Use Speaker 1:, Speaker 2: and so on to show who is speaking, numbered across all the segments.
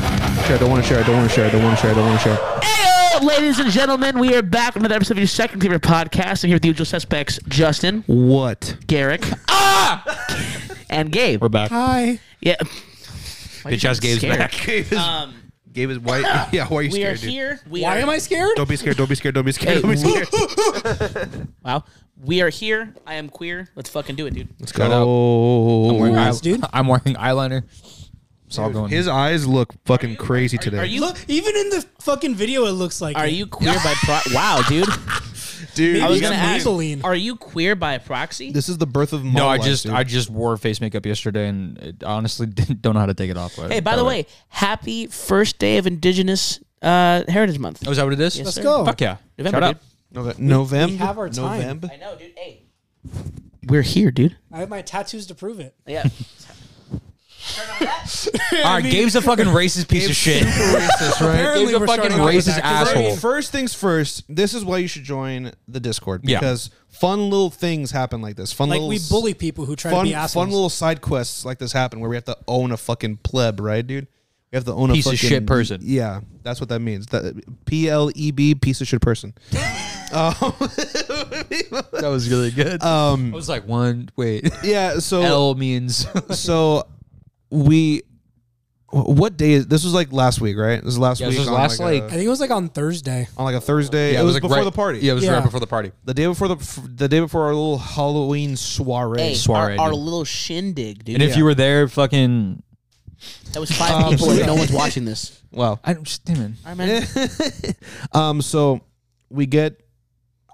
Speaker 1: want to share. I don't want to share. I don't want to share. I don't want to share.
Speaker 2: Heyo, ladies and gentlemen, we are back with another episode of your second favorite podcast. I'm here with the usual suspects, Justin,
Speaker 1: What?
Speaker 2: Garrick, ah! and Gabe.
Speaker 3: We're back.
Speaker 1: Hi.
Speaker 2: Yeah,
Speaker 3: Bitch ass Gabe's
Speaker 2: scared?
Speaker 3: back.
Speaker 1: Gabe is, Gabe is white. yeah, why Um, are you
Speaker 2: we are
Speaker 1: scared, dude?
Speaker 2: here. We
Speaker 4: Why
Speaker 2: are,
Speaker 4: am I scared?
Speaker 1: Don't be scared. Don't be scared. Don't be
Speaker 2: Hey,
Speaker 1: scared. Don't be scared.
Speaker 2: Wow, we are here. I am queer. Let's fucking do it, dude.
Speaker 1: Let's
Speaker 3: Shut up.
Speaker 1: go.
Speaker 4: Nice, dude.
Speaker 3: I'm wearing eyeliner. It's all going.
Speaker 1: His eyes look fucking crazy today.
Speaker 2: Are you
Speaker 4: Look, even in the fucking video, it looks like.
Speaker 2: are you queer by pro- wow, dude?
Speaker 1: dude?
Speaker 4: Maybe
Speaker 2: I was
Speaker 4: it's
Speaker 2: gonna ask,
Speaker 4: Maybelline.
Speaker 2: are you queer by proxy?
Speaker 1: This is the birth of
Speaker 3: no,
Speaker 1: my
Speaker 3: I
Speaker 1: life,
Speaker 3: just
Speaker 1: dude.
Speaker 3: I just wore face makeup yesterday, and it, honestly didn't, don't know how to take it off.
Speaker 2: Hey, by the way, happy first day of Indigenous uh, Heritage Month.
Speaker 3: oh, is that what it is?
Speaker 2: Yes,
Speaker 4: Let's
Speaker 2: sir.
Speaker 4: go.
Speaker 3: Fuck yeah!
Speaker 2: November,
Speaker 3: Shout out.
Speaker 2: dude.
Speaker 1: Nove- November.
Speaker 4: we have our time.
Speaker 1: November.
Speaker 2: I know, dude. Hey, we're here, dude.
Speaker 4: I have my tattoos to prove it.
Speaker 2: Yeah.
Speaker 3: All right, Gabe's a fucking racist piece of shit.
Speaker 1: racist, right?
Speaker 4: Apparently,
Speaker 3: Gabe's a
Speaker 4: we're
Speaker 3: fucking
Speaker 4: starting off with
Speaker 3: racist
Speaker 4: that.
Speaker 3: asshole.
Speaker 1: First things first, this is why you should join the Discord
Speaker 3: Yeah.
Speaker 1: because fun little things happen like this. Fun
Speaker 4: Like
Speaker 1: little
Speaker 4: we
Speaker 1: s-
Speaker 4: bully people who try
Speaker 1: fun,
Speaker 4: to be assholes.
Speaker 1: fun little side quests like this happen where we have to own a fucking pleb, right, dude? We have to own
Speaker 3: Piece
Speaker 1: a
Speaker 3: of
Speaker 1: fucking,
Speaker 3: shit person.
Speaker 1: Yeah, that's what that means. That P L E B piece of shit person.
Speaker 3: That was really good. Um, I was like, one wait,
Speaker 1: Yeah. So
Speaker 3: L means
Speaker 1: so we wh- what day is this? Was like last week, right? This is last
Speaker 3: Yeah, this
Speaker 1: week.
Speaker 3: was
Speaker 1: on
Speaker 3: last,
Speaker 1: like, a-
Speaker 4: I think it was like on Thursday.
Speaker 1: on like a Thursday. it, was before the party.
Speaker 3: Yeah, it was right
Speaker 4: Yeah.
Speaker 3: before the party.
Speaker 1: The day before the f- the day before our little Halloween soiree.
Speaker 2: Hey,
Speaker 3: Soiree,
Speaker 2: our, our
Speaker 3: dude.
Speaker 2: little shindig, dude.
Speaker 3: And if you were there, fucking,
Speaker 2: that was
Speaker 1: Um,
Speaker 2: five people and no one's watching this.
Speaker 1: Wow.
Speaker 3: I don't, damn it.
Speaker 2: All right, man.
Speaker 1: Um. So we get.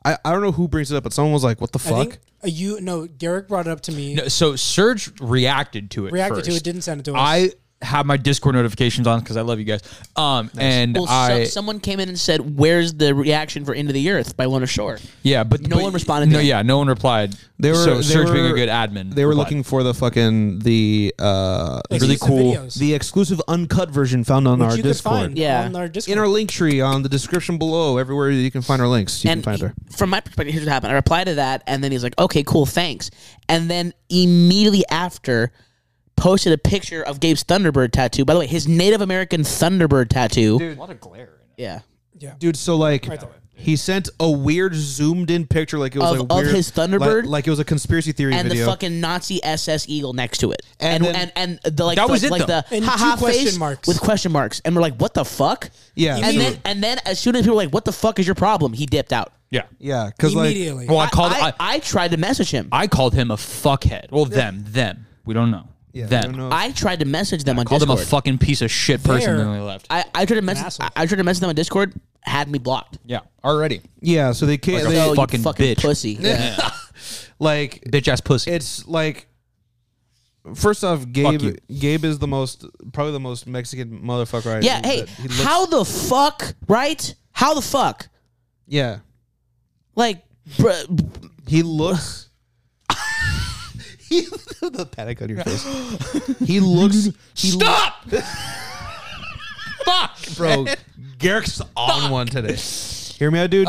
Speaker 1: I, I don't know who brings it up, but someone was like, "What the
Speaker 4: I
Speaker 1: fuck?"
Speaker 4: think uh, you no. Garrick brought it up to me.
Speaker 3: No, so Serge reacted to it.
Speaker 4: reacted to
Speaker 3: first.
Speaker 4: it. Didn't send it to us.
Speaker 3: I have my Discord notifications on because I love you guys. Um, and
Speaker 2: Well, so-
Speaker 3: I
Speaker 2: someone came in and said, "Where's the reaction for Into the Earth by Lona Shore?"
Speaker 3: yeah, but
Speaker 2: no
Speaker 3: but-
Speaker 2: one responded to
Speaker 3: No,
Speaker 2: that.
Speaker 3: yeah, no one replied.
Speaker 1: They were
Speaker 3: so
Speaker 1: they
Speaker 3: Serge being a
Speaker 1: were-
Speaker 3: good admin.
Speaker 1: They were
Speaker 3: replied.
Speaker 1: looking for the fucking the uh
Speaker 4: Like,
Speaker 3: really
Speaker 4: it's the
Speaker 3: cool.
Speaker 4: videos,
Speaker 1: the exclusive uncut version found on
Speaker 4: which
Speaker 1: our
Speaker 4: you could
Speaker 1: Discord.
Speaker 4: find
Speaker 2: Yeah.
Speaker 4: on our Discord.
Speaker 1: In our link tree on the description below, everywhere you can find our links, you
Speaker 2: and
Speaker 1: can find her.
Speaker 2: he- from my perspective, here's what happened. I replied to that, and then he's like, "Okay, cool, thanks." And then immediately after, posted a picture of Gabe's Thunderbird tattoo. By the way, his Native American Thunderbird tattoo.
Speaker 3: a lot of glare.
Speaker 2: yeah,
Speaker 1: Dude, so like he sent a weird zoomed in picture like it was
Speaker 2: Of-
Speaker 1: like
Speaker 2: of
Speaker 1: weird,
Speaker 2: his Thunderbird?
Speaker 1: like, like it was a conspiracy theory
Speaker 2: and
Speaker 1: video.
Speaker 2: the fucking Nazi SS eagle next to it, and
Speaker 1: And
Speaker 2: and,
Speaker 1: then-
Speaker 2: and, the like
Speaker 3: That
Speaker 2: the,
Speaker 3: was it,
Speaker 2: like
Speaker 3: though.
Speaker 2: the
Speaker 4: And two
Speaker 2: haha
Speaker 4: question
Speaker 2: face
Speaker 4: marks.
Speaker 2: with question marks, and we're like, "What the fuck?"
Speaker 1: yeah,
Speaker 2: and
Speaker 1: so-
Speaker 2: then and then as soon as people were like, "What the fuck is your problem?" He dipped out.
Speaker 3: Yeah.
Speaker 1: yeah, because like
Speaker 4: immediately.
Speaker 3: Well, I, called.
Speaker 2: I,
Speaker 3: I,
Speaker 2: I, tried to message him. I,
Speaker 3: I called him a fuckhead. Well, them, them. We don't know.
Speaker 1: yeah, I
Speaker 3: them.
Speaker 1: don't know.
Speaker 2: tried to message them on
Speaker 3: Called him a
Speaker 2: Discord.
Speaker 3: fucking piece of shit person.
Speaker 4: There.
Speaker 3: Then they left.
Speaker 2: I, I tried to message.
Speaker 4: asshole.
Speaker 2: I, I tried to message them on Discord. Had me blocked.
Speaker 3: yeah, already.
Speaker 1: yeah, so they can't
Speaker 3: Like a
Speaker 1: they,
Speaker 2: you
Speaker 3: fucking bitch.
Speaker 2: pussy. Yeah.
Speaker 1: like
Speaker 3: Bitch ass pussy.
Speaker 1: it's like first off
Speaker 3: you.
Speaker 1: gabe gabe is the most probably the most mexican motherfucker I,
Speaker 2: Yeah,
Speaker 1: that
Speaker 2: hey,
Speaker 1: he looks-
Speaker 2: how the fuck, right? How the fuck?
Speaker 1: yeah
Speaker 2: Like, bruh,
Speaker 1: he looks he, the panic on your face he looks he
Speaker 3: Stop. Fuck,
Speaker 1: bro garrick's on one today hear me out dude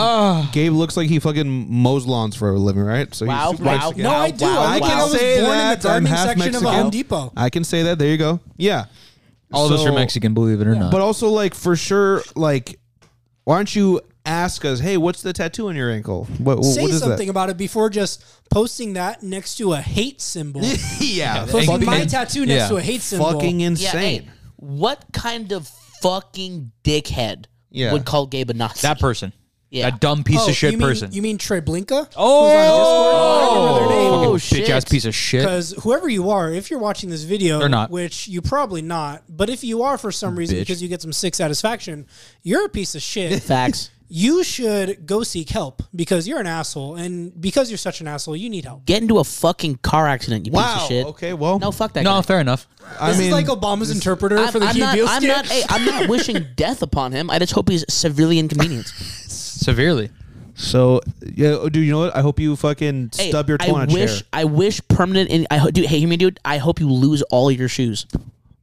Speaker 1: gabe looks like he fucking mows lawns for a living right so
Speaker 2: Wow,
Speaker 1: super
Speaker 2: wow.
Speaker 1: Mexican.
Speaker 4: no,
Speaker 2: Wow,
Speaker 4: I do.
Speaker 2: wow,
Speaker 4: I,
Speaker 2: wow.
Speaker 4: I was
Speaker 1: Say
Speaker 4: born in
Speaker 1: that,
Speaker 4: the gardening
Speaker 1: I'm half
Speaker 4: section of a
Speaker 1: Mexican.
Speaker 4: Home Depot.
Speaker 1: i can say that there you go yeah
Speaker 3: All of us
Speaker 1: So-
Speaker 3: are Mexican, believe it or not.
Speaker 1: But also, like for sure, like why don't you ask us? Hey, what's the tattoo on your ankle? What,
Speaker 4: Say
Speaker 1: what is
Speaker 4: something
Speaker 1: that?
Speaker 4: about it before just posting that next to a hate symbol.
Speaker 1: yeah,
Speaker 4: Posting
Speaker 3: fucking-
Speaker 4: my tattoo next
Speaker 3: yeah.
Speaker 4: to a hate symbol.
Speaker 1: fucking
Speaker 2: yeah,
Speaker 1: insane.
Speaker 2: hey, what kind of fucking dickhead
Speaker 1: Yeah.
Speaker 2: would call Gabe a Nazi?
Speaker 3: that person.
Speaker 2: Yeah.
Speaker 3: That dumb piece
Speaker 4: Oh,
Speaker 3: of shit
Speaker 4: you mean,
Speaker 3: person.
Speaker 4: You mean Treblinka?
Speaker 3: Oh,
Speaker 2: Oh,
Speaker 3: shit. bitch ass piece of shit.
Speaker 4: Because whoever you are, if you're watching this video,
Speaker 3: Or not.
Speaker 4: which you probably not, but if you are for some reason
Speaker 3: Bitch.
Speaker 4: because you get some sick satisfaction, you're a piece of shit.
Speaker 2: Facts.
Speaker 4: you should go seek help because you're an asshole, and because you're such an asshole, you need help.
Speaker 2: Get into a fucking car accident, you piece
Speaker 1: Wow.
Speaker 2: of shit.
Speaker 1: Okay. Well,
Speaker 2: No, fuck that
Speaker 3: No,
Speaker 2: guy.
Speaker 3: fair enough.
Speaker 1: I
Speaker 4: this
Speaker 1: mean,
Speaker 4: is like Obama's interpreter
Speaker 2: I'm,
Speaker 4: for the
Speaker 2: I'm
Speaker 4: Key
Speaker 2: not.
Speaker 4: Beale
Speaker 2: I'm
Speaker 4: skit.
Speaker 2: not. Hey, I'm not wishing death upon him. I just hope he's severely inconvenienced.
Speaker 3: Severely.
Speaker 1: so yeah, oh, dude. You know what? I hope you fucking
Speaker 2: Hey,
Speaker 1: stub your toe
Speaker 2: I
Speaker 1: on a
Speaker 2: wish.
Speaker 1: chair.
Speaker 2: I wish permanent. In, I ho- dude. Hey, hear me, dude. I hope you lose all your shoes.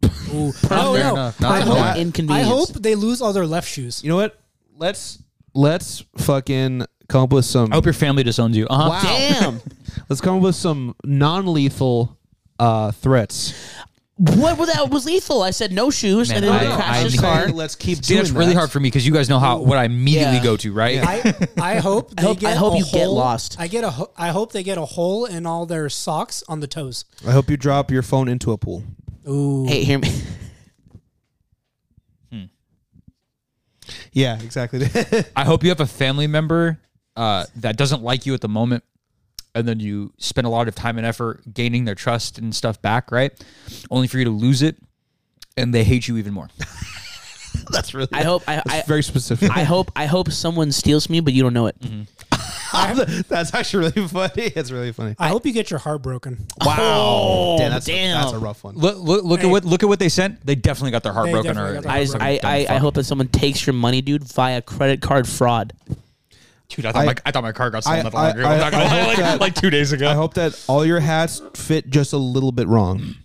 Speaker 1: Oh,
Speaker 4: Ooh, no,
Speaker 3: Fair
Speaker 4: no.
Speaker 3: enough. Not
Speaker 4: I,
Speaker 3: that
Speaker 4: hope,
Speaker 3: bad.
Speaker 4: I
Speaker 2: Inconvenience.
Speaker 4: hope they lose all their left shoes.
Speaker 1: You know what? Let's let's fucking come up with some.
Speaker 3: I hope your family disowns you. Uh-huh.
Speaker 1: Wow.
Speaker 2: Damn.
Speaker 1: Let's come up with some non-lethal uh, threats.
Speaker 2: What was that? Was lethal? I said no shoes,
Speaker 3: Man,
Speaker 2: and then
Speaker 3: I-
Speaker 2: he crashed
Speaker 3: I-
Speaker 2: his
Speaker 3: I-
Speaker 2: car.
Speaker 1: Let's keep
Speaker 3: See,
Speaker 1: doing
Speaker 3: that's really
Speaker 1: that.
Speaker 3: hard for me because you guys know how what I immediately
Speaker 2: Yeah.
Speaker 3: go to, right?
Speaker 4: I, I hope they
Speaker 2: I hope- I
Speaker 4: get
Speaker 2: hope
Speaker 4: a
Speaker 2: you get
Speaker 4: hole-
Speaker 2: lost.
Speaker 4: I get a ho- I hope they get a hole in all their socks on the toes.
Speaker 1: I hope you drop your phone into a pool.
Speaker 4: Ooh.
Speaker 2: Hey, hear me.
Speaker 1: Yeah, exactly.
Speaker 3: I hope you have a family member uh, that doesn't like you at the moment, and then you spend a lot of time and effort gaining their trust and stuff back, right? Only for you to lose it, and they hate you even more.
Speaker 1: that's really.
Speaker 2: I hope. I, I,
Speaker 1: that's very specific.
Speaker 2: I hope. I hope someone steals me, but you don't know it.
Speaker 1: that's actually really funny. It's really funny.
Speaker 4: I hope you get your heart broken.
Speaker 1: Wow.
Speaker 2: Oh,
Speaker 1: Damn, that's,
Speaker 2: damn.
Speaker 1: A, that's a rough one.
Speaker 3: Look, look, look at what look at what they sent. They definitely got their heart
Speaker 4: They
Speaker 3: broken
Speaker 4: definitely
Speaker 3: already.
Speaker 4: got their
Speaker 2: I,
Speaker 4: heart
Speaker 2: I, I, I hope that someone takes your money, dude, via credit card fraud.
Speaker 3: Dude, I thought,
Speaker 1: I-
Speaker 3: my, I thought my car got stolen
Speaker 1: I-
Speaker 3: not that long
Speaker 1: I-
Speaker 3: ago. I'm
Speaker 1: I-
Speaker 3: not gonna
Speaker 1: I
Speaker 3: lie,
Speaker 1: hope
Speaker 3: like,
Speaker 1: that-
Speaker 3: like two days ago.
Speaker 1: I hope that all your hats fit just a little bit wrong.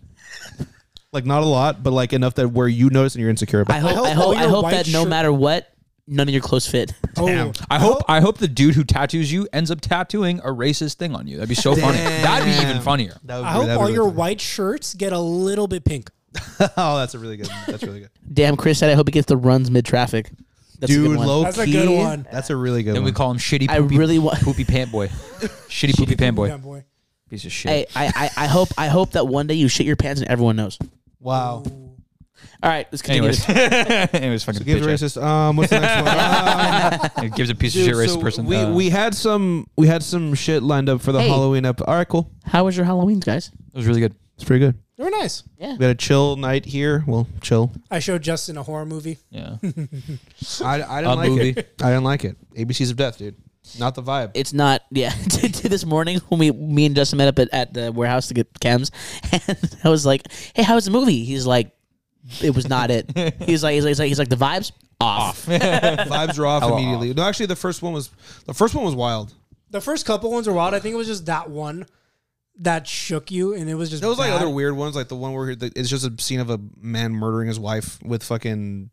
Speaker 1: like not a lot, but like enough that where you notice and you're insecure about.
Speaker 2: I hope.
Speaker 4: hope
Speaker 2: I hope.
Speaker 4: all
Speaker 2: I
Speaker 4: your
Speaker 2: hope
Speaker 4: white
Speaker 2: that no
Speaker 4: shirt-
Speaker 2: matter what, none of your clothes fit.
Speaker 4: Oh,
Speaker 3: I hope I hope the dude who tattoos you ends up tattooing a racist thing on you. That'd be so funny. That'd be even funnier.
Speaker 1: That would be-
Speaker 4: I hope
Speaker 1: that'd be
Speaker 4: all
Speaker 1: really
Speaker 4: your
Speaker 1: funny.
Speaker 4: white shirts get a little bit pink.
Speaker 1: Oh, that's a really good. That's really good.
Speaker 2: Damn, Chris said I hope he gets the runs mid traffic. That's a
Speaker 1: Dude,
Speaker 2: good one.
Speaker 1: low
Speaker 4: That's
Speaker 1: key.
Speaker 4: a good one.
Speaker 1: That's a really good
Speaker 3: Then
Speaker 1: one.
Speaker 3: we call him shitty.
Speaker 2: I
Speaker 3: Poopy,
Speaker 2: really want-
Speaker 3: poopy pant boy. Shitty poopy pant
Speaker 4: Yeah,
Speaker 3: boy.
Speaker 4: boy.
Speaker 3: Piece of shit.
Speaker 2: Hey, I, I, I hope I hope that one day you shit your pants and everyone knows.
Speaker 1: wow.
Speaker 2: All right, let's continue.
Speaker 3: Anyways,
Speaker 2: this.
Speaker 3: anyways, fucking
Speaker 1: Give
Speaker 3: bitch
Speaker 1: racist. Um, what's the next one? Um,
Speaker 3: ass. It gives a piece
Speaker 1: dude,
Speaker 3: of shit racist
Speaker 1: so
Speaker 3: person.
Speaker 1: We
Speaker 3: uh,
Speaker 1: we had some we had some shit lined up for the
Speaker 2: Hey.
Speaker 1: Halloween up. All right, cool.
Speaker 2: How was your Halloween, guys?
Speaker 3: it was really good.
Speaker 1: It's pretty good.
Speaker 4: They were nice.
Speaker 2: Yeah.
Speaker 1: We had a chill night here. Well, chill.
Speaker 4: I showed Justin a horror movie.
Speaker 3: Yeah,
Speaker 1: I, I didn't
Speaker 3: A
Speaker 1: like
Speaker 3: movie.
Speaker 1: it. I didn't like it. ABCs of Death, dude. Not the vibe.
Speaker 2: It's not. Yeah. to, to this morning when we me and Justin met up at, at the warehouse to get cams, and I was like, "Hey, how was the movie?" He's like, "It was not it." he's like, he's like, he's like, he's like the vibes off.
Speaker 1: Vibes were off immediately. No, actually, the first one was the first one was wild.
Speaker 4: The first couple ones were wild. I think it was just that one that shook you, and it was just.
Speaker 1: There was like
Speaker 4: bad.
Speaker 1: other weird ones, like the one where the, it's just a scene of a man murdering his wife with fucking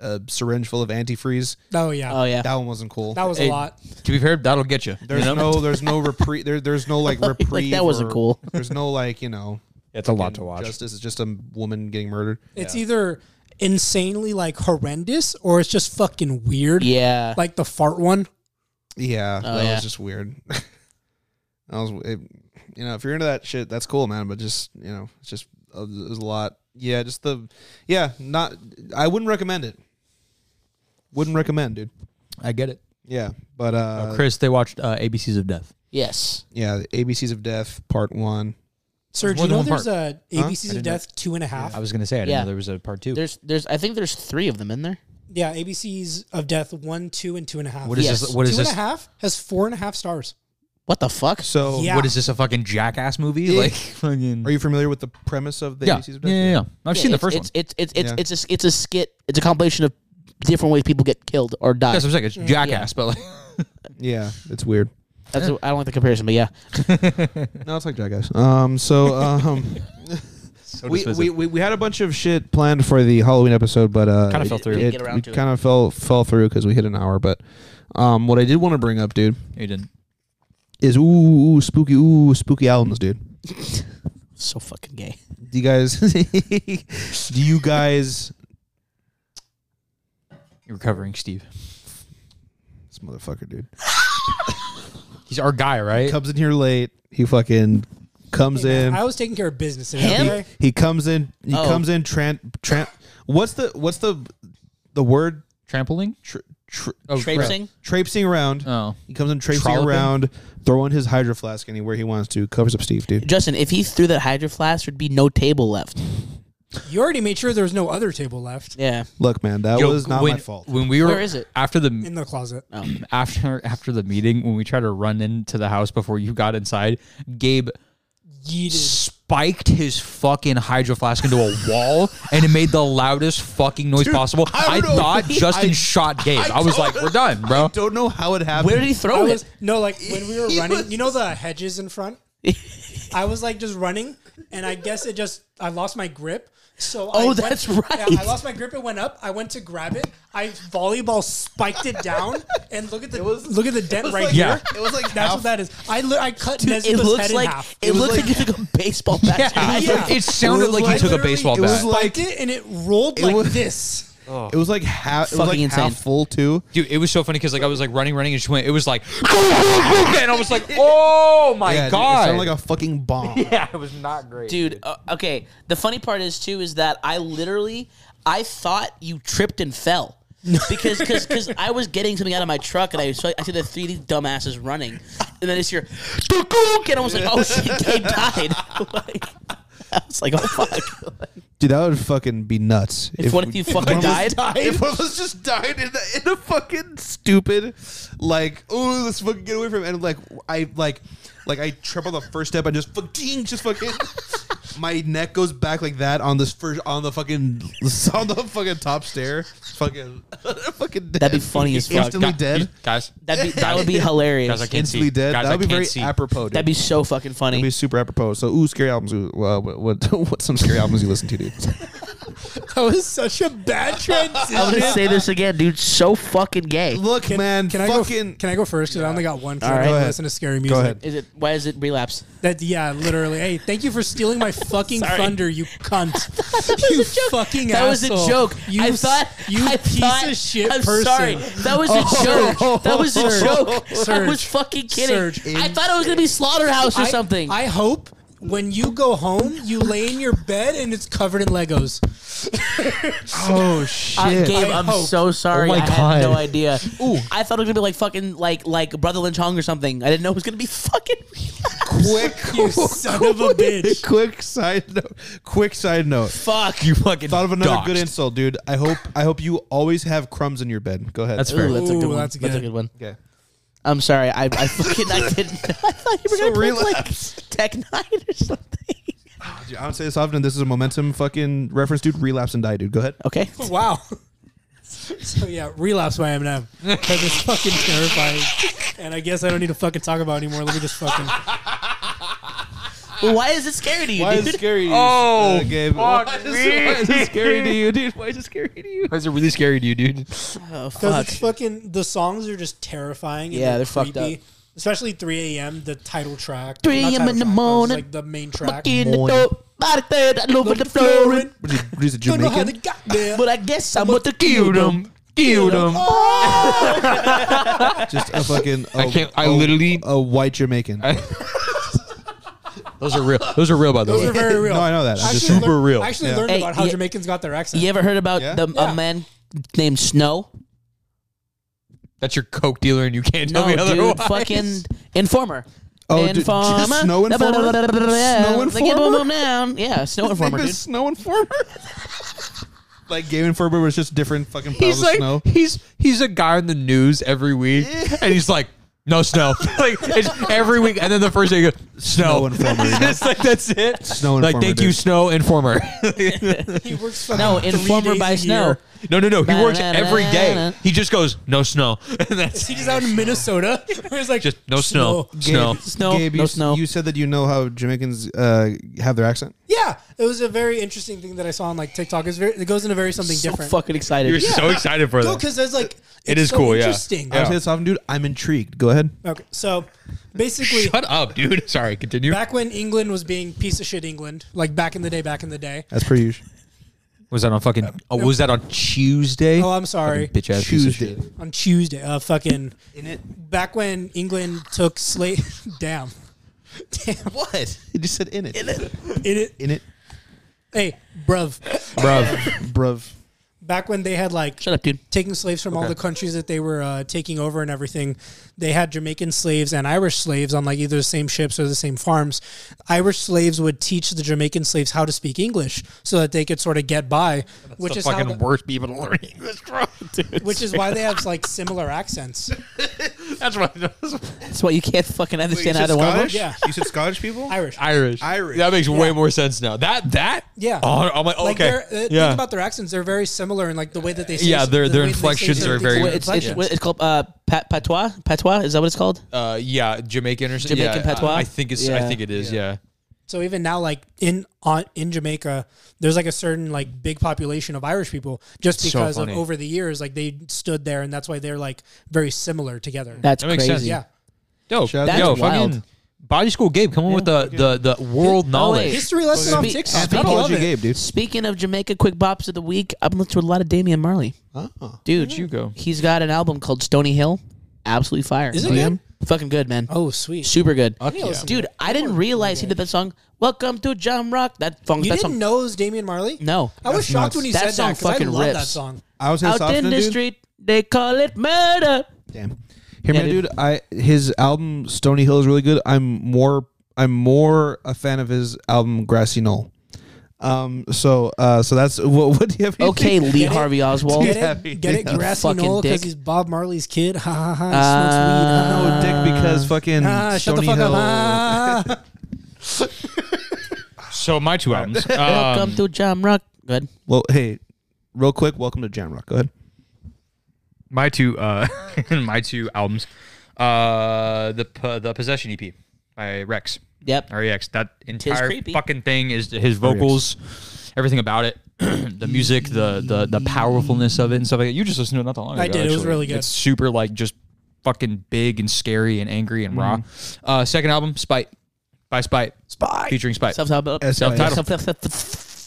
Speaker 1: a syringe full of antifreeze.
Speaker 4: Oh yeah.
Speaker 2: Oh yeah.
Speaker 1: That one wasn't cool.
Speaker 4: That was
Speaker 3: Hey,
Speaker 4: a lot.
Speaker 3: to be fair, that'll get you.
Speaker 1: there's no, there's no reprieve. There, there's no like
Speaker 2: Like,
Speaker 1: reprieve.
Speaker 2: that wasn't
Speaker 1: or-
Speaker 2: cool.
Speaker 1: There's no like you know
Speaker 3: It's a lot to watch.
Speaker 1: justice. It's just a woman getting murdered.
Speaker 4: It's either insanely like horrendous or it's just fucking weird.
Speaker 2: Yeah.
Speaker 4: Like the fart one.
Speaker 1: Yeah,
Speaker 3: Oh,
Speaker 1: that
Speaker 2: yeah.
Speaker 1: was just weird. I was, it, you know, if you're into that shit, that's cool, man. But just you know, it's just uh, there's a lot. Yeah, just the yeah. Not I wouldn't recommend it. Wouldn't recommend, dude.
Speaker 3: I get it.
Speaker 1: Yeah, but uh,
Speaker 3: Chris, they watched uh, ABCs of Death.
Speaker 2: yes.
Speaker 1: yeah, the ABCs of Death Part One.
Speaker 4: Sir, do
Speaker 3: more
Speaker 4: you
Speaker 3: than
Speaker 4: know
Speaker 3: one
Speaker 4: there's
Speaker 3: part.
Speaker 4: a
Speaker 1: Huh?
Speaker 4: ABCs
Speaker 3: I
Speaker 4: of
Speaker 3: didn't know.
Speaker 4: Death two and a half?
Speaker 3: I was gonna say I didn't
Speaker 2: Yeah.
Speaker 3: know there was a part two.
Speaker 2: There's there's I think there's three of them in there.
Speaker 4: Yeah, ABCs of Death one, two, and two and a half.
Speaker 3: What is
Speaker 2: Yes.
Speaker 3: this? What is
Speaker 4: Two and
Speaker 3: this?
Speaker 4: a half has four and a half stars.
Speaker 2: What the fuck?
Speaker 1: So,
Speaker 4: Yeah.
Speaker 3: What is this? A fucking jackass movie?
Speaker 1: Yeah.
Speaker 3: Like fucking.
Speaker 1: are you familiar with the premise of the
Speaker 3: yeah.
Speaker 1: ABCs
Speaker 3: Yeah,
Speaker 1: of Death?
Speaker 3: yeah, yeah. I've
Speaker 2: Yeah,
Speaker 3: seen the
Speaker 2: it's-
Speaker 3: first one.
Speaker 2: it's, It's it's it's
Speaker 1: Yeah.
Speaker 2: it's a it's a skit. It's a compilation of different ways people get killed or die.
Speaker 3: That's what I'm saying. It's jackass, but like
Speaker 1: Yeah, it's weird.
Speaker 2: That's a- I don't like the comparison, but yeah.
Speaker 1: No, it's like Jackass. Um, so um,
Speaker 3: so
Speaker 1: we, we, we we had a bunch of shit planned for the Halloween episode, but uh,
Speaker 3: Kinda fell through.
Speaker 2: Didn't get around
Speaker 1: we
Speaker 2: to it.
Speaker 1: kind of fell fell through because we hit an hour. But um, what I did want to bring up, dude,
Speaker 3: you didn't.
Speaker 1: is ooh, ooh spooky ooh spooky albums, dude.
Speaker 2: So fucking gay.
Speaker 1: Do you guys? do you guys?
Speaker 3: You're recovering, Steve.
Speaker 1: This motherfucker, dude,
Speaker 3: He's our guy, right?
Speaker 1: comes in here late. He fucking comes
Speaker 4: Hey, man,
Speaker 1: in.
Speaker 4: I was taking care of business.
Speaker 2: Him?
Speaker 4: Okay?
Speaker 1: He comes in. He
Speaker 2: Oh.
Speaker 1: comes in. Tran tran. What's the what's the the word?
Speaker 3: Trampling.
Speaker 1: Tr- tr-
Speaker 3: Oh, crap.
Speaker 2: Traipsing?
Speaker 1: traipsing around.
Speaker 3: Oh,
Speaker 1: He comes in traipsing
Speaker 3: Trolloping?
Speaker 1: around, throwing his hydro flask anywhere he wants to. Covers up Steve, dude.
Speaker 2: Justin, if he threw that hydro flask, there'd be no table left.
Speaker 4: You already made sure there was no other table left
Speaker 2: Yeah.
Speaker 1: Look, man, that
Speaker 3: Yo,
Speaker 1: was not
Speaker 3: when,
Speaker 1: my fault.
Speaker 3: When we were
Speaker 2: Where is it?
Speaker 3: after the
Speaker 4: in the closet.
Speaker 3: after after the meeting when we tried to run into the house before you got inside, Gabe
Speaker 4: Yeeted.
Speaker 3: spiked his fucking hydro flask into a wall and it made the loudest fucking noise possible.
Speaker 1: I
Speaker 3: I,
Speaker 1: don't know.
Speaker 3: thought Justin
Speaker 1: I-
Speaker 3: shot Gabe. I, was like, we're done, bro.
Speaker 1: Don't know how it happened.
Speaker 2: Where did he
Speaker 4: I
Speaker 2: throw it?
Speaker 4: was, no, like when we were
Speaker 1: He
Speaker 4: running,
Speaker 1: was-
Speaker 4: you know the hedges in front? I was like just running, and I guess it just I lost my grip. So
Speaker 2: Oh,
Speaker 4: I went-
Speaker 2: that's
Speaker 4: yeah, I
Speaker 2: right.
Speaker 4: lost my grip. It went up. I went to grab it. I volleyball spiked it down, and look at the look at the dent right
Speaker 1: like-
Speaker 4: here.
Speaker 1: it was like
Speaker 4: that's
Speaker 1: half-
Speaker 4: what that is. I li- I cut
Speaker 2: Dude, it
Speaker 4: Nezuko's head
Speaker 2: looks
Speaker 4: in
Speaker 2: like
Speaker 4: half.
Speaker 2: it, looks like, you took a baseball bat. to
Speaker 3: Yeah,
Speaker 2: the
Speaker 4: Yeah.
Speaker 3: it sounded like you
Speaker 4: I
Speaker 3: took a
Speaker 4: literally-
Speaker 3: baseball
Speaker 4: it was
Speaker 3: bat,
Speaker 4: Spiked it, and it rolled like
Speaker 1: was-
Speaker 4: this.
Speaker 1: It was like half. It was like
Speaker 2: Fucking insane.
Speaker 1: half full too.
Speaker 3: dude. It was so funny because like I was like running, running, and she went. It was like, and I was like, oh my
Speaker 1: Yeah, dude, it
Speaker 3: god.
Speaker 1: sounded like a fucking bomb.
Speaker 3: yeah, it was not great,
Speaker 2: dude. Uh, okay, the funny part is too is that I literally I thought you tripped and fell. because cause, cause I was getting something out of my truck and I saw, I see the three dumbasses running and then it's your and I was like oh shit Gabe died like, I was like oh fuck
Speaker 1: Dude, that would fucking be nuts.
Speaker 2: if one of you fucking
Speaker 1: one of us-
Speaker 2: died
Speaker 1: If one of us just died in, the, in a fucking stupid, like, oh, let's fucking get away from it. And like, I like, like I trip on the first step. I just fucking, just fucking, my neck goes back like that on this first on the fucking on the fucking top stair. Fucking, fucking. Dead.
Speaker 2: That'd be funny as fuck.
Speaker 1: Instantly dead.
Speaker 3: guys.
Speaker 2: that'd be that would be hilarious
Speaker 3: Guys, I can't
Speaker 1: Instantly
Speaker 3: see.
Speaker 1: dead.
Speaker 3: Guys,
Speaker 1: that would be
Speaker 3: I
Speaker 1: very
Speaker 3: can't see.
Speaker 1: apropos. Dude.
Speaker 2: that'd be so fucking funny
Speaker 1: That'd be super apropos. So, ooh, scary albums. Ooh, uh, what, what, what some scary albums you listen to, dude?
Speaker 4: That was such a bad
Speaker 2: I'm
Speaker 4: transition.
Speaker 2: gonna say this again dude so fucking gay
Speaker 1: Look, man,
Speaker 4: Can I go?
Speaker 1: fucking.
Speaker 4: Can I go first? Because I only got one. 'cause
Speaker 2: All
Speaker 4: I
Speaker 2: right.
Speaker 4: don't
Speaker 2: Go
Speaker 1: ahead.
Speaker 4: listen to scary music.
Speaker 1: go ahead.
Speaker 2: is it why is it relapse
Speaker 4: That yeah, literally. Hey, thank you for stealing my fucking
Speaker 2: Sorry.
Speaker 4: thunder, you cunt. you fucking
Speaker 2: That was
Speaker 4: asshole.
Speaker 2: a joke.
Speaker 4: You,
Speaker 2: I
Speaker 4: s-
Speaker 2: thought
Speaker 4: you
Speaker 2: I
Speaker 4: piece
Speaker 2: thought-
Speaker 4: of shit
Speaker 2: I'm
Speaker 4: person.
Speaker 2: sorry. That was a joke. That was a
Speaker 4: Surge.
Speaker 2: joke. I
Speaker 4: Surge.
Speaker 2: was fucking kidding.
Speaker 4: Surge.
Speaker 2: I thought it was gonna be slaughterhouse or
Speaker 4: I-
Speaker 2: something.
Speaker 4: I hope when you go home, you lay in your bed and it's covered in Legos.
Speaker 1: Oh shit!
Speaker 2: Uh, Gabe, I'm
Speaker 4: hope.
Speaker 2: so sorry.
Speaker 3: Oh my
Speaker 2: I had no
Speaker 3: God.
Speaker 2: idea. Ooh. I thought it was gonna be like fucking like like Brother Lynch Hong or something. I didn't know it was gonna be fucking.
Speaker 1: quick,
Speaker 4: You
Speaker 2: Oh,
Speaker 4: son of a bitch.
Speaker 1: quick side note. Quick side note.
Speaker 2: Fuck.
Speaker 3: You fucking
Speaker 1: Thought of another
Speaker 3: doxed.
Speaker 1: good insult, dude. I hope I hope you always have crumbs in your bed. Go ahead.
Speaker 3: That's fair.
Speaker 2: Ooh, that's a
Speaker 4: Ooh,
Speaker 2: good one.
Speaker 4: that's
Speaker 2: That's, a
Speaker 4: good.
Speaker 2: good one.
Speaker 1: okay.
Speaker 2: I'm sorry. I, I fucking I didn't. I thought you were
Speaker 1: So
Speaker 2: gonna pick,
Speaker 1: relapse.
Speaker 2: like Tech Nine or something.
Speaker 1: Dude, I don't say this often. This is a momentum fucking reference, dude. Relapse and die, dude. Go ahead.
Speaker 2: Okay.
Speaker 4: Wow. So yeah, relapse by Eminem. That is fucking terrifying. And I guess I don't need to fucking talk about it anymore. Let me just fucking. Ah.
Speaker 2: Well, why is it scary to you, dude?
Speaker 1: scary? To you, uh,
Speaker 3: Oh,
Speaker 1: Gabe?
Speaker 3: fuck
Speaker 1: why, is,
Speaker 3: me.
Speaker 1: why is it scary to you, dude? Why is it scary to you?
Speaker 3: Why is it really scary to you, dude?
Speaker 2: Oh
Speaker 4: Because
Speaker 2: fuck.
Speaker 4: it's fucking. The songs are just terrifying. And
Speaker 2: Yeah,
Speaker 4: they're,
Speaker 2: they're fucked
Speaker 4: creepy.
Speaker 2: up.
Speaker 4: Especially 3 a.m. The title track.
Speaker 2: 3
Speaker 4: Not
Speaker 2: a.m.
Speaker 4: title
Speaker 2: in the
Speaker 4: track, but it's
Speaker 2: morning.
Speaker 4: Like the main track.
Speaker 2: in the
Speaker 1: Moin.
Speaker 2: door, body third, all over the floor.
Speaker 4: Flooring.
Speaker 1: What is it, what is it
Speaker 4: Don't know how they
Speaker 1: Jamaican?
Speaker 4: got there.
Speaker 2: But I guess I'm about to kill them.
Speaker 3: Kill them.
Speaker 1: Just a fucking. I
Speaker 3: I can't. I literally.
Speaker 1: A white Jamaican.
Speaker 3: Those are real. Those are real, by the
Speaker 4: Those are
Speaker 3: way.
Speaker 4: very real.
Speaker 1: No, I know that. I'm just
Speaker 4: Actually
Speaker 1: saying.
Speaker 4: learned-
Speaker 3: Super real.
Speaker 4: I actually
Speaker 1: Yeah.
Speaker 4: learned
Speaker 2: Hey,
Speaker 4: about how
Speaker 2: yeah.
Speaker 4: Jamaicans got their accent.
Speaker 2: You ever heard about
Speaker 1: Yeah?
Speaker 2: the,
Speaker 4: Yeah.
Speaker 2: a man named Snow?
Speaker 3: That's your coke dealer, and you can't tell
Speaker 2: No,
Speaker 3: me otherwise.
Speaker 2: dude, fucking informer.
Speaker 1: Oh, dude, just
Speaker 2: informer.
Speaker 1: Snow Informer? Snow
Speaker 2: They get
Speaker 1: Informer?
Speaker 2: them down. Yeah, snow informer, dude.
Speaker 1: Snow Informer. like Game Informer was just different fucking piles
Speaker 3: He's
Speaker 1: of
Speaker 3: like
Speaker 1: snow.
Speaker 3: he's he's a guy on the news every week, and he's like, no snow, like it's every week, and then the first day he goes,
Speaker 1: Snow
Speaker 3: snow,
Speaker 1: Informer, you know?
Speaker 3: it's like that's it.
Speaker 1: Snow
Speaker 3: like
Speaker 1: Informer,
Speaker 3: thank
Speaker 1: dude.
Speaker 3: you, snow informer.
Speaker 4: He works fucking
Speaker 2: No,
Speaker 4: three
Speaker 2: informer
Speaker 4: days
Speaker 2: by
Speaker 4: a
Speaker 2: snow.
Speaker 4: year.
Speaker 3: no, no, no. He works
Speaker 2: Ba-da-da-da-da.
Speaker 3: every day. He just goes no snow, and that's
Speaker 4: He's just out in Minnesota. He's like
Speaker 3: just no snow,
Speaker 1: Gabe-
Speaker 3: snow.
Speaker 2: Snow,
Speaker 1: Gabe,
Speaker 2: no
Speaker 1: you,
Speaker 2: snow.
Speaker 1: You said that you know how Jamaicans uh, have their accent.
Speaker 4: Yeah, it was a very interesting thing that I saw on like TikTok. It's very, it goes into very something
Speaker 2: So
Speaker 4: different.
Speaker 2: fucking excited.
Speaker 3: You're so excited for
Speaker 4: No,
Speaker 3: that.
Speaker 4: because it's like
Speaker 3: It
Speaker 4: it's
Speaker 3: is
Speaker 4: so
Speaker 3: cool, yeah.
Speaker 4: Interesting.
Speaker 1: I say this often, dude. I'm intrigued. Go ahead.
Speaker 4: Okay, so basically,
Speaker 3: Shut up, dude. Sorry, continue.
Speaker 4: back when England was being piece of shit England, like back in the day, back in the day.
Speaker 1: As per usual.
Speaker 3: Was that on fucking? Oh, was that on Tuesday?
Speaker 4: Oh, I'm sorry.
Speaker 3: bitch ass
Speaker 1: Tuesday.
Speaker 4: On Tuesday, uh, fucking
Speaker 1: In it.
Speaker 4: back when England took slave. Damn, damn.
Speaker 1: What? You just said in it. In it.
Speaker 4: In it,
Speaker 1: In it.
Speaker 4: hey, bruv.
Speaker 1: Bruv. Bruv.
Speaker 4: Back when they had like
Speaker 2: Shut up, dude.
Speaker 4: taking slaves from all the countries that they were uh, taking over and everything. They had Jamaican slaves and Irish slaves on like either the same ships or the same farms. Irish slaves would teach the Jamaican slaves how to speak English so that they could sort of get by, which
Speaker 3: the
Speaker 4: is how
Speaker 3: fucking
Speaker 4: the-
Speaker 3: worst people to learn English from, dude.
Speaker 4: which is why they have like similar accents.
Speaker 3: That's what I was
Speaker 2: That's why you can't fucking
Speaker 5: Wait, you
Speaker 2: understand
Speaker 5: said
Speaker 2: either one of them.
Speaker 5: Scottish?
Speaker 4: Yeah.
Speaker 5: You said Scottish people?
Speaker 4: Irish.
Speaker 3: Irish.
Speaker 5: Irish.
Speaker 3: That makes way more sense now. That that
Speaker 4: Yeah.
Speaker 3: Oh, I'm like okay.
Speaker 4: Like they're, uh,
Speaker 3: yeah.
Speaker 4: think about their accents; they're very similar in like the way that they say.
Speaker 3: Yeah, their-
Speaker 4: the
Speaker 3: their
Speaker 4: way that they say
Speaker 3: inflections
Speaker 4: certain
Speaker 3: are
Speaker 4: things.
Speaker 3: very-
Speaker 4: Well,
Speaker 2: It's, it's, it's called uh, pat, patois. Patois is that what it's called?
Speaker 3: uh, yeah, Jamaican or something.
Speaker 2: Jamaican
Speaker 3: yeah,
Speaker 2: patois?
Speaker 3: I, I think it's. I
Speaker 2: Yeah.
Speaker 3: think it is. Yeah.
Speaker 4: So even now, like in on, in Jamaica, there's like a certain like big population of Irish people just
Speaker 3: So
Speaker 4: because of
Speaker 3: funny.
Speaker 4: over the years, like they stood there, and that's why they're like very similar together.
Speaker 2: That's
Speaker 3: That makes
Speaker 2: crazy.
Speaker 3: sense.
Speaker 4: yeah.
Speaker 3: Dope.
Speaker 1: Shout out
Speaker 2: That's
Speaker 3: Yo,
Speaker 2: wild.
Speaker 3: fucking body school Gabe, come on with the, the the world knowledge.
Speaker 4: History lesson on
Speaker 2: Spe-
Speaker 4: TikTok. I
Speaker 2: speaking-
Speaker 4: love
Speaker 1: Apology
Speaker 4: it.
Speaker 1: Gabe, dude.
Speaker 2: Speaking of Jamaica, quick bops of the week. I'm listening to a lot of Damian Marley,
Speaker 1: Oh.
Speaker 2: dude.
Speaker 3: Where'd you go?
Speaker 2: He's got an album called Stony Hill. Absolutely fire.
Speaker 4: Is it good?
Speaker 2: Fucking good, man.
Speaker 4: Oh, sweet.
Speaker 2: Super good.
Speaker 4: yeah. listen
Speaker 2: Dude, I didn't realize he did that song. Welcome to Jam Rock. That funk.
Speaker 4: You
Speaker 2: that
Speaker 4: didn't
Speaker 2: song.
Speaker 4: know it was Damian Marley?
Speaker 2: No.
Speaker 4: I was
Speaker 1: That's
Speaker 4: shocked
Speaker 1: nuts.
Speaker 4: when you
Speaker 2: That
Speaker 4: said
Speaker 2: song
Speaker 4: that because I
Speaker 2: fucking
Speaker 4: love that
Speaker 2: rips.
Speaker 4: song.
Speaker 1: I was his
Speaker 2: Out in
Speaker 1: option,
Speaker 2: the
Speaker 1: dude.
Speaker 2: street, they call it murder.
Speaker 1: Damn.
Speaker 2: Yeah,
Speaker 1: Hear me, out,
Speaker 2: dude.
Speaker 1: dude. I his album Stony Hill is really good. I'm more I'm more a fan of his album Grassy Knoll. Um. So uh. So that's what. What do you have?
Speaker 2: Okay, Lee
Speaker 4: it?
Speaker 2: Harvey Oswald.
Speaker 4: Get
Speaker 1: Happy.
Speaker 4: it? Get it?
Speaker 1: Yeah.
Speaker 4: Grassy
Speaker 2: Fucking
Speaker 4: Knoll because
Speaker 2: dick.
Speaker 4: he's Bob Marley's kid. Ha ha ha.
Speaker 1: No,
Speaker 4: He smokes weed. Ha, ha, ha.
Speaker 1: dick, because fucking
Speaker 2: Uh,
Speaker 4: Ah, shut the
Speaker 1: Stony
Speaker 4: fuck
Speaker 1: Hill.
Speaker 4: up. Ah.
Speaker 3: So my two albums.
Speaker 2: Welcome
Speaker 3: um,
Speaker 2: to Jam Rock. Go ahead.
Speaker 1: Well, hey, real quick, welcome to Jam Rock. Go ahead.
Speaker 3: my two uh my two albums. Uh the P- the Possession EP by Rex.
Speaker 2: Yep.
Speaker 3: REX. That entire
Speaker 2: creepy.
Speaker 3: fucking thing is his vocals, everything about it, the music, the the the powerfulness of it and stuff like that. You just listened to it not that long ago.
Speaker 4: I did. It was
Speaker 3: actually.
Speaker 4: really good.
Speaker 3: It's super like just fucking big and scary and angry and raw.
Speaker 2: Mm.
Speaker 3: Uh, second album, Spite by Spite. Spite featuring Spite.
Speaker 2: Self-titled.
Speaker 3: Self-titled.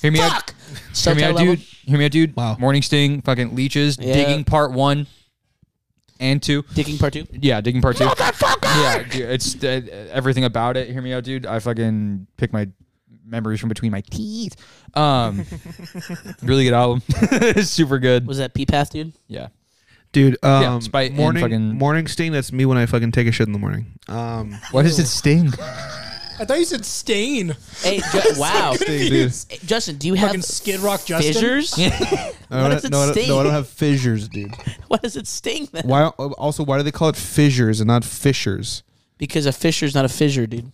Speaker 3: Hear me
Speaker 2: Fuck.
Speaker 3: out. Hear me out,
Speaker 2: Self-titled
Speaker 3: dude.
Speaker 2: album.
Speaker 3: Hear me out, dude.
Speaker 1: Wow.
Speaker 3: Morning Sting, fucking Leeches,
Speaker 2: Yeah.
Speaker 3: Digging Part One and Two.
Speaker 2: Digging part two.
Speaker 3: Yeah, Digging Part Two. Yeah, dude, it's uh, everything about it. Hear me out, dude. I fucking pick my memories from between my teeth. Um, really good album. Super good.
Speaker 2: Was that P Path, dude?
Speaker 3: yeah.
Speaker 1: Dude, um,
Speaker 3: Yeah, Spite and
Speaker 1: morning,
Speaker 3: fucking-
Speaker 1: morning sting. That's me when I fucking take a shit in the morning. Um,
Speaker 3: Why does it sting?
Speaker 4: I thought you said stain.
Speaker 2: Hey, Ju- wow.
Speaker 1: sting, dude.
Speaker 2: Hey, Justin, do you
Speaker 4: Fucking
Speaker 2: have
Speaker 4: Skid Rock Justin.
Speaker 2: fissures?
Speaker 1: I
Speaker 2: does
Speaker 1: don't,
Speaker 2: it
Speaker 1: no, I don't-
Speaker 2: sting?
Speaker 1: no, I don't have fissures, dude.
Speaker 2: Why does it sting then?
Speaker 1: Why? uh, Also, why do they call it fissures and not fissures?
Speaker 2: Because a fissure's not a fissure, dude.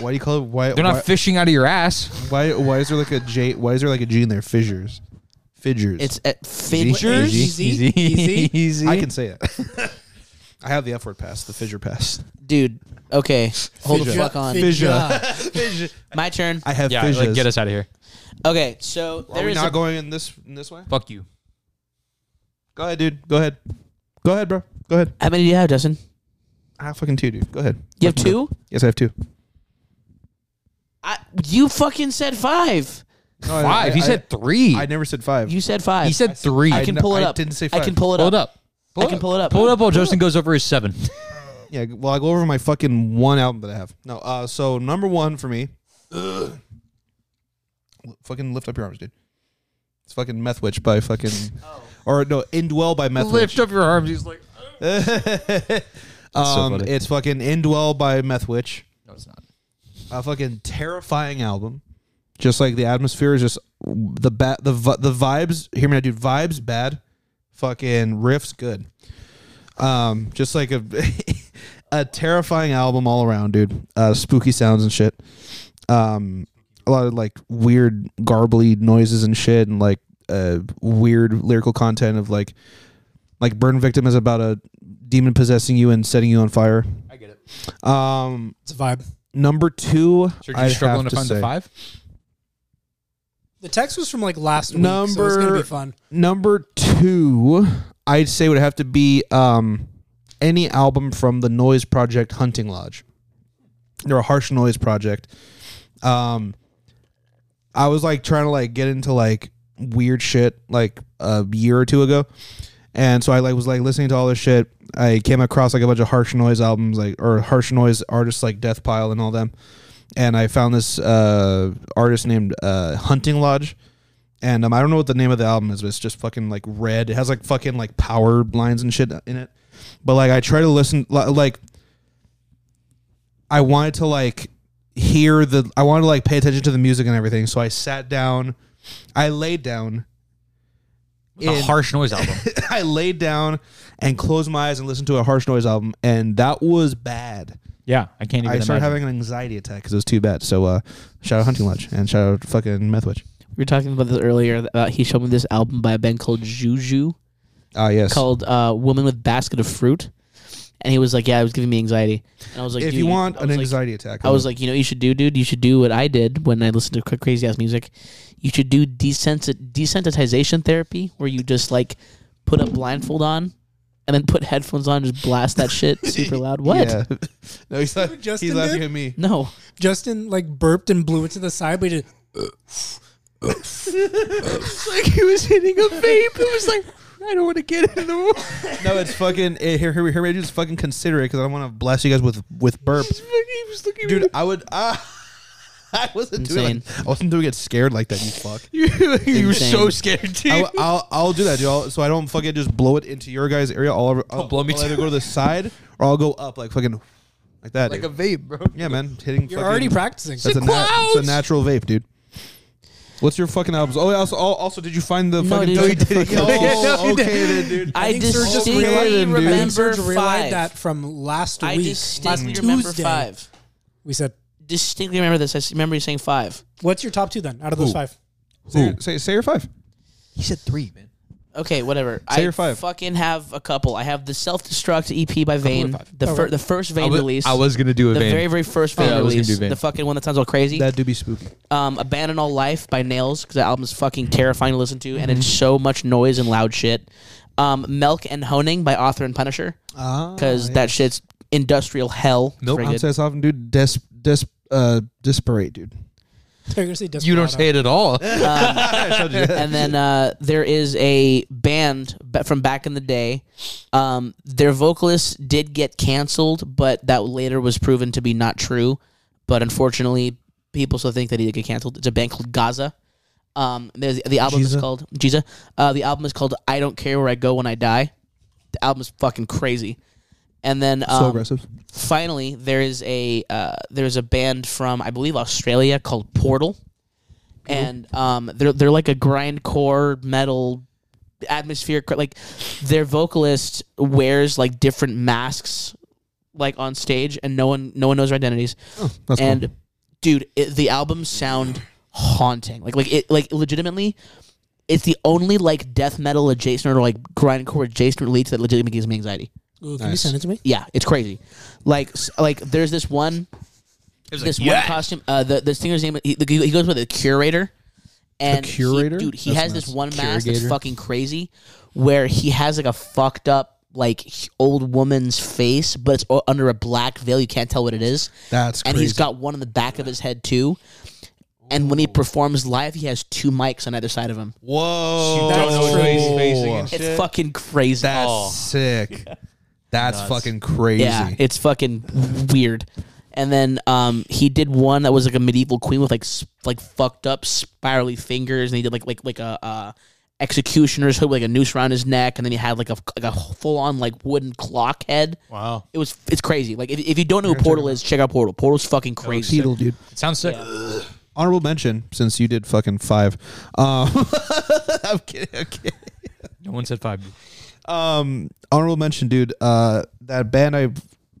Speaker 1: Why do you call it? Why?
Speaker 3: They're
Speaker 1: why-
Speaker 3: not fishing out of your ass.
Speaker 1: Why? Why is there like a J? Why is there like a G in there? Fissures, fidgers.
Speaker 2: It's a fissures.
Speaker 4: Easy. Easy. Easy.
Speaker 3: Easy.
Speaker 1: I can say it. I have the F word pass, the fissure pass.
Speaker 2: Dude, okay. Hold the
Speaker 1: Fissure.
Speaker 2: fuck on.
Speaker 1: Fissure.
Speaker 2: My turn.
Speaker 1: I have
Speaker 3: Yeah,
Speaker 1: fissures.
Speaker 3: like, get us out of here.
Speaker 2: Okay, so
Speaker 1: Are
Speaker 2: there
Speaker 1: we
Speaker 2: is
Speaker 1: not
Speaker 2: a-
Speaker 1: going in this in this way?
Speaker 3: Fuck you.
Speaker 1: Go ahead, dude. Go ahead. Go ahead, bro. Go ahead.
Speaker 2: How many do you have, Justin?
Speaker 1: I have fucking two, dude. Go ahead.
Speaker 2: You have
Speaker 1: Fucking go.
Speaker 2: two?
Speaker 1: Yes, I have two.
Speaker 2: I, you fucking said five.
Speaker 1: No, I-
Speaker 3: Five.
Speaker 1: I-
Speaker 3: he
Speaker 1: I-
Speaker 3: said three.
Speaker 1: I never said five.
Speaker 2: You said five.
Speaker 3: he said three.
Speaker 2: I can
Speaker 1: I-
Speaker 2: pull it
Speaker 1: I
Speaker 2: up.
Speaker 1: didn't say
Speaker 2: I can
Speaker 1: five.
Speaker 2: pull it
Speaker 3: pull
Speaker 2: up.
Speaker 3: it up.
Speaker 2: I can pull it up.
Speaker 3: Pull it up while Justin goes over his seven.
Speaker 1: yeah. Well, I go over my fucking one album that I have. No. Uh. So number one for me. fucking lift up your arms, dude. It's fucking Meth Witch by fucking. Or no, Indwell by Meth Witch.
Speaker 3: Oh. Lift up your arms. He's like, so
Speaker 1: Um,
Speaker 3: funny.
Speaker 1: it's fucking Indwell by Meth Witch.
Speaker 3: no, it's not.
Speaker 1: a fucking terrifying album. Just like the atmosphere is just the ba- the vi- the vibes. Hear me, out, dude. Vibes bad, fucking riffs good. Um, just like a a terrifying album all around, dude. Uh, spooky sounds and shit. Um, a lot of like weird garbly noises and shit, and like uh weird lyrical content of like like burn victim is about a demon possessing you and setting you on fire.
Speaker 3: I get it.
Speaker 1: Um,
Speaker 4: It's a vibe.
Speaker 1: Number two,
Speaker 3: So
Speaker 1: I
Speaker 3: you're struggling
Speaker 1: have to
Speaker 3: to, find the
Speaker 1: say.
Speaker 3: five?
Speaker 4: The text was from like last week, so it's
Speaker 1: Number-
Speaker 4: gonna be fun.
Speaker 1: Number two, I'd say would have to be um, any album from the Noise Project Hunting Lodge. They're a harsh noise project. Um, I was like trying to like get into like weird shit like a year or two ago, and so I like was like listening to all this shit. I came across like a bunch of harsh noise albums like or harsh noise artists like Death Pile and all them, and I found this uh, artist named uh, Hunting Lodge. and um, I don't know what the name of the album is, but it's just fucking like red. It has like fucking like power lines and shit in it. But like I try to listen, li- like I wanted to like hear the, I wanted to like pay attention to the music and everything. So I sat down, I laid down,
Speaker 3: a
Speaker 1: And-
Speaker 3: harsh noise album.
Speaker 1: I laid down and closed my eyes and listened to a harsh noise album, and that was bad.
Speaker 3: yeah, I can't even.
Speaker 1: I started
Speaker 3: imagine.
Speaker 1: having an anxiety attack because it was too bad. So uh, shout out Hunting Lodge and shout out fucking Meth Witch.
Speaker 2: We were talking about this earlier. About he showed me this album by a band called Juju
Speaker 1: Ah yes.
Speaker 2: called uh, "Woman with Basket of Fruit," and he was like, "Yeah, it was giving me anxiety." And I was like,
Speaker 1: if
Speaker 2: dude,
Speaker 1: you want
Speaker 2: I
Speaker 1: an
Speaker 2: was like-
Speaker 1: anxiety attack,
Speaker 2: I was like, you know, what you should do, dude. You should do what I did when I listened to cra- crazy ass music. You should do desensit- desensitization therapy, where you just like put a blindfold on and then put headphones on, just blast that shit super loud. What?
Speaker 1: Yeah. no, he's,
Speaker 4: what
Speaker 1: like,
Speaker 4: Justin
Speaker 1: he's laughing
Speaker 4: did?
Speaker 1: at me.
Speaker 2: No,
Speaker 4: Justin like burped and blew it to the side, but he did-
Speaker 2: it's like he was hitting a vape. It was like I don't want to get it anymore.
Speaker 1: No, it's fucking. eh, here, here, here, maybe just fucking consider it because I don't want to blast you guys with with burp.
Speaker 2: he was looking.
Speaker 1: Dude, I would. Ah, I wasn't doing.
Speaker 2: Insane.
Speaker 1: Like, I wasn't doing it scared like that. You fuck.
Speaker 2: you were so scared.
Speaker 1: I, will I'll I'll do that, dude. I'll, so I don't fucking just blow it into your guys' area. I'll, I'll,
Speaker 3: blow me
Speaker 1: I'll
Speaker 3: too.
Speaker 1: either go to the side or I'll go up like fucking like that.
Speaker 3: like a
Speaker 1: dude.
Speaker 3: vape, bro.
Speaker 1: yeah, man, hitting.
Speaker 4: you're
Speaker 1: fucking,
Speaker 4: already practicing.
Speaker 1: That's a, nat- it's a natural vape, dude. What's your fucking albums? Oh, yeah, also, al- also, did you find the
Speaker 2: No,
Speaker 1: fucking?
Speaker 2: dude, shut the fuck up.
Speaker 1: Oh, okay, then, dude.
Speaker 2: I,
Speaker 4: think Serge just
Speaker 2: distinctly
Speaker 1: created him, dude.
Speaker 4: I
Speaker 2: remember
Speaker 4: think Serge
Speaker 2: five.
Speaker 4: realized that from last
Speaker 2: I
Speaker 4: week.
Speaker 2: distinctly
Speaker 4: last
Speaker 2: remember
Speaker 4: Tuesday,
Speaker 2: five.
Speaker 4: We said,
Speaker 2: Distinctly remember this. I s- remember you saying five.
Speaker 4: "What's your top two then? Out of those
Speaker 1: Who?
Speaker 4: five?
Speaker 1: Say, say, say your five.
Speaker 3: He said three, man.
Speaker 2: Okay, whatever.
Speaker 1: Say
Speaker 2: I
Speaker 1: your five.
Speaker 2: fucking have a couple. I have the Self Destruct EP by Vane,
Speaker 3: five.
Speaker 2: the, fir- the first Vane release,
Speaker 3: I was gonna do a
Speaker 2: the
Speaker 3: vein.
Speaker 2: very very first Vane
Speaker 3: I was gonna
Speaker 2: release,
Speaker 3: do Vane.
Speaker 2: the fucking one that sounds all crazy.
Speaker 1: That do be spooky.
Speaker 2: um, Abandon All Life by Nails because that album's fucking terrifying to listen to, and it's so much noise and loud shit. Um, Milk and Honing by Author and Punisher
Speaker 1: Ah,
Speaker 2: because that shit's industrial hell. It's
Speaker 3: Milk
Speaker 2: very
Speaker 1: I'm
Speaker 2: good.
Speaker 1: saying often, dude. Des, des, uh, disparate, dude.
Speaker 4: They're gonna say
Speaker 3: you don't
Speaker 4: Desperado.
Speaker 3: say uh, it at all.
Speaker 2: and then uh, there is a band ba- from back in the day. Um, their vocalist did get canceled, but that later was proven to be not true. But unfortunately, people still think that he did get canceled. It's a band called Gaza. Um, there's, the album is
Speaker 1: Jiza.
Speaker 2: called Jiza. Uh, the album is called I Don't Care Where I Go When I Die. The album is fucking crazy. And then um,
Speaker 1: so aggressive.
Speaker 2: finally, there is a uh, there's a band from I believe Australia called Portal, and um, they're they're like a grindcore metal atmosphere. Like their vocalist wears like different masks, like on stage, and no one no one knows their identities.
Speaker 1: That's
Speaker 2: and dude, it, the albums sound haunting. Like like it like legitimately. It's the only like death metal adjacent or like grindcore adjacent release that legitimately gives me anxiety.
Speaker 4: Ooh, can you
Speaker 1: Nice.
Speaker 4: send it to me?
Speaker 2: Yeah, it's crazy. Like s- like there's this one this one costume. Uh, the the singer's name he, the- he goes with the curator. And he-
Speaker 1: Curator?
Speaker 2: dude, he
Speaker 1: That's
Speaker 2: has this
Speaker 1: nice.
Speaker 2: one mask that's
Speaker 3: Curigator.
Speaker 2: fucking crazy, where he has like a fucked up like h- old woman's face, but it's o- under a black veil. You can't tell what it is.
Speaker 1: That's
Speaker 2: and he's
Speaker 1: crazy.
Speaker 2: got one on the back of his head too. And when he performs live, he has two mics on either side of him.
Speaker 1: Whoa,
Speaker 4: That's know what he's
Speaker 2: It's fucking crazy.
Speaker 1: That's sick. That's fucking crazy.
Speaker 2: Oh. Yeah, it's fucking weird. And then um, he did one that was like a medieval queen with like sp- like fucked up spirally fingers, and he did like like like a uh, executioner's hood with like a noose around his neck, and then he had like a like a full on like wooden clock head.
Speaker 3: Wow,
Speaker 2: It was it's crazy. Like if, if you don't know who Portal is, check out Portal. Portal's fucking crazy.
Speaker 1: Beetle, dude.
Speaker 3: it sounds sick.
Speaker 1: Honorable mention, since you did fucking five. Um, I'm kidding. I'm kidding.
Speaker 3: No one said five.
Speaker 1: Um, honorable mention, dude. Uh, that band I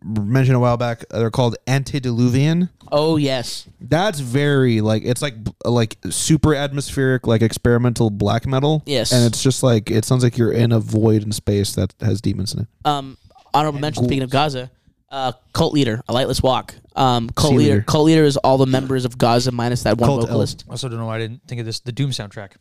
Speaker 1: mentioned a while back. uh, They're called Antediluvian.
Speaker 2: Oh yes,
Speaker 1: That's very like it's like like super atmospheric, like experimental black metal.
Speaker 2: Yes.
Speaker 1: and it's just like it sounds like you're in a void in space that has demons in it.
Speaker 2: um, honorable mention. Speaking of Gaza, uh, cult leader, a lightless walk. Um, cult
Speaker 1: Sea
Speaker 2: leader,
Speaker 1: leader.
Speaker 2: cult leader is all the members of Gaza minus that one
Speaker 1: Cult L.
Speaker 2: vocalist.
Speaker 3: Also, don't know why I didn't think of this. The Doom soundtrack.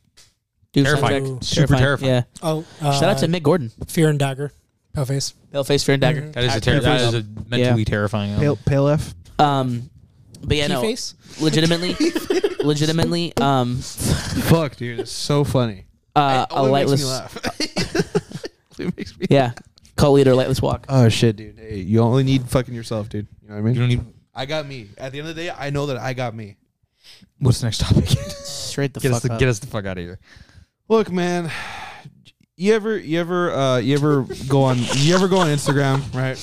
Speaker 2: Dude,
Speaker 3: Terrifying.
Speaker 2: soundtrack.
Speaker 3: Super terrifying.
Speaker 2: Yeah.
Speaker 4: Oh, uh,
Speaker 2: Shout out to Mick Gordon.
Speaker 4: Fear and Dagger, Paleface.
Speaker 2: Paleface, Fear and Dagger.
Speaker 3: That is a ter- that is a mentally terrifying. Album.
Speaker 1: Pale, pale F.
Speaker 2: Um, but yeah, no,
Speaker 4: Keyface?
Speaker 2: legitimately, legitimately, um,
Speaker 1: Fuck, dude, it's so funny.
Speaker 2: uh, a lightless, yeah, cult leader, lightless walk.
Speaker 1: Oh shit, dude. Hey, you only need fucking yourself, dude. You know what I mean?
Speaker 3: You don't need.
Speaker 1: I got me. At the end of the day, I know that I got me.
Speaker 3: What's the next topic?
Speaker 2: Uh, Straight the
Speaker 3: get us
Speaker 2: fuck
Speaker 3: the
Speaker 2: up.
Speaker 3: get us the fuck out of here.
Speaker 1: Look, man. You ever, you ever, uh, you ever go on, you ever go on Instagram, right?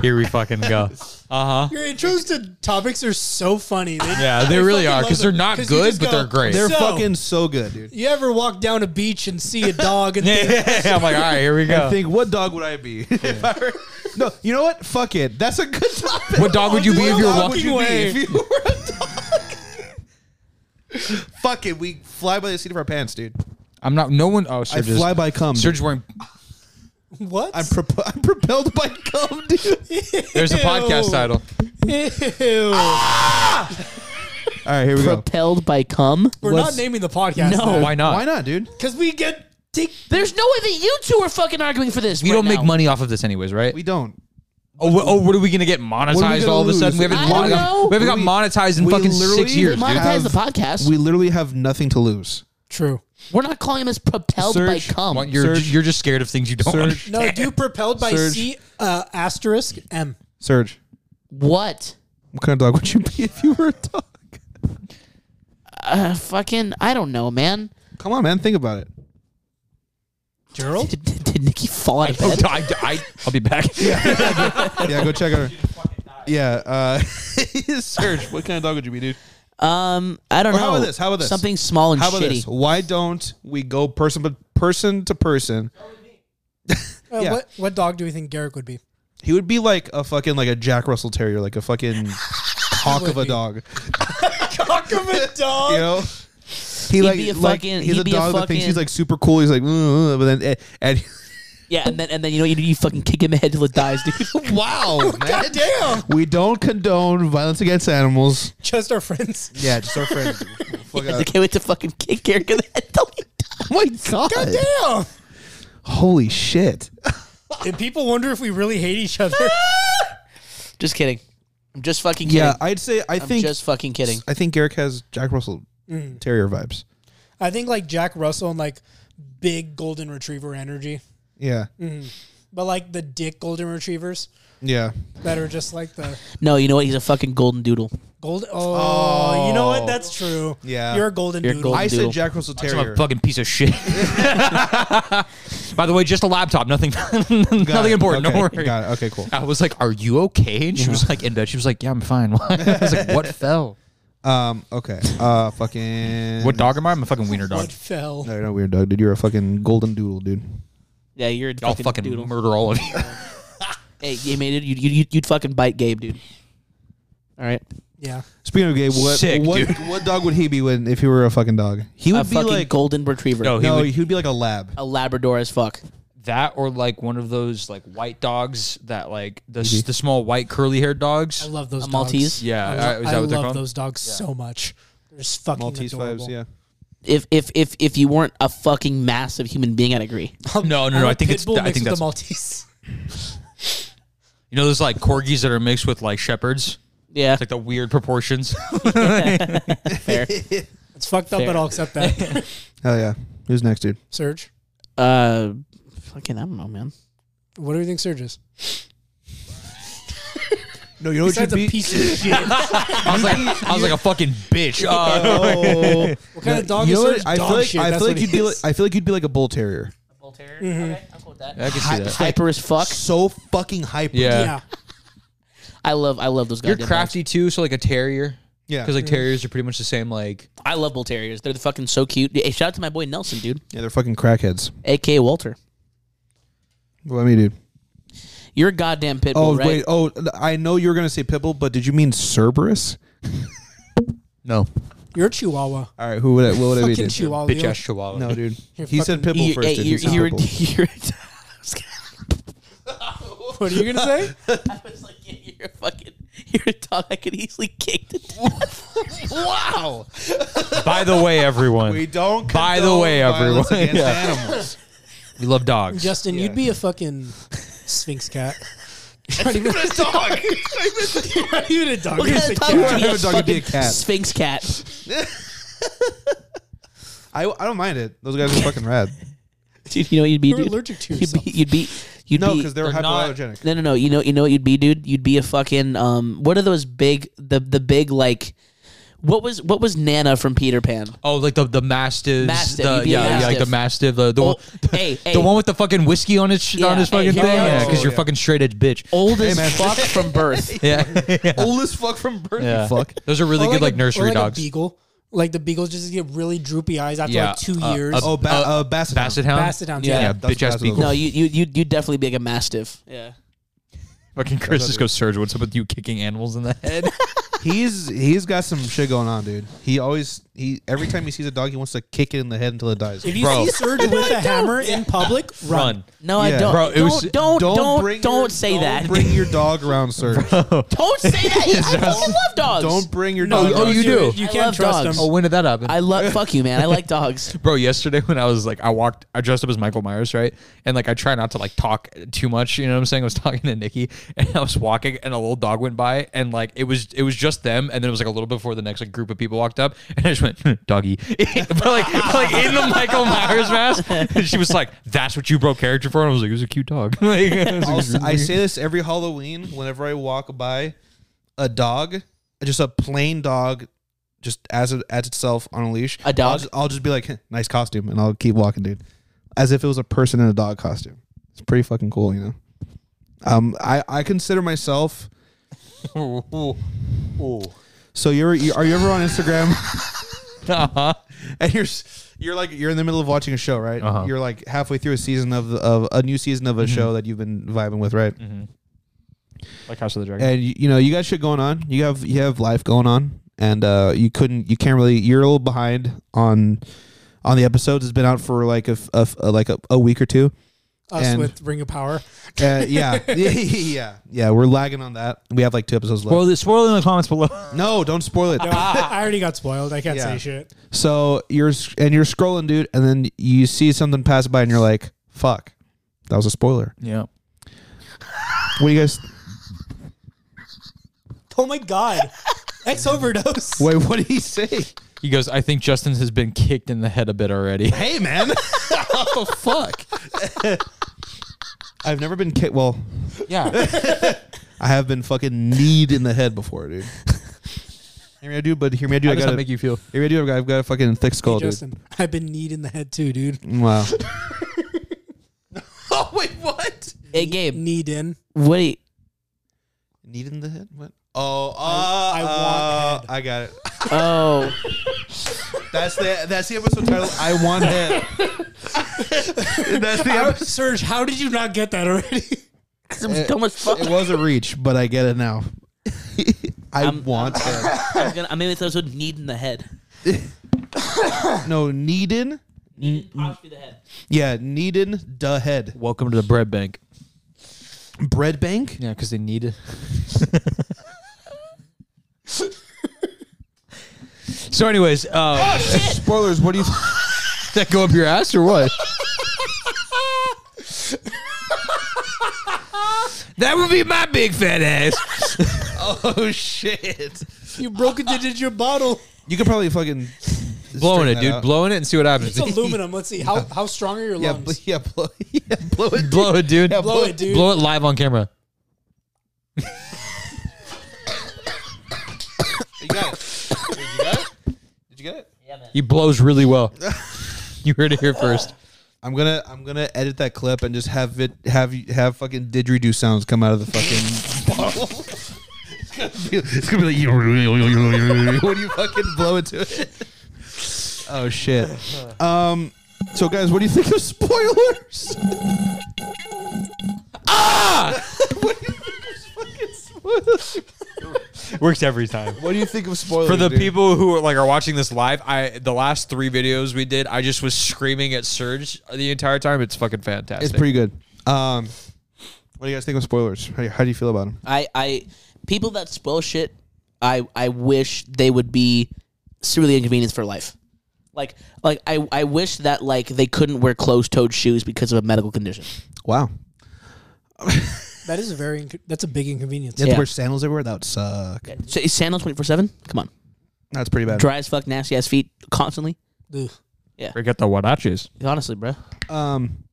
Speaker 3: Here we fucking go. Uh huh.
Speaker 4: Your intros to topics are so funny. They,
Speaker 3: Yeah, they
Speaker 4: I
Speaker 3: really
Speaker 4: fucking
Speaker 3: are
Speaker 4: love
Speaker 3: because they're
Speaker 4: them.
Speaker 3: not
Speaker 4: 'Cause you
Speaker 3: good,
Speaker 4: just
Speaker 3: but
Speaker 4: go,
Speaker 3: they're great.
Speaker 1: They're
Speaker 4: So-
Speaker 1: fucking so good, dude.
Speaker 4: You ever walk down a beach and see a dog and think,
Speaker 3: I'm like, all right, here we
Speaker 1: I
Speaker 3: go.
Speaker 1: think what dog would I be? if I were, no, you know what? Fuck it. That's a good topic.
Speaker 3: What dog would you be if you were
Speaker 1: dog
Speaker 3: walking?
Speaker 1: would you be
Speaker 4: away?
Speaker 1: if you were a dog? Fuck it. We fly by the seat of our pants, dude.
Speaker 3: I'm not. No one. Oh,
Speaker 1: I
Speaker 3: Serge. is-
Speaker 1: fly by cum.
Speaker 3: Serge wearing.
Speaker 4: what?
Speaker 1: I'm, prop- I'm propelled by cum, dude.
Speaker 3: There's a podcast
Speaker 4: Ew.
Speaker 3: title.
Speaker 4: Ew.
Speaker 1: All right, here we go.
Speaker 2: Propelled by cum.
Speaker 4: We're
Speaker 2: What's-
Speaker 4: not naming the podcast.
Speaker 2: No.
Speaker 3: Why not?
Speaker 1: Why not, dude?
Speaker 4: Because we get. Take,
Speaker 2: There's no way that you two are fucking arguing for this.
Speaker 3: We
Speaker 2: right
Speaker 3: don't make
Speaker 2: now.
Speaker 3: money off of this, anyways, right?
Speaker 1: We don't.
Speaker 3: oh, what, oh, what are we gonna get
Speaker 1: gonna
Speaker 3: monetized all of a
Speaker 1: lose?
Speaker 3: sudden? We haven't,
Speaker 2: I don't know.
Speaker 3: mon- we haven't got
Speaker 1: We-
Speaker 3: monetized in
Speaker 1: we
Speaker 3: fucking
Speaker 1: literally-
Speaker 3: six years.
Speaker 1: My-
Speaker 3: dude.
Speaker 2: Monetize
Speaker 1: have-
Speaker 2: the podcast.
Speaker 1: We literally have nothing to lose.
Speaker 4: true.
Speaker 2: We're not calling this propelled by
Speaker 3: Serge,
Speaker 2: cum.
Speaker 3: what, you're
Speaker 1: Serge.
Speaker 3: you're just scared of things you don't.
Speaker 1: Serge.
Speaker 3: understand.
Speaker 4: No, do propelled by
Speaker 1: Surge.
Speaker 4: C uh, asterisk M.
Speaker 1: Serge,
Speaker 2: what?
Speaker 1: what kind of dog would you be if you were a dog?
Speaker 2: Uh, fucking, I don't know, man.
Speaker 1: Come on, man. Think about it.
Speaker 4: Gerald?
Speaker 2: Did, did, did Nikki fall out of
Speaker 3: Oh,
Speaker 2: bed?
Speaker 3: I, I, I'll be back.
Speaker 1: Yeah, go check out. Yeah, uh, Serge, what kind of dog would you be, dude?
Speaker 2: Um, I don't
Speaker 1: Or
Speaker 2: know.
Speaker 1: how about this? How about this?
Speaker 2: Something small and
Speaker 1: How about
Speaker 2: shitty.
Speaker 1: this? Why don't we go person but person to person?
Speaker 4: Uh,
Speaker 1: Yeah.
Speaker 4: what, what dog do we think Garrick would be?
Speaker 1: He would be like a fucking like a Jack Russell Terrier, like a fucking cock of a
Speaker 4: would be.
Speaker 1: dog.
Speaker 4: Cock of a dog.
Speaker 1: You know. He
Speaker 2: He'd be a fucking-
Speaker 1: he's
Speaker 2: he'd
Speaker 1: a
Speaker 2: be a
Speaker 1: dog that thinks he's
Speaker 2: fucking-
Speaker 1: like super cool. He's like, "Mm, mm," but then eh, and
Speaker 2: Yeah, and then and then you know you, you fucking kick him in the head till it dies, dude.
Speaker 1: wow, man.
Speaker 4: God damn.
Speaker 1: we don't condone violence against animals.
Speaker 4: Just our friends.
Speaker 1: Yeah, just our friends. Fuck
Speaker 2: I can't wait to fucking kick Garrick in the head till he dies.
Speaker 1: Oh my god!
Speaker 4: Damn.
Speaker 1: Holy shit!
Speaker 4: Did people wonder if we really hate each other?
Speaker 2: Just kidding. I'm just fucking kidding.
Speaker 1: Yeah, I'd say I
Speaker 2: I'm
Speaker 1: think
Speaker 2: just fucking kidding.
Speaker 1: I think Garrick has Jack Russell Terrier vibes.
Speaker 4: I think like Jack Russell and like big golden retriever energy.
Speaker 1: Yeah,
Speaker 4: But like the dick golden retrievers
Speaker 1: yeah.
Speaker 4: that are just like the
Speaker 2: No, you know what? He's a fucking golden doodle.
Speaker 4: gold. Oh, you know what? That's true.
Speaker 1: Oh. Yeah.
Speaker 4: you're a golden
Speaker 2: You're
Speaker 4: doodle.
Speaker 2: golden.
Speaker 1: I
Speaker 2: doodle.
Speaker 1: said Jack Russell
Speaker 3: I'm
Speaker 1: Terrier.
Speaker 3: a fucking piece of shit. By the way, just a laptop, nothing,
Speaker 1: Got
Speaker 3: nothing
Speaker 1: it.
Speaker 3: important.
Speaker 1: Okay,
Speaker 3: Don't worry.
Speaker 1: Got it. Okay, cool.
Speaker 3: I was like, "Are you okay?" And she was like, "In bed." She was like, "Yeah, I'm fine." I was like, "What fell?
Speaker 1: Um. Okay. Uh. Fucking.
Speaker 3: What dog am I? I'm a fucking wiener dog.
Speaker 4: What fell?
Speaker 1: No, you're not a weird dog, dude. You're a fucking golden doodle, dude.
Speaker 2: Yeah, you're a
Speaker 3: I'll
Speaker 2: fucking,
Speaker 3: fucking
Speaker 2: doodle.
Speaker 3: murder all of you."
Speaker 2: Hey, you made it. You'd, you'd, you'd fucking bite Gabe, dude. All right.
Speaker 4: Yeah,
Speaker 1: Speaking of gay, what
Speaker 3: Sick,
Speaker 1: what
Speaker 3: dude.
Speaker 1: what dog would he be when if he were a fucking dog? He
Speaker 2: A
Speaker 1: would be
Speaker 2: fucking
Speaker 1: like
Speaker 2: golden retriever.
Speaker 3: No, he
Speaker 1: no,
Speaker 3: would-
Speaker 1: he would be like a lab.
Speaker 2: A Labrador as fuck.
Speaker 3: that or like one of those like white dogs that like the s- the small white curly
Speaker 4: I
Speaker 3: haired dogs.
Speaker 4: love those.
Speaker 2: A Maltese?
Speaker 4: Dogs.
Speaker 3: Yeah,
Speaker 4: I, lo-
Speaker 3: uh, is that
Speaker 4: I
Speaker 3: what they're
Speaker 4: love
Speaker 3: called?
Speaker 4: those dogs so much. They're just fucking
Speaker 1: Maltese
Speaker 4: adorable.
Speaker 1: vibes. Yeah.
Speaker 2: If if if if you weren't a fucking massive human being, I'd agree.
Speaker 3: No, no, no.
Speaker 4: I'm
Speaker 3: I
Speaker 4: a
Speaker 3: think it's.
Speaker 4: Pitbull
Speaker 3: I
Speaker 4: mixed
Speaker 3: think
Speaker 4: with
Speaker 3: that's.
Speaker 4: a Maltese.
Speaker 3: You know, those like corgis that are mixed with like shepherds.
Speaker 2: Yeah,
Speaker 3: It's like the weird proportions.
Speaker 2: fair.
Speaker 4: It's fucked up,
Speaker 2: Fair.
Speaker 4: but I'll accept that.
Speaker 1: Hell yeah. Who's next, dude?
Speaker 4: Serge,
Speaker 2: uh, fucking, I don't know, man.
Speaker 4: what do you think Serge is?
Speaker 1: No, you know
Speaker 4: Besides a piece of shit.
Speaker 3: I was like, I was like a fucking bitch. Uh,
Speaker 1: Oh.
Speaker 4: What kind of dog
Speaker 1: You
Speaker 4: is
Speaker 1: know
Speaker 4: Serge?
Speaker 1: what? I
Speaker 4: Dog
Speaker 1: feel like
Speaker 4: shit.
Speaker 1: I
Speaker 4: That's
Speaker 1: feel like
Speaker 4: what
Speaker 1: you'd
Speaker 4: he
Speaker 1: be like
Speaker 4: is.
Speaker 1: I feel like you'd be like a bull terrier. Mm-hmm.
Speaker 3: I can see that.
Speaker 2: Hyper as fuck.
Speaker 1: So fucking hyper.
Speaker 3: Yeah.
Speaker 4: yeah.
Speaker 2: I love I love those guys.
Speaker 3: You're crafty too, so like a terrier.
Speaker 1: Yeah.
Speaker 3: Because like
Speaker 4: Mm-hmm.
Speaker 3: terriers are pretty much the same. Like
Speaker 2: I love bull terriers. They're the fucking so cute. Hey, shout out to my boy Nelson, dude,
Speaker 1: Yeah, they're fucking crackheads.
Speaker 2: aka Walter.
Speaker 1: What I mean, dude.
Speaker 2: You're a goddamn pit bull,
Speaker 1: Oh
Speaker 2: right?
Speaker 1: wait. Oh, I know you were gonna say pitbull, but did you mean Cerberus?
Speaker 3: no
Speaker 4: You're a Chihuahua.
Speaker 1: All right. Who would I, what would I be?
Speaker 4: Fucking
Speaker 1: dude?
Speaker 4: Chihuahua.
Speaker 3: bitch ass chihuahua.
Speaker 1: No, dude.
Speaker 4: You're
Speaker 1: He said pitbull
Speaker 2: You-
Speaker 1: first.
Speaker 2: hey,
Speaker 1: dude.
Speaker 2: you're,
Speaker 1: He's
Speaker 2: you're,
Speaker 1: pitbull.
Speaker 2: you're,
Speaker 4: What are you gonna say?
Speaker 2: I was like, yeah, you're a fucking, you're a dog I could easily kick to death.
Speaker 1: wow.
Speaker 3: By the way, everyone,
Speaker 1: We don't.
Speaker 3: By the
Speaker 1: condone
Speaker 3: way,
Speaker 1: violence
Speaker 3: everyone.
Speaker 1: against
Speaker 3: Yeah.
Speaker 1: animals.
Speaker 3: we love dogs.
Speaker 4: Justin, you'd be a fucking sphinx cat. You're not even,
Speaker 1: Dog.
Speaker 4: you're not even a dog.
Speaker 2: What
Speaker 4: You're
Speaker 2: kind
Speaker 4: just a
Speaker 2: of dog
Speaker 4: cat.
Speaker 2: would
Speaker 1: cat.
Speaker 2: be a
Speaker 1: Dog would be
Speaker 2: fucking
Speaker 1: a cat.
Speaker 2: Sphinx cat,
Speaker 1: I, I don't mind it. Those guys are fucking rad.
Speaker 2: dude. You know what you'd be,
Speaker 4: You're
Speaker 2: dude?
Speaker 4: allergic to
Speaker 2: you'd be,
Speaker 4: yourself.
Speaker 2: you'd be, you'd
Speaker 1: No,
Speaker 2: be-
Speaker 1: because they're,
Speaker 3: They're not-
Speaker 1: hypoallergenic.
Speaker 2: No, no, no. You know, you know what you'd be, dude. You'd be a fucking um. What are those big the the big like What was what was Nana from Peter Pan?
Speaker 3: Oh, like the the mastiffs,
Speaker 2: Mastiff,
Speaker 3: the,
Speaker 2: you'd be a
Speaker 3: yeah, yeah, like the mastiff, the the,
Speaker 2: Oh,
Speaker 3: one, the,
Speaker 2: hey, hey.
Speaker 3: the one with the fucking whiskey on his sh
Speaker 2: Yeah,
Speaker 3: on his
Speaker 2: hey,
Speaker 3: fucking
Speaker 2: here
Speaker 3: thing,
Speaker 2: we go.
Speaker 3: yeah, because you're
Speaker 1: Yeah.
Speaker 3: fucking straight edge bitch.
Speaker 2: Old as
Speaker 1: man.
Speaker 2: fuck from birth.
Speaker 3: yeah,
Speaker 1: Old as fuck from birth. you
Speaker 3: yeah.
Speaker 1: Fuck.
Speaker 3: Those are really
Speaker 4: Or
Speaker 3: good, like
Speaker 4: a- or
Speaker 3: nursery
Speaker 4: like
Speaker 3: dogs.
Speaker 4: A beagle. Like the beagles just get really droopy eyes after
Speaker 3: Yeah,
Speaker 4: like two
Speaker 3: uh,
Speaker 4: years.
Speaker 3: a-
Speaker 1: Oh, ba-
Speaker 3: Uh,
Speaker 1: uh, Basset. Hound.
Speaker 3: Basset hound,
Speaker 4: Basset hounds,
Speaker 3: yeah,
Speaker 4: yeah.
Speaker 1: That's
Speaker 3: bitch ass
Speaker 1: Basset
Speaker 3: beagle.
Speaker 2: No, you you you you definitely be like a mastiff. Yeah.
Speaker 3: Fucking Chris just goes Serge. What's up with you kicking animals in the head?
Speaker 1: He's he's got some shit going on, dude. He always he every time he sees a dog, he wants to kick it in the head until it dies.
Speaker 4: if you
Speaker 3: Bro.
Speaker 4: see Serge with a hammer in public, run.
Speaker 3: Run.
Speaker 2: No, I
Speaker 1: Yeah.
Speaker 2: don't.
Speaker 3: Bro, it
Speaker 2: don't,
Speaker 3: was-
Speaker 2: don't don't don't,
Speaker 1: your-
Speaker 2: say
Speaker 1: don't
Speaker 2: that.
Speaker 1: Bring your dog around, Serge.
Speaker 2: don't say that. I fucking love dogs.
Speaker 1: Don't bring your
Speaker 4: No,
Speaker 1: dog.
Speaker 3: oh,
Speaker 1: around.
Speaker 3: you do.
Speaker 4: You
Speaker 2: I
Speaker 4: can't
Speaker 2: love
Speaker 4: trust
Speaker 2: dogs.
Speaker 4: them.
Speaker 3: Oh, when did that happen?
Speaker 2: I love fuck you, man. I like dogs.
Speaker 3: Bro, yesterday when I was like, I walked, I dressed up as Michael Myers, right? And like, I try not to like talk too much. You know what I'm saying? I was talking to Nikki, and I was walking, and a little dog went by, and like, it was it was just them, and then it was like a little before the next like group of people walked up, and I just went "Hmm, doggy, but like, but, like in the Michael Myers mask, and she was like, "That's what you broke character for," and I was like, "It was a cute dog." Like, I was like,
Speaker 1: I'll s- I say this every Halloween whenever I walk by a dog, just a plain dog, just as it as itself on a leash.
Speaker 2: A dog?
Speaker 1: I'll just, I'll just be like, "Heh, nice costume, and I'll keep walking, dude, as if it was a person in a dog costume. It's pretty fucking cool, you know. Um, I I consider myself. So you're you, are you ever on Instagram?
Speaker 3: uh-huh.
Speaker 1: and you're s- you're like you're in the middle of watching a show, right?
Speaker 3: Uh-huh. Mm-hmm.
Speaker 1: You're like halfway through a season of of a new season of a show that you've been vibing with, right?
Speaker 3: like House of the Dragon.
Speaker 1: And you, you know you got shit going on. You have you have life going on, and uh, you couldn't you can't really you're a little behind on on the episodes. It's been out for like a, f- a f- a- like a, a week or two.
Speaker 4: Us
Speaker 1: And-
Speaker 4: with Ring of Power.
Speaker 1: Uh, yeah, yeah, yeah. We're lagging on that. We have like two episodes left.
Speaker 3: Well, the spoil in the comments below.
Speaker 1: no, don't spoil it.
Speaker 4: No, I already got spoiled. I can't
Speaker 1: Yeah.
Speaker 4: say shit.
Speaker 1: So you're s- and you're scrolling, dude, and then you see something pass by, and you're like, "Fuck, that was a spoiler."
Speaker 3: Yeah.
Speaker 1: What do you guys?
Speaker 4: Oh my god. That's overdose.
Speaker 1: Wait, what did he say?
Speaker 3: He goes, I think Justin has been kicked in the head a bit already.
Speaker 1: Hey, man.
Speaker 3: what the fuck?
Speaker 1: I've never been kicked. Well,
Speaker 3: Yeah.
Speaker 1: I have been fucking kneed in the head before, dude. hear me, I do, but hear me, I do. I
Speaker 3: How does that
Speaker 1: gotta
Speaker 3: make you feel?
Speaker 1: Hear me, I do. I've got, I've got a fucking thick skull, dude.
Speaker 4: Justin, I've been kneed in the head too, dude.
Speaker 1: Wow.
Speaker 3: Oh wait, what?
Speaker 2: Hey Gabe,
Speaker 4: Kneed in.
Speaker 2: what do you,
Speaker 1: kneed in the head? What? Oh, uh, I,
Speaker 4: I want head.
Speaker 1: I got it.
Speaker 2: Oh,
Speaker 1: That's the that's the episode title. I want head. that's the episode.
Speaker 4: Serge, how did you not get that already?
Speaker 2: it was so much fuck.
Speaker 1: It was a reach, but I get it now. I
Speaker 2: I'm-
Speaker 1: want head.
Speaker 2: I was gonna, I mean, it's also need in the head.
Speaker 1: No, needin.
Speaker 2: Need in the head.
Speaker 1: Yeah, needin the head.
Speaker 3: Welcome to the bread bank.
Speaker 1: Bread bank.
Speaker 3: Yeah, because they need it. so, anyways, uh,
Speaker 1: Spoilers. What do you?
Speaker 3: that go up your ass or what? that would be my big fat ass.
Speaker 1: oh shit.
Speaker 4: you broke it into your bottle.
Speaker 1: You could probably fucking
Speaker 3: Blowing
Speaker 1: straighten
Speaker 3: it,
Speaker 1: that
Speaker 3: dude.
Speaker 1: out.
Speaker 3: Blowing it and see what happens.
Speaker 4: It's aluminum. Let's see. How how strong are your
Speaker 1: Yeah, bl-
Speaker 4: lungs?
Speaker 1: yeah, blow, yeah, blow it.
Speaker 3: blow it, dude.
Speaker 4: blow it, dude.
Speaker 3: Blow it live on camera.
Speaker 1: You got it. Did you get it? Did you get it?
Speaker 3: He blows really well. you heard it here first.
Speaker 1: I'm gonna I'm gonna edit that clip and just have it have you have fucking didgeridoo sounds come out of the fucking bottle. It's gonna be- it's gonna be like when you fucking blow into it. Oh shit. Um. So guys, what do you think of spoilers?
Speaker 3: Ah! Works every time.
Speaker 1: What do you think of spoilers
Speaker 3: For the
Speaker 1: dude?
Speaker 3: people who are like are watching this live, I the last three videos we did, I just was screaming at Surge the entire time. It's fucking fantastic.
Speaker 1: It's pretty good. Um. What do you guys think of spoilers? How do you, how do you feel about them?
Speaker 2: I, I people that spoil shit, I I wish they would be severely inconvenienced for life. Like like I, I wish that like they couldn't wear closed toed shoes because of a medical condition.
Speaker 1: Wow.
Speaker 4: That is a very inc- that's a big inconvenience.
Speaker 1: You have
Speaker 2: Yeah.
Speaker 1: to wear sandals everywhere. That would suck.
Speaker 2: So is sandals twenty four seven? Come on.
Speaker 1: That's pretty bad.
Speaker 2: Dry as fuck, nasty ass feet constantly.
Speaker 4: Ugh.
Speaker 3: Forget the huaraches.
Speaker 2: Honestly, bro.
Speaker 1: Um,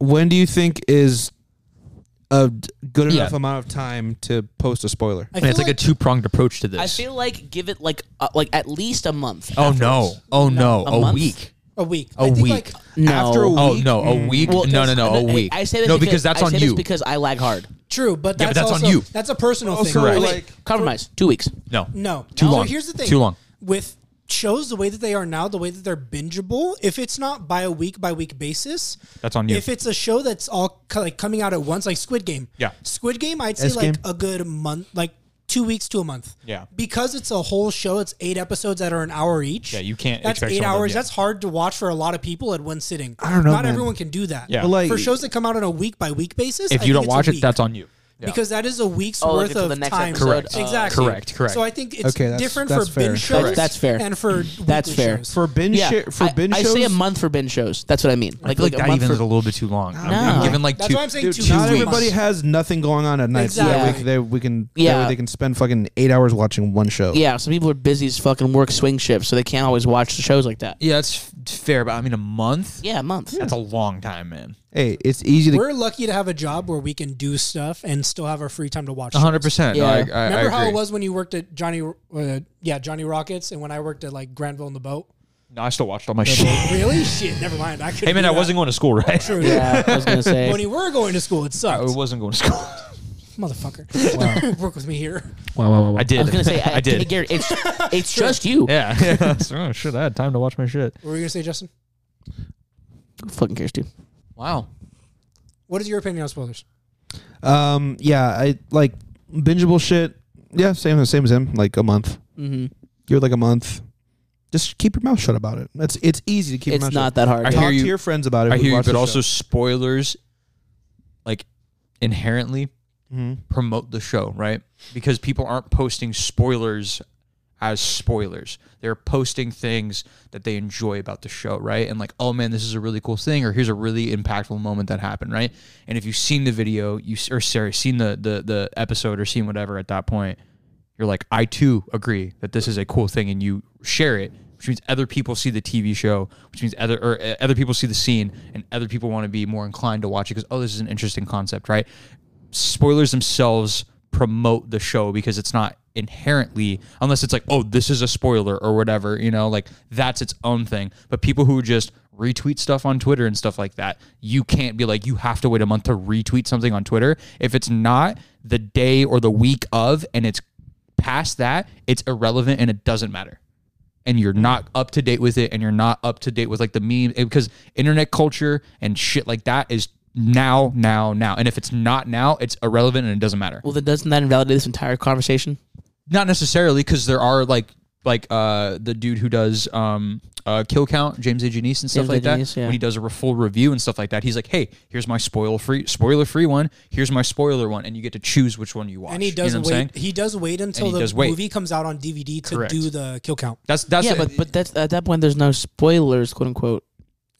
Speaker 1: when do you think is a d- good
Speaker 3: Yeah.
Speaker 1: enough amount of time to post a spoiler.
Speaker 4: I
Speaker 3: And it's
Speaker 4: feel
Speaker 3: like, a two pronged approach to this.
Speaker 2: I feel like give it like uh, like at least a month.
Speaker 3: oh no! Oh no!
Speaker 2: A
Speaker 3: A,
Speaker 2: month?
Speaker 3: week.
Speaker 4: a week.
Speaker 3: A
Speaker 4: I think
Speaker 3: week.
Speaker 4: Like,
Speaker 2: No.
Speaker 1: After a week,
Speaker 3: Oh no! A week?
Speaker 2: Well,
Speaker 3: no! No! No! A
Speaker 2: that's- I-
Speaker 3: week.
Speaker 2: I say that
Speaker 3: no
Speaker 2: because,
Speaker 3: because that's
Speaker 2: I
Speaker 3: on
Speaker 2: say
Speaker 3: you.
Speaker 2: This because I lag hard.
Speaker 4: true, but
Speaker 3: Yeah,
Speaker 4: that's,
Speaker 3: but that's on
Speaker 4: also-
Speaker 3: you.
Speaker 4: That's a personal
Speaker 1: Also,
Speaker 4: thing.
Speaker 3: Correct.
Speaker 1: like
Speaker 2: Compromise. Two weeks.
Speaker 3: no.
Speaker 4: No,
Speaker 3: Too
Speaker 4: So
Speaker 3: long.
Speaker 4: here's the thing.
Speaker 3: Too long.
Speaker 4: With shows the way that they are now, the way that they're bingeable, if it's not by a week by week basis,
Speaker 3: That's on you.
Speaker 4: If it's a show that's all co- like coming out at once, like Squid Game,
Speaker 3: Yeah.
Speaker 4: Squid Game, I'd say
Speaker 1: S
Speaker 4: like
Speaker 1: Game?
Speaker 4: a good month, like two weeks to a month,
Speaker 3: Yeah.
Speaker 4: because it's a whole show. It's eight episodes that are an hour each.
Speaker 3: Yeah, you can't
Speaker 4: That's
Speaker 3: expect
Speaker 4: eight
Speaker 3: someone to-
Speaker 4: hours.
Speaker 3: yeah.
Speaker 4: That's hard to watch for a lot of people at one sitting. I
Speaker 1: don't know,
Speaker 4: Not
Speaker 1: man.
Speaker 4: everyone can do that.
Speaker 3: Yeah.
Speaker 1: But, like-
Speaker 4: for shows that come out on a week by week basis,
Speaker 3: If
Speaker 4: I think
Speaker 3: you don't
Speaker 4: it's a
Speaker 3: watch it,
Speaker 4: week.
Speaker 3: that's on you. Yeah.
Speaker 4: Because that is a week's
Speaker 2: Oh, like
Speaker 4: worth
Speaker 2: until
Speaker 4: of
Speaker 2: the next
Speaker 4: time.
Speaker 2: episode Correct. of
Speaker 4: Exactly.
Speaker 3: Correct, correct.
Speaker 4: So I think it's
Speaker 1: Okay, that's-
Speaker 4: different
Speaker 1: that's
Speaker 4: for
Speaker 1: fair.
Speaker 4: binge shows.
Speaker 1: Correct.
Speaker 2: That's fair.
Speaker 4: And for
Speaker 2: That's
Speaker 4: weekly
Speaker 2: fair.
Speaker 4: shows.
Speaker 1: for binge
Speaker 2: yeah.
Speaker 1: shit for
Speaker 2: I,
Speaker 1: binge
Speaker 2: I
Speaker 1: shows.
Speaker 2: say a month for binge shows. That's what I mean. Like,
Speaker 3: I feel like
Speaker 2: like, a
Speaker 3: that
Speaker 2: month
Speaker 3: even is
Speaker 2: for
Speaker 3: a little bit too long. I'm, I'm
Speaker 2: No.
Speaker 3: giving like
Speaker 4: That's
Speaker 3: two.
Speaker 4: why I'm saying
Speaker 1: Dude,
Speaker 4: two.
Speaker 1: not
Speaker 4: weeks.
Speaker 1: everybody has nothing going on at night, so that
Speaker 4: Exactly.
Speaker 1: way they, we can yeah.
Speaker 2: Yeah.
Speaker 1: they can spend fucking eight hours watching one show.
Speaker 2: Yeah, some people are busy as fucking work swing shifts, so they can't always watch the shows like that.
Speaker 3: yeah, that's f- fair, but I mean a month.
Speaker 2: Yeah, a month.
Speaker 3: That's a long time, man.
Speaker 1: Hey, it's easy to
Speaker 4: We're lucky to have a job where we can do stuff and still have our free time to watch.
Speaker 3: A hundred percent. No,
Speaker 2: Yeah.
Speaker 3: I, I, I
Speaker 4: Remember how it
Speaker 3: agree.
Speaker 4: was when you worked at Johnny, uh, yeah, Johnny Rockets, and when I worked at like Granville and the Boat.
Speaker 3: No, I still watched all my shit.
Speaker 4: really? Shit. Never mind. I couldn't
Speaker 3: Hey man,
Speaker 4: do
Speaker 3: I
Speaker 4: that.
Speaker 3: wasn't going to school, right?
Speaker 4: True.
Speaker 2: Yeah, I was gonna
Speaker 4: When
Speaker 2: say.
Speaker 4: you were going to school, it
Speaker 3: I
Speaker 4: sucked,
Speaker 3: wasn't going to school.
Speaker 4: motherfucker. Work with me here.
Speaker 3: I did.
Speaker 2: I was gonna say.
Speaker 3: I did.
Speaker 2: Garrett, it's it's just you.
Speaker 3: Yeah. So, oh, shit, I had time to watch my shit.
Speaker 4: What were you gonna say, Justin?
Speaker 2: Who fucking cares, dude.
Speaker 3: Wow.
Speaker 4: What is your opinion on spoilers?
Speaker 1: Um, yeah, I like bingeable shit. Yeah, same same as him. Like a month.
Speaker 2: Mm-hmm.
Speaker 1: You're like a month. Just keep your mouth shut about it. It's it's easy to keep. your
Speaker 2: It's
Speaker 1: mouth
Speaker 2: not that hard.
Speaker 3: I
Speaker 1: Shut.
Speaker 2: dude.
Speaker 1: Talk
Speaker 3: hear you.
Speaker 1: to your friends about it.
Speaker 3: I
Speaker 1: who
Speaker 3: hear you,
Speaker 1: watch
Speaker 3: but
Speaker 1: the
Speaker 3: also
Speaker 1: show.
Speaker 3: spoilers, like inherently
Speaker 1: Mm-hmm.
Speaker 3: promote the show, right? Because people aren't posting spoilers as spoilers. They're posting things that they enjoy about the show, right? And like, oh man, this is a really cool thing, or here's a really impactful moment that happened, right? And if you've seen the video, you s- or sorry, seen the the the episode or seen whatever at that point, you're like, I too agree that this is a cool thing, and you share it, which means other people see the TV show, which means other or uh, other people see the scene, and other people want to be more inclined to watch it because oh, this is an interesting concept, right? Spoilers themselves promote the show because it's not inherently unless it's like oh this is a spoiler or whatever you know like that's its own thing but people who just retweet stuff on twitter and stuff like that you can't be like you have to wait a month to retweet something on twitter if it's not the day or the week of and it's past that, it's irrelevant and it doesn't matter. And you're not up to date with it and you're not up to date with like the meme because internet culture and shit like that is now, now, now. And if it's not now, it's irrelevant and it doesn't matter.
Speaker 2: Well, then doesn't that invalidate this entire conversation?
Speaker 3: Not necessarily because there are like like uh the dude who does um uh kill count james a Janice and stuff
Speaker 2: James A.
Speaker 3: like
Speaker 2: Janice,
Speaker 3: that
Speaker 2: yeah.
Speaker 3: when he does a re- full review and stuff like that he's like hey here's my spoiler free spoiler free one here's my spoiler one and you get to choose which one you watch
Speaker 4: And he
Speaker 3: You know
Speaker 4: does
Speaker 3: what I'm saying?
Speaker 4: wait. He does wait until
Speaker 3: And he
Speaker 4: the
Speaker 3: does wait.
Speaker 4: movie comes out on DVD to
Speaker 3: Correct.
Speaker 4: do the kill count.
Speaker 3: that's that's
Speaker 2: yeah, but but that's, at that point, there's no spoilers, quote unquote.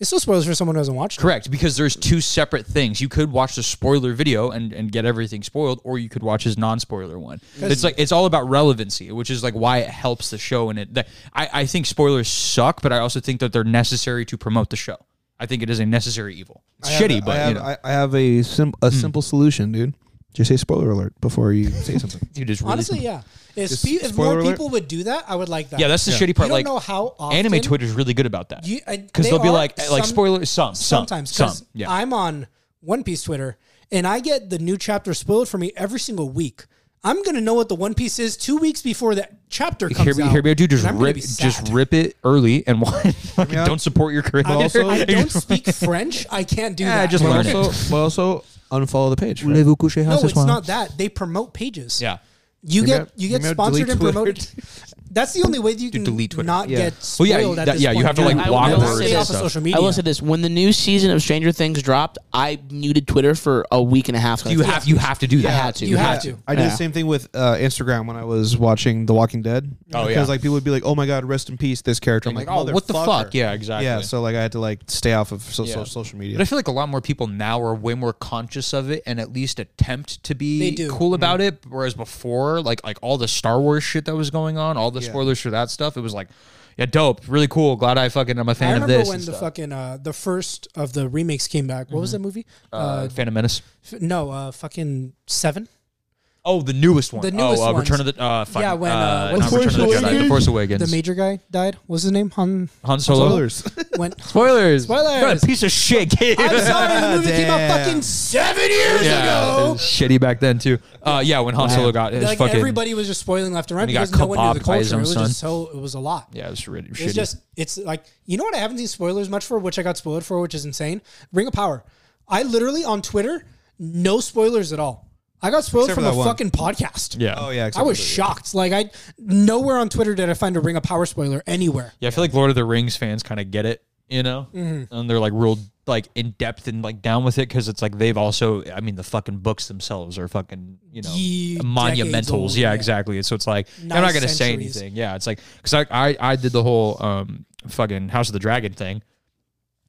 Speaker 4: It's still spoilers for someone who hasn't watched. it.
Speaker 3: Correct, because there's two separate things. You could watch the spoiler video and, and get everything spoiled, or you could watch his non-spoiler one. It's like it's all about relevancy, which is like why it helps the show. And it, that, I I think spoilers suck, but I also think that they're necessary to promote the show. I think it is a necessary evil. It's
Speaker 1: I have-
Speaker 3: shitty, but
Speaker 1: I have,
Speaker 3: you know,
Speaker 1: I, I have a sim- a simple solution, dude. Just say spoiler alert before you say something.
Speaker 3: dude, it's really
Speaker 4: Honestly, yeah. If,
Speaker 1: Just
Speaker 4: pe- if
Speaker 1: spoiler
Speaker 4: more
Speaker 1: alert?
Speaker 4: people would do that, I would like that.
Speaker 3: yeah. That's the shitty
Speaker 4: You
Speaker 3: part.
Speaker 4: don't
Speaker 3: Like
Speaker 4: know how often
Speaker 3: anime Twitter's really good about that
Speaker 4: you- I-
Speaker 3: because
Speaker 4: they
Speaker 3: they'll be
Speaker 4: are
Speaker 3: like
Speaker 4: some-
Speaker 3: like spoilers some some,
Speaker 4: sometimes
Speaker 3: some
Speaker 4: 'cause
Speaker 3: yeah.
Speaker 4: I'm on One Piece Twitter and I get the new chapter spoiled for me every single week. I'm gonna know what the One Piece is two weeks before that chapter comes
Speaker 3: Here,
Speaker 4: out.
Speaker 3: here, dude, just
Speaker 4: and I'm gonna
Speaker 3: rip,
Speaker 4: be
Speaker 3: just
Speaker 4: sad.
Speaker 3: rip it early and why- fucking
Speaker 1: Yeah.
Speaker 3: don't support your creator.
Speaker 4: I,
Speaker 1: also-
Speaker 4: I don't speak French. I can't do
Speaker 3: Yeah,
Speaker 4: that.
Speaker 3: just
Speaker 1: But
Speaker 3: learn it.
Speaker 1: also, but also unfollow the page. right?
Speaker 4: no, it's not that. They promote pages.
Speaker 3: Yeah.
Speaker 4: You
Speaker 1: Maybe I-
Speaker 4: get you get
Speaker 1: maybe I'll
Speaker 4: sponsored
Speaker 1: delete
Speaker 4: and
Speaker 1: Twitter.
Speaker 4: promoted. That's the only way that you can
Speaker 3: delete Twitter.
Speaker 4: not
Speaker 1: Yeah.
Speaker 4: get
Speaker 3: Well,
Speaker 4: spoiled
Speaker 3: yeah,
Speaker 4: at
Speaker 3: that-
Speaker 4: this
Speaker 3: yeah, you
Speaker 4: point.
Speaker 3: have to, like,
Speaker 4: I
Speaker 2: block
Speaker 4: will
Speaker 2: words
Speaker 4: stay
Speaker 2: and
Speaker 4: off of
Speaker 3: stuff.
Speaker 4: social media.
Speaker 2: I will say this: when the new season of Stranger Things dropped, I muted Twitter for a week and a half.
Speaker 3: You have you have to do that.
Speaker 2: I had to.
Speaker 4: You have
Speaker 1: Yeah,
Speaker 4: to.
Speaker 1: I did
Speaker 2: Yeah.
Speaker 1: the same thing with uh, Instagram when I was watching The Walking Dead.
Speaker 3: Oh, yeah.
Speaker 1: because like people would be like, "Oh my god, rest in peace, this character." I'm like,
Speaker 3: oh, what the
Speaker 1: "Motherfucker."
Speaker 3: fuck? Yeah, exactly.
Speaker 1: Yeah, so like I had to like stay off of so-
Speaker 3: Yeah.
Speaker 1: so- social media.
Speaker 3: but I feel like a lot more people now are way more conscious of it and at least attempt to
Speaker 4: They
Speaker 3: be
Speaker 4: do. Mm-hmm.
Speaker 3: cool about it. Whereas before, like like all the Star Wars shit that was going on, all the the
Speaker 1: Yeah.
Speaker 3: spoilers for that stuff. It was like, yeah, dope, really cool. Glad I fucking I'm a
Speaker 4: I
Speaker 3: fan of
Speaker 4: remember
Speaker 3: this.
Speaker 4: when
Speaker 3: and
Speaker 4: the
Speaker 3: stuff.
Speaker 4: fucking uh, the first of the remakes came back. What was that movie?
Speaker 3: uh, Phantom Menace.
Speaker 4: F- no, uh, fucking seven.
Speaker 3: Oh, the newest one.
Speaker 4: The newest
Speaker 3: oh, uh,
Speaker 4: one.
Speaker 3: Return of the uh, fuck,
Speaker 4: Yeah, when, uh,
Speaker 3: uh,
Speaker 4: when
Speaker 3: not Return of
Speaker 1: Force
Speaker 3: the Jedi,
Speaker 1: Awakens-
Speaker 3: The Force Awakens.
Speaker 4: The major guy died. What was his name? Han.
Speaker 3: Han Solo.
Speaker 4: Went.
Speaker 3: Spoilers.
Speaker 4: Spoilers.
Speaker 3: What a piece of shit. kid.
Speaker 4: I'm sorry, the movie came out
Speaker 1: Damn.
Speaker 4: fucking seven years
Speaker 3: Yeah, it
Speaker 4: ago.
Speaker 3: was shitty back then too. Uh, yeah, when Han Solo got his
Speaker 4: Like
Speaker 3: fucking
Speaker 4: everybody was just spoiling left and right
Speaker 3: he got
Speaker 4: because no one knew the
Speaker 3: kabobbed by his
Speaker 4: culture. It
Speaker 3: own
Speaker 4: was
Speaker 3: son.
Speaker 4: just so it was a lot.
Speaker 3: yeah, it was really shitty.
Speaker 4: It's just it's like you know what I haven't seen spoilers much for, which I got spoiled for, which is insane. Ring of Power. I literally on Twitter, no spoilers at all. I got spoiled
Speaker 1: Except for
Speaker 4: from a
Speaker 1: that one.
Speaker 4: fucking podcast.
Speaker 3: yeah.
Speaker 1: Oh yeah,
Speaker 4: I was shocked. Like I nowhere on Twitter did I find a Ring of Power spoiler anywhere.
Speaker 3: Yeah, I feel like Lord of the Rings fans kind of get it, you know,
Speaker 4: Mm-hmm.
Speaker 3: and they're like real like in depth and like down with it because it's like they've also, I mean, the fucking books themselves are fucking, you know,
Speaker 4: Ye- decades
Speaker 3: monumentals.
Speaker 4: old,
Speaker 3: yeah,
Speaker 4: yeah.
Speaker 3: exactly. So it's like I'm
Speaker 4: Nine
Speaker 3: not gonna say
Speaker 4: centuries.
Speaker 3: anything. Yeah, it's like because I, I I did the whole um fucking House of the Dragon thing.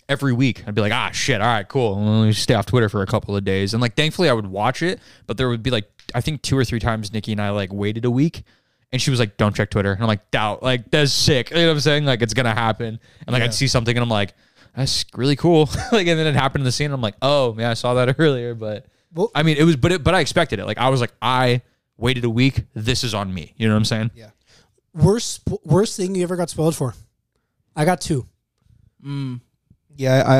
Speaker 3: Every week, I'd be like, ah, shit, all right, cool. And let me stay off Twitter for a couple of days. And like, thankfully, I would watch it, but there would be like, I think two or three times Nikki and I like waited a week and she was like, "Don't check Twitter." And I'm like, "Doubt, like that's sick." You know what I'm saying? Like it's gonna happen. And like I'd see something and I'm like, "That's really cool." like and then it happened in the scene. And I'm like, "Oh yeah, I saw that earlier." But
Speaker 4: Well-
Speaker 3: I mean, it was, but it, but I expected it. Like I was like, I waited a week. This is on me. You know what I'm saying?
Speaker 1: Yeah.
Speaker 4: Worst sp- worst thing you ever got spoiled for. I got two.
Speaker 1: Yeah, I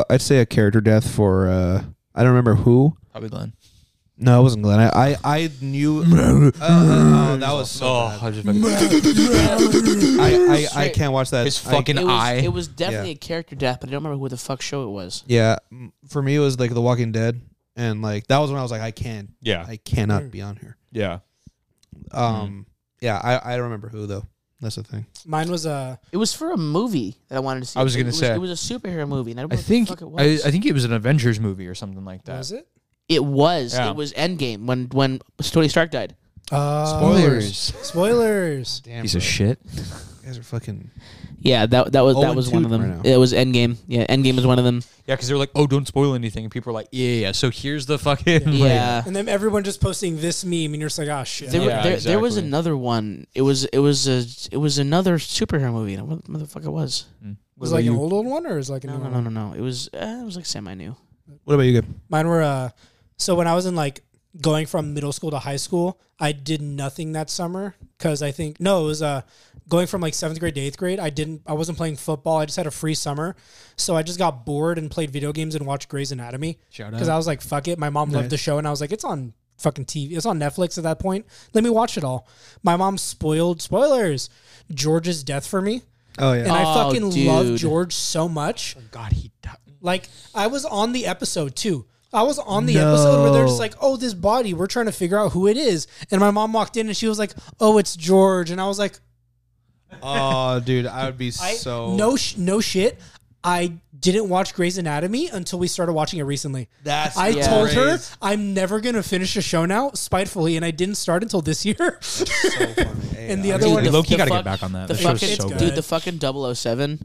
Speaker 1: uh, I'd say a character death for uh, I don't remember who.
Speaker 3: Probably Glenn.
Speaker 1: No, it wasn't Glenn. I I, I knew. Uh, oh, that was so.
Speaker 3: Oh, I was just fucking-
Speaker 1: bad. I, I I can't watch that.
Speaker 3: his
Speaker 1: I-
Speaker 3: fucking
Speaker 2: It was,
Speaker 3: eye.
Speaker 2: it was definitely
Speaker 1: Yeah.
Speaker 2: a character death, but I don't remember who the fuck show it was.
Speaker 1: yeah, m- for me it was like The Walking Dead, and like that was when I was like, I can't.
Speaker 3: Yeah.
Speaker 1: I
Speaker 3: Mm.
Speaker 1: cannot be on here.
Speaker 3: yeah.
Speaker 1: Um, yeah, I I don't remember who though. That's the thing.
Speaker 4: Mine was uh
Speaker 2: It was for a movie that I wanted to see.
Speaker 3: I was
Speaker 2: It
Speaker 3: gonna say.
Speaker 2: it was a superhero movie. And I, don't remember
Speaker 3: I think
Speaker 2: what the fuck
Speaker 3: I,
Speaker 2: it was.
Speaker 3: I think it was an Avengers movie or something like that.
Speaker 4: was it?
Speaker 2: it was.
Speaker 3: Yeah.
Speaker 2: It was Endgame when when Tony Stark died.
Speaker 4: Uh,
Speaker 3: Spoilers.
Speaker 4: Spoilers.
Speaker 1: Damn,
Speaker 3: Piece of
Speaker 1: bro.
Speaker 3: shit.
Speaker 1: You guys are fucking.
Speaker 2: Yeah, that that was
Speaker 1: Oh,
Speaker 2: that
Speaker 1: and
Speaker 2: was one
Speaker 1: two
Speaker 2: of them.
Speaker 1: right now.
Speaker 2: it was Endgame. Yeah, Endgame was one of them.
Speaker 3: Yeah, because they're like, oh, don't spoil anything, and people are like, yeah, yeah. yeah. So here's the fucking like-
Speaker 2: Yeah.
Speaker 4: And then everyone just posting this meme and you're just like, ah shit.
Speaker 2: There, were-
Speaker 3: Yeah,
Speaker 2: there, there was
Speaker 3: exactly.
Speaker 2: another one. It was it was a it was another superhero movie. I don't know what the motherfucker it was.
Speaker 4: was it like an old old one or is it like a
Speaker 2: No,
Speaker 4: new
Speaker 2: no,
Speaker 4: one?
Speaker 2: no, no, no. It was uh, it was like semi new.
Speaker 1: What about you, Gabe?
Speaker 4: Mine were uh so when I was in like going from middle school to high school, I did nothing that summer cuz I think no, it was uh going from like 7th grade to 8th grade, I didn't I wasn't playing football. I just had a free summer. So I just got bored and played video games and watched Grey's Anatomy
Speaker 3: Shout
Speaker 4: cuz I was like fuck it. My mom loved the show and I was like it's on fucking TV. It's on Netflix at that point. Let me watch it all. My mom spoiled spoilers George's death for me.
Speaker 1: Oh yeah.
Speaker 4: And I
Speaker 2: Oh,
Speaker 4: fucking love
Speaker 2: dude.
Speaker 4: George so
Speaker 1: Oh,
Speaker 4: much.
Speaker 3: God, he died.
Speaker 4: Like I was on the episode too. I was on the episode where they're just like, "Oh, this body. We're trying to figure out who it is." And my mom walked in and she was like, "Oh, it's George." And I was like,
Speaker 1: oh, dude, I would be
Speaker 4: "I
Speaker 1: so.
Speaker 4: no sh- no shit. I didn't watch Grey's Anatomy until we started watching it recently.
Speaker 1: That's
Speaker 4: I
Speaker 2: Yeah.
Speaker 4: told her
Speaker 1: crazy.
Speaker 4: I'm never gonna finish the show now, spitefully, and I didn't start until this year.
Speaker 1: so funny. Hey,
Speaker 4: And
Speaker 1: I
Speaker 4: the other
Speaker 3: Dude,
Speaker 4: one,
Speaker 3: the
Speaker 4: is
Speaker 3: Loki
Speaker 2: the
Speaker 3: gotta get
Speaker 2: fuck-
Speaker 3: back on that.
Speaker 2: The
Speaker 3: That show's
Speaker 2: fucking
Speaker 4: so good.
Speaker 2: dude, the fucking 007.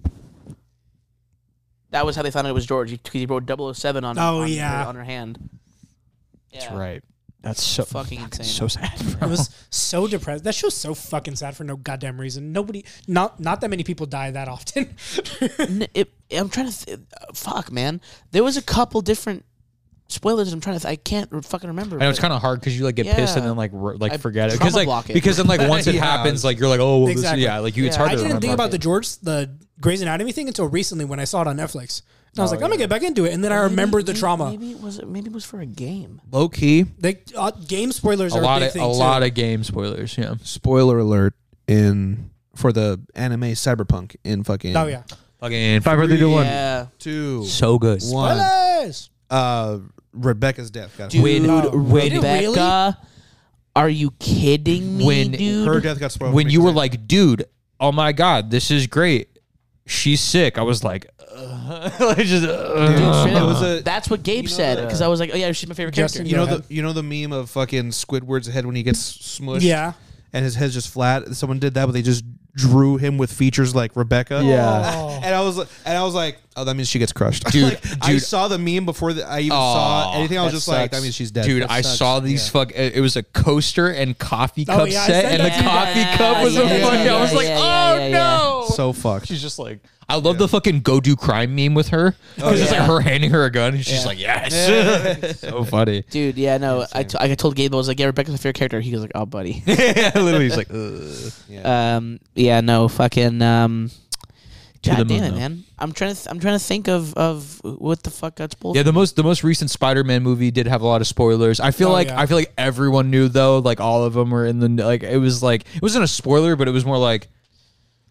Speaker 2: That was how they found out it was George because he wrote 007 on,
Speaker 4: Oh,
Speaker 2: on
Speaker 4: yeah.
Speaker 2: her, on her hand. Yeah.
Speaker 3: That's right. That's so
Speaker 2: Fucking insane.
Speaker 3: so sad.
Speaker 4: it was so depressed. That show's so fucking sad for no goddamn reason. Nobody, not not that many people die that often.
Speaker 2: N- it, I'm trying to. Th- uh, fuck, man. There was a couple different spoilers. I'm trying to. Th- I can't re- fucking remember.
Speaker 3: I know it's
Speaker 2: but-
Speaker 3: kind of hard because you like get pissed and
Speaker 2: Yeah.
Speaker 3: then like re- like
Speaker 2: I
Speaker 3: forget it
Speaker 2: trauma
Speaker 3: because like
Speaker 2: block it.
Speaker 3: because then like once it happens like you're like oh well, this-
Speaker 4: Exactly.
Speaker 3: yeah like you it's
Speaker 2: Yeah.
Speaker 3: hard
Speaker 4: I
Speaker 3: to
Speaker 4: didn't
Speaker 3: remember.
Speaker 4: think about the George, the Grey's Anatomy thing until recently when I saw it on Netflix. And
Speaker 3: Oh,
Speaker 4: I was like, I'm gonna get back into it, and then I
Speaker 2: Maybe-
Speaker 4: remembered the
Speaker 2: maybe-
Speaker 4: trauma.
Speaker 2: Maybe it was. Maybe it was for a game.
Speaker 1: low key
Speaker 4: They uh, game spoilers
Speaker 3: a
Speaker 4: are a
Speaker 3: lot
Speaker 4: big
Speaker 3: of
Speaker 4: thing
Speaker 3: a
Speaker 4: too.
Speaker 3: lot of game spoilers. Yeah,
Speaker 1: spoiler alert in for the anime Cyberpunk in fucking
Speaker 4: oh yeah,
Speaker 3: fucking five, four, three, two, one.
Speaker 2: Yeah,
Speaker 1: two
Speaker 3: So good.
Speaker 1: one
Speaker 4: spoilers.
Speaker 1: uh Rebecca's death got
Speaker 2: dude.
Speaker 3: When-
Speaker 4: No. Did it really?
Speaker 2: Rebecca, are you kidding me,
Speaker 3: When
Speaker 2: dude?
Speaker 1: her death got spoiled
Speaker 3: when
Speaker 1: for me
Speaker 3: you were
Speaker 1: today.
Speaker 3: like, dude, oh my god, this is great. She's sick. I was like, uh, I just, uh,
Speaker 2: Dude, straight up,
Speaker 1: It was a-
Speaker 2: that's what Gabe
Speaker 1: you know
Speaker 2: said
Speaker 1: the-
Speaker 2: because I was like, oh yeah, she's my favorite
Speaker 4: Justin-
Speaker 2: character.
Speaker 1: you know
Speaker 4: Go
Speaker 1: the you know the meme of fucking Squidward's head when he gets smushed
Speaker 4: Yeah,
Speaker 1: and his head's just flat someone did that but they just drew him with features like Rebecca.
Speaker 3: Yeah.
Speaker 1: And I was like, and I was like, oh, that means she gets crushed.
Speaker 3: Dude,
Speaker 1: Like, I
Speaker 3: dude.
Speaker 1: saw the meme before the, I even saw
Speaker 3: Aw,
Speaker 1: anything. I was
Speaker 3: that
Speaker 1: just like,
Speaker 3: sucks.
Speaker 1: that means she's dead.
Speaker 3: Dude,
Speaker 1: That
Speaker 3: I
Speaker 1: sucks.
Speaker 3: saw these fuck. It it was a coaster and coffee
Speaker 4: Oh,
Speaker 3: cup
Speaker 4: yeah, I
Speaker 3: set,
Speaker 4: said
Speaker 3: and the
Speaker 4: that.
Speaker 3: coffee
Speaker 2: Yeah,
Speaker 3: cup was a
Speaker 2: yeah,
Speaker 3: fucking.
Speaker 2: yeah,
Speaker 3: I was like,
Speaker 2: yeah,
Speaker 3: oh
Speaker 2: yeah, yeah.
Speaker 3: no.
Speaker 1: so fucked.
Speaker 3: She's just like, I love the fucking go do crime meme with her.
Speaker 1: Oh,
Speaker 3: it's just like her handing her a gun, and she's like, yes. so funny.
Speaker 2: Dude, yeah, no. I, t- I told Gabe, I was like, yeah, Rebecca's my favorite character. He was like, oh, buddy.
Speaker 3: yeah, literally, he's like, Ugh.
Speaker 2: um, yeah, no, fucking. Um, God
Speaker 3: the
Speaker 2: damn
Speaker 3: moon,
Speaker 2: it,
Speaker 3: though.
Speaker 2: man. I'm trying to. Th- I'm trying to think of of what the fuck got spoiled.
Speaker 3: yeah. The most the most recent Spider Man movie did have a lot of spoilers. I feel
Speaker 4: Oh,
Speaker 3: like
Speaker 4: yeah.
Speaker 3: I feel like everyone knew though. Like all of them were in the like. It was like it wasn't a spoiler, but it was more like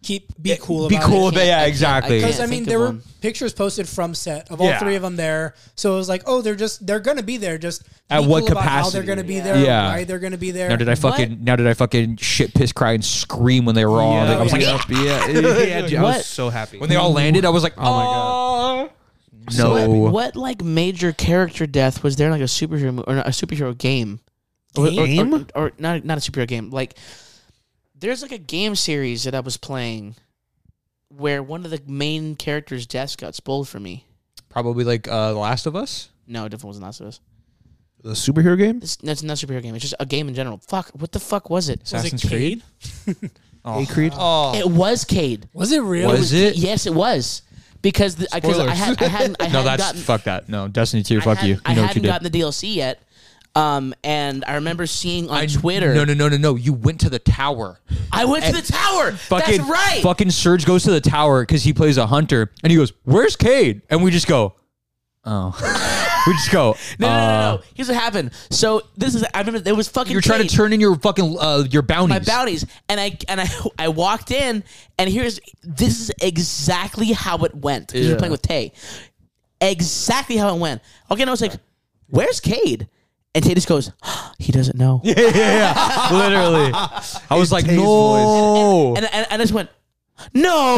Speaker 4: Keep be cool.
Speaker 3: be
Speaker 4: about
Speaker 3: cool
Speaker 4: It.
Speaker 3: about yeah, exactly.
Speaker 2: I
Speaker 4: Because I
Speaker 2: can't
Speaker 4: mean,
Speaker 2: think
Speaker 4: there
Speaker 2: of
Speaker 4: were
Speaker 2: one.
Speaker 4: pictures posted from set of all
Speaker 3: Yeah.
Speaker 4: three of them there, so it was like, oh, they're just they're gonna be there. Just be
Speaker 3: At what
Speaker 4: cool about How
Speaker 3: capacity?
Speaker 4: they're gonna be
Speaker 2: Yeah.
Speaker 4: there?
Speaker 3: Yeah.
Speaker 4: Why they're gonna be there?
Speaker 3: Now did I fucking now did I fucking shit piss cry and scream when they were all like, I was like,
Speaker 1: yeah, yeah, yeah, dude, I
Speaker 2: What?
Speaker 1: was so happy.
Speaker 3: when they all landed I was like oh,
Speaker 1: my
Speaker 3: my god no
Speaker 2: What, what like major character death was there in, like a superhero mo- or not, a superhero game?
Speaker 3: Oh,
Speaker 2: Or- or-
Speaker 1: Game?
Speaker 2: Or, or not not a superhero game. Like there's like a game series that I was playing where one of the main characters' deaths got spoiled for me.
Speaker 3: probably like uh, The Last of Us
Speaker 2: No, it definitely wasn't Last of Us.
Speaker 1: the superhero game.
Speaker 2: It's, that's not a superhero game. It's just a game in general. Fuck, what the fuck was it?
Speaker 4: Was it
Speaker 3: Assassin's
Speaker 4: Cade?
Speaker 3: Creed
Speaker 1: Hey, Creed.
Speaker 3: oh
Speaker 2: It was Cade.
Speaker 4: Was it real?
Speaker 3: Was it
Speaker 2: Yes, it was. Because the, because I
Speaker 3: Spoilers.
Speaker 2: had I hadn't I
Speaker 3: no
Speaker 2: hadn't
Speaker 3: that's
Speaker 2: gotten
Speaker 3: fuck that no Destiny 2
Speaker 2: I
Speaker 3: fuck you
Speaker 2: hadn't- I
Speaker 3: you know what you
Speaker 2: hadn't
Speaker 3: did
Speaker 2: gotten the DLC yet. Um, and I remember seeing on
Speaker 3: I-
Speaker 2: Twitter.
Speaker 3: no no no no no you went to the tower
Speaker 2: I went to the tower.
Speaker 3: fucking
Speaker 2: That's right.
Speaker 3: fucking Serge goes to the tower because he plays a hunter and he goes where's Cade and we just go oh we just go
Speaker 2: no, no, no, no,
Speaker 3: uh,
Speaker 2: no. Here's what happened. So this is I remember it was fucking.
Speaker 3: you're trying
Speaker 2: Cade,
Speaker 3: to turn in your fucking uh, your bounties
Speaker 2: my bounties, and I and I I walked in, and here's this is exactly how it went. 'Cause You're playing with Tay. Exactly how it went. Okay, and I was like, "Where's Cade?" And Tay just goes, "He doesn't know."
Speaker 3: yeah, literally. I was like,
Speaker 1: Tate's
Speaker 3: no.
Speaker 2: And, and, and I just went, "No."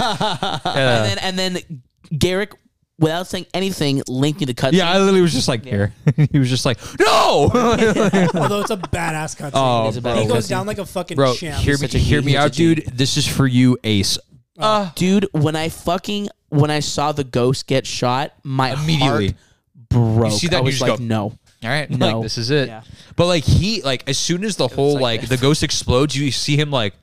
Speaker 3: Yeah.
Speaker 2: And then and then Garrick, without saying anything, linked me to cut.
Speaker 3: yeah, I literally was just like, here. he was just like, no.
Speaker 4: Although it's a badass cutscene.
Speaker 3: Oh,
Speaker 2: It is a badass
Speaker 4: he goes
Speaker 2: cutscene.
Speaker 4: down like a fucking
Speaker 3: Bro,
Speaker 4: champ.
Speaker 3: hear me,
Speaker 2: such a
Speaker 3: hear me
Speaker 2: huge
Speaker 3: out,
Speaker 2: G. Oh.
Speaker 3: dude. This is for you, Ace. Uh,
Speaker 2: dude when i fucking when i saw the ghost get shot my
Speaker 3: Immediately.
Speaker 2: heart broke
Speaker 3: You see that,
Speaker 2: i
Speaker 3: you
Speaker 2: was
Speaker 3: just
Speaker 2: like
Speaker 3: go,
Speaker 2: no
Speaker 3: All right,
Speaker 2: No.
Speaker 3: like this is it.
Speaker 2: Yeah.
Speaker 3: But like he, like as soon as the whole
Speaker 2: like-
Speaker 3: like, the ghost explodes, you see him like,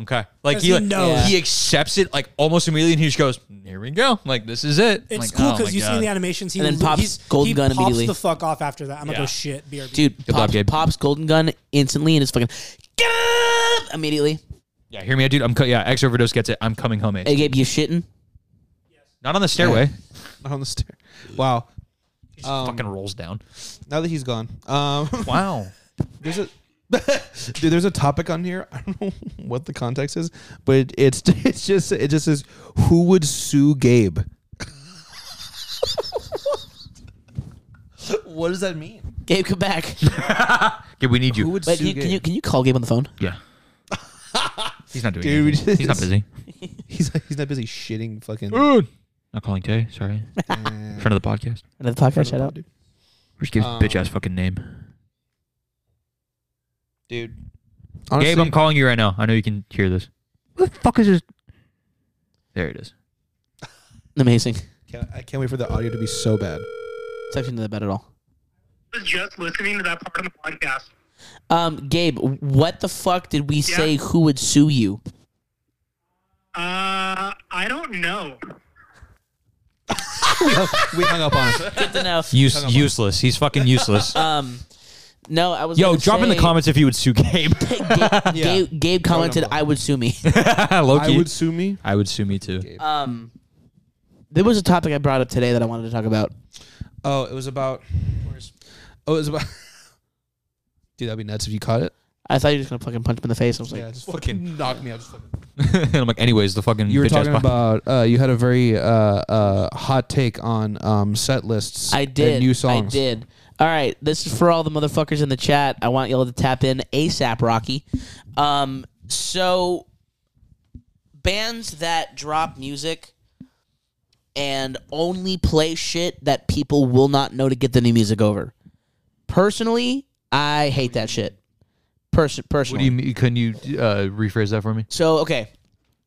Speaker 3: okay, like
Speaker 4: 'Cause
Speaker 3: he,
Speaker 4: he
Speaker 3: like,
Speaker 4: knows.
Speaker 3: he accepts it like almost immediately, and he just goes, here we go, like this is it.
Speaker 4: It's
Speaker 3: like,
Speaker 4: cool
Speaker 3: oh
Speaker 4: because
Speaker 3: my
Speaker 4: you see in
Speaker 3: God.
Speaker 4: the animations he
Speaker 2: And then
Speaker 4: lo-
Speaker 2: pops
Speaker 4: he's,
Speaker 2: Golden
Speaker 4: he
Speaker 2: Gun
Speaker 4: pops
Speaker 2: immediately.
Speaker 4: the fuck off after that. I'm gonna
Speaker 3: Yeah.
Speaker 4: go shit, BRB.
Speaker 2: dude
Speaker 3: luck,
Speaker 2: pops,
Speaker 3: Gabe.
Speaker 2: pops golden gun instantly and it's fucking get up immediately
Speaker 3: Yeah, hear me out, dude. I'm co- yeah, X overdose gets it. I'm coming home, Ace.
Speaker 2: hey gabe you shitting
Speaker 3: Not on the stairway.
Speaker 1: Not on the stair. Wow.
Speaker 3: He just
Speaker 2: Um,
Speaker 3: fucking rolls down.
Speaker 1: Now that he's gone, um,
Speaker 3: Wow.
Speaker 1: there's a dude. There's a topic on here. I don't know what the context is, but it's it's just it just says who would sue Gabe. what does that mean?
Speaker 2: gabe come back
Speaker 3: Yeah, we need you.
Speaker 1: Who would
Speaker 2: but
Speaker 1: sue
Speaker 2: you,
Speaker 1: Gabe?
Speaker 2: can you can you call gabe on the phone
Speaker 3: Yeah. He's not doing
Speaker 1: Dude,
Speaker 3: anything. He's not
Speaker 1: this-
Speaker 3: busy.
Speaker 1: he's he's not busy shitting fucking.
Speaker 3: Not calling Tay. Sorry.
Speaker 1: uh,
Speaker 3: Friend of the podcast.
Speaker 2: another podcast shout out
Speaker 3: Which gives
Speaker 1: Um,
Speaker 3: bitch ass fucking name.
Speaker 1: dude.
Speaker 3: Gabe, I'm calling you right now. I know you can hear this. What the fuck is this? There it is.
Speaker 2: amazing it's
Speaker 1: Can't, I can't wait for the audio to be so bad.
Speaker 2: actually not that bad at all
Speaker 5: was just listening to that part of the podcast.
Speaker 2: um gabe what the fuck did we say who would sue you
Speaker 5: Uh, I don't know.
Speaker 1: Oh, We hung up on it.
Speaker 2: good to know
Speaker 3: Use, useless. He's fucking useless.
Speaker 2: um no i was
Speaker 3: Yo,
Speaker 2: gonna
Speaker 3: drop in the
Speaker 2: say-
Speaker 3: comments if you would sue Gabe.
Speaker 2: Gabe, Gabe, Gabe commented,
Speaker 1: number.
Speaker 2: "I would sue me."
Speaker 1: I
Speaker 3: Loki.
Speaker 1: would sue me.
Speaker 3: I would sue me too.
Speaker 2: Um, there was a topic I brought up today that I wanted to talk about.
Speaker 1: Oh, it was about. Oh, it was about. Dude, that'd be nuts if you caught it.
Speaker 2: I thought you were just gonna fucking punch him in the face. I was like,
Speaker 1: Yeah, just fucking knock me out. Just fucking.
Speaker 3: and I'm like, anyways, the fucking
Speaker 1: You were
Speaker 3: bitch ass
Speaker 1: talking about uh, you had a very uh, uh, hot take on um, set lists.
Speaker 2: I did.
Speaker 1: And new songs.
Speaker 2: I did. All right, this is for all the motherfuckers in the chat. I want y'all to tap in ASAP, Rocky. Um, so bands that drop music and only play shit that people will not know to get the new music over. Personally, I hate that shit. Pers- personally.
Speaker 3: What do you mean? Can you uh, rephrase that for me?
Speaker 2: So okay,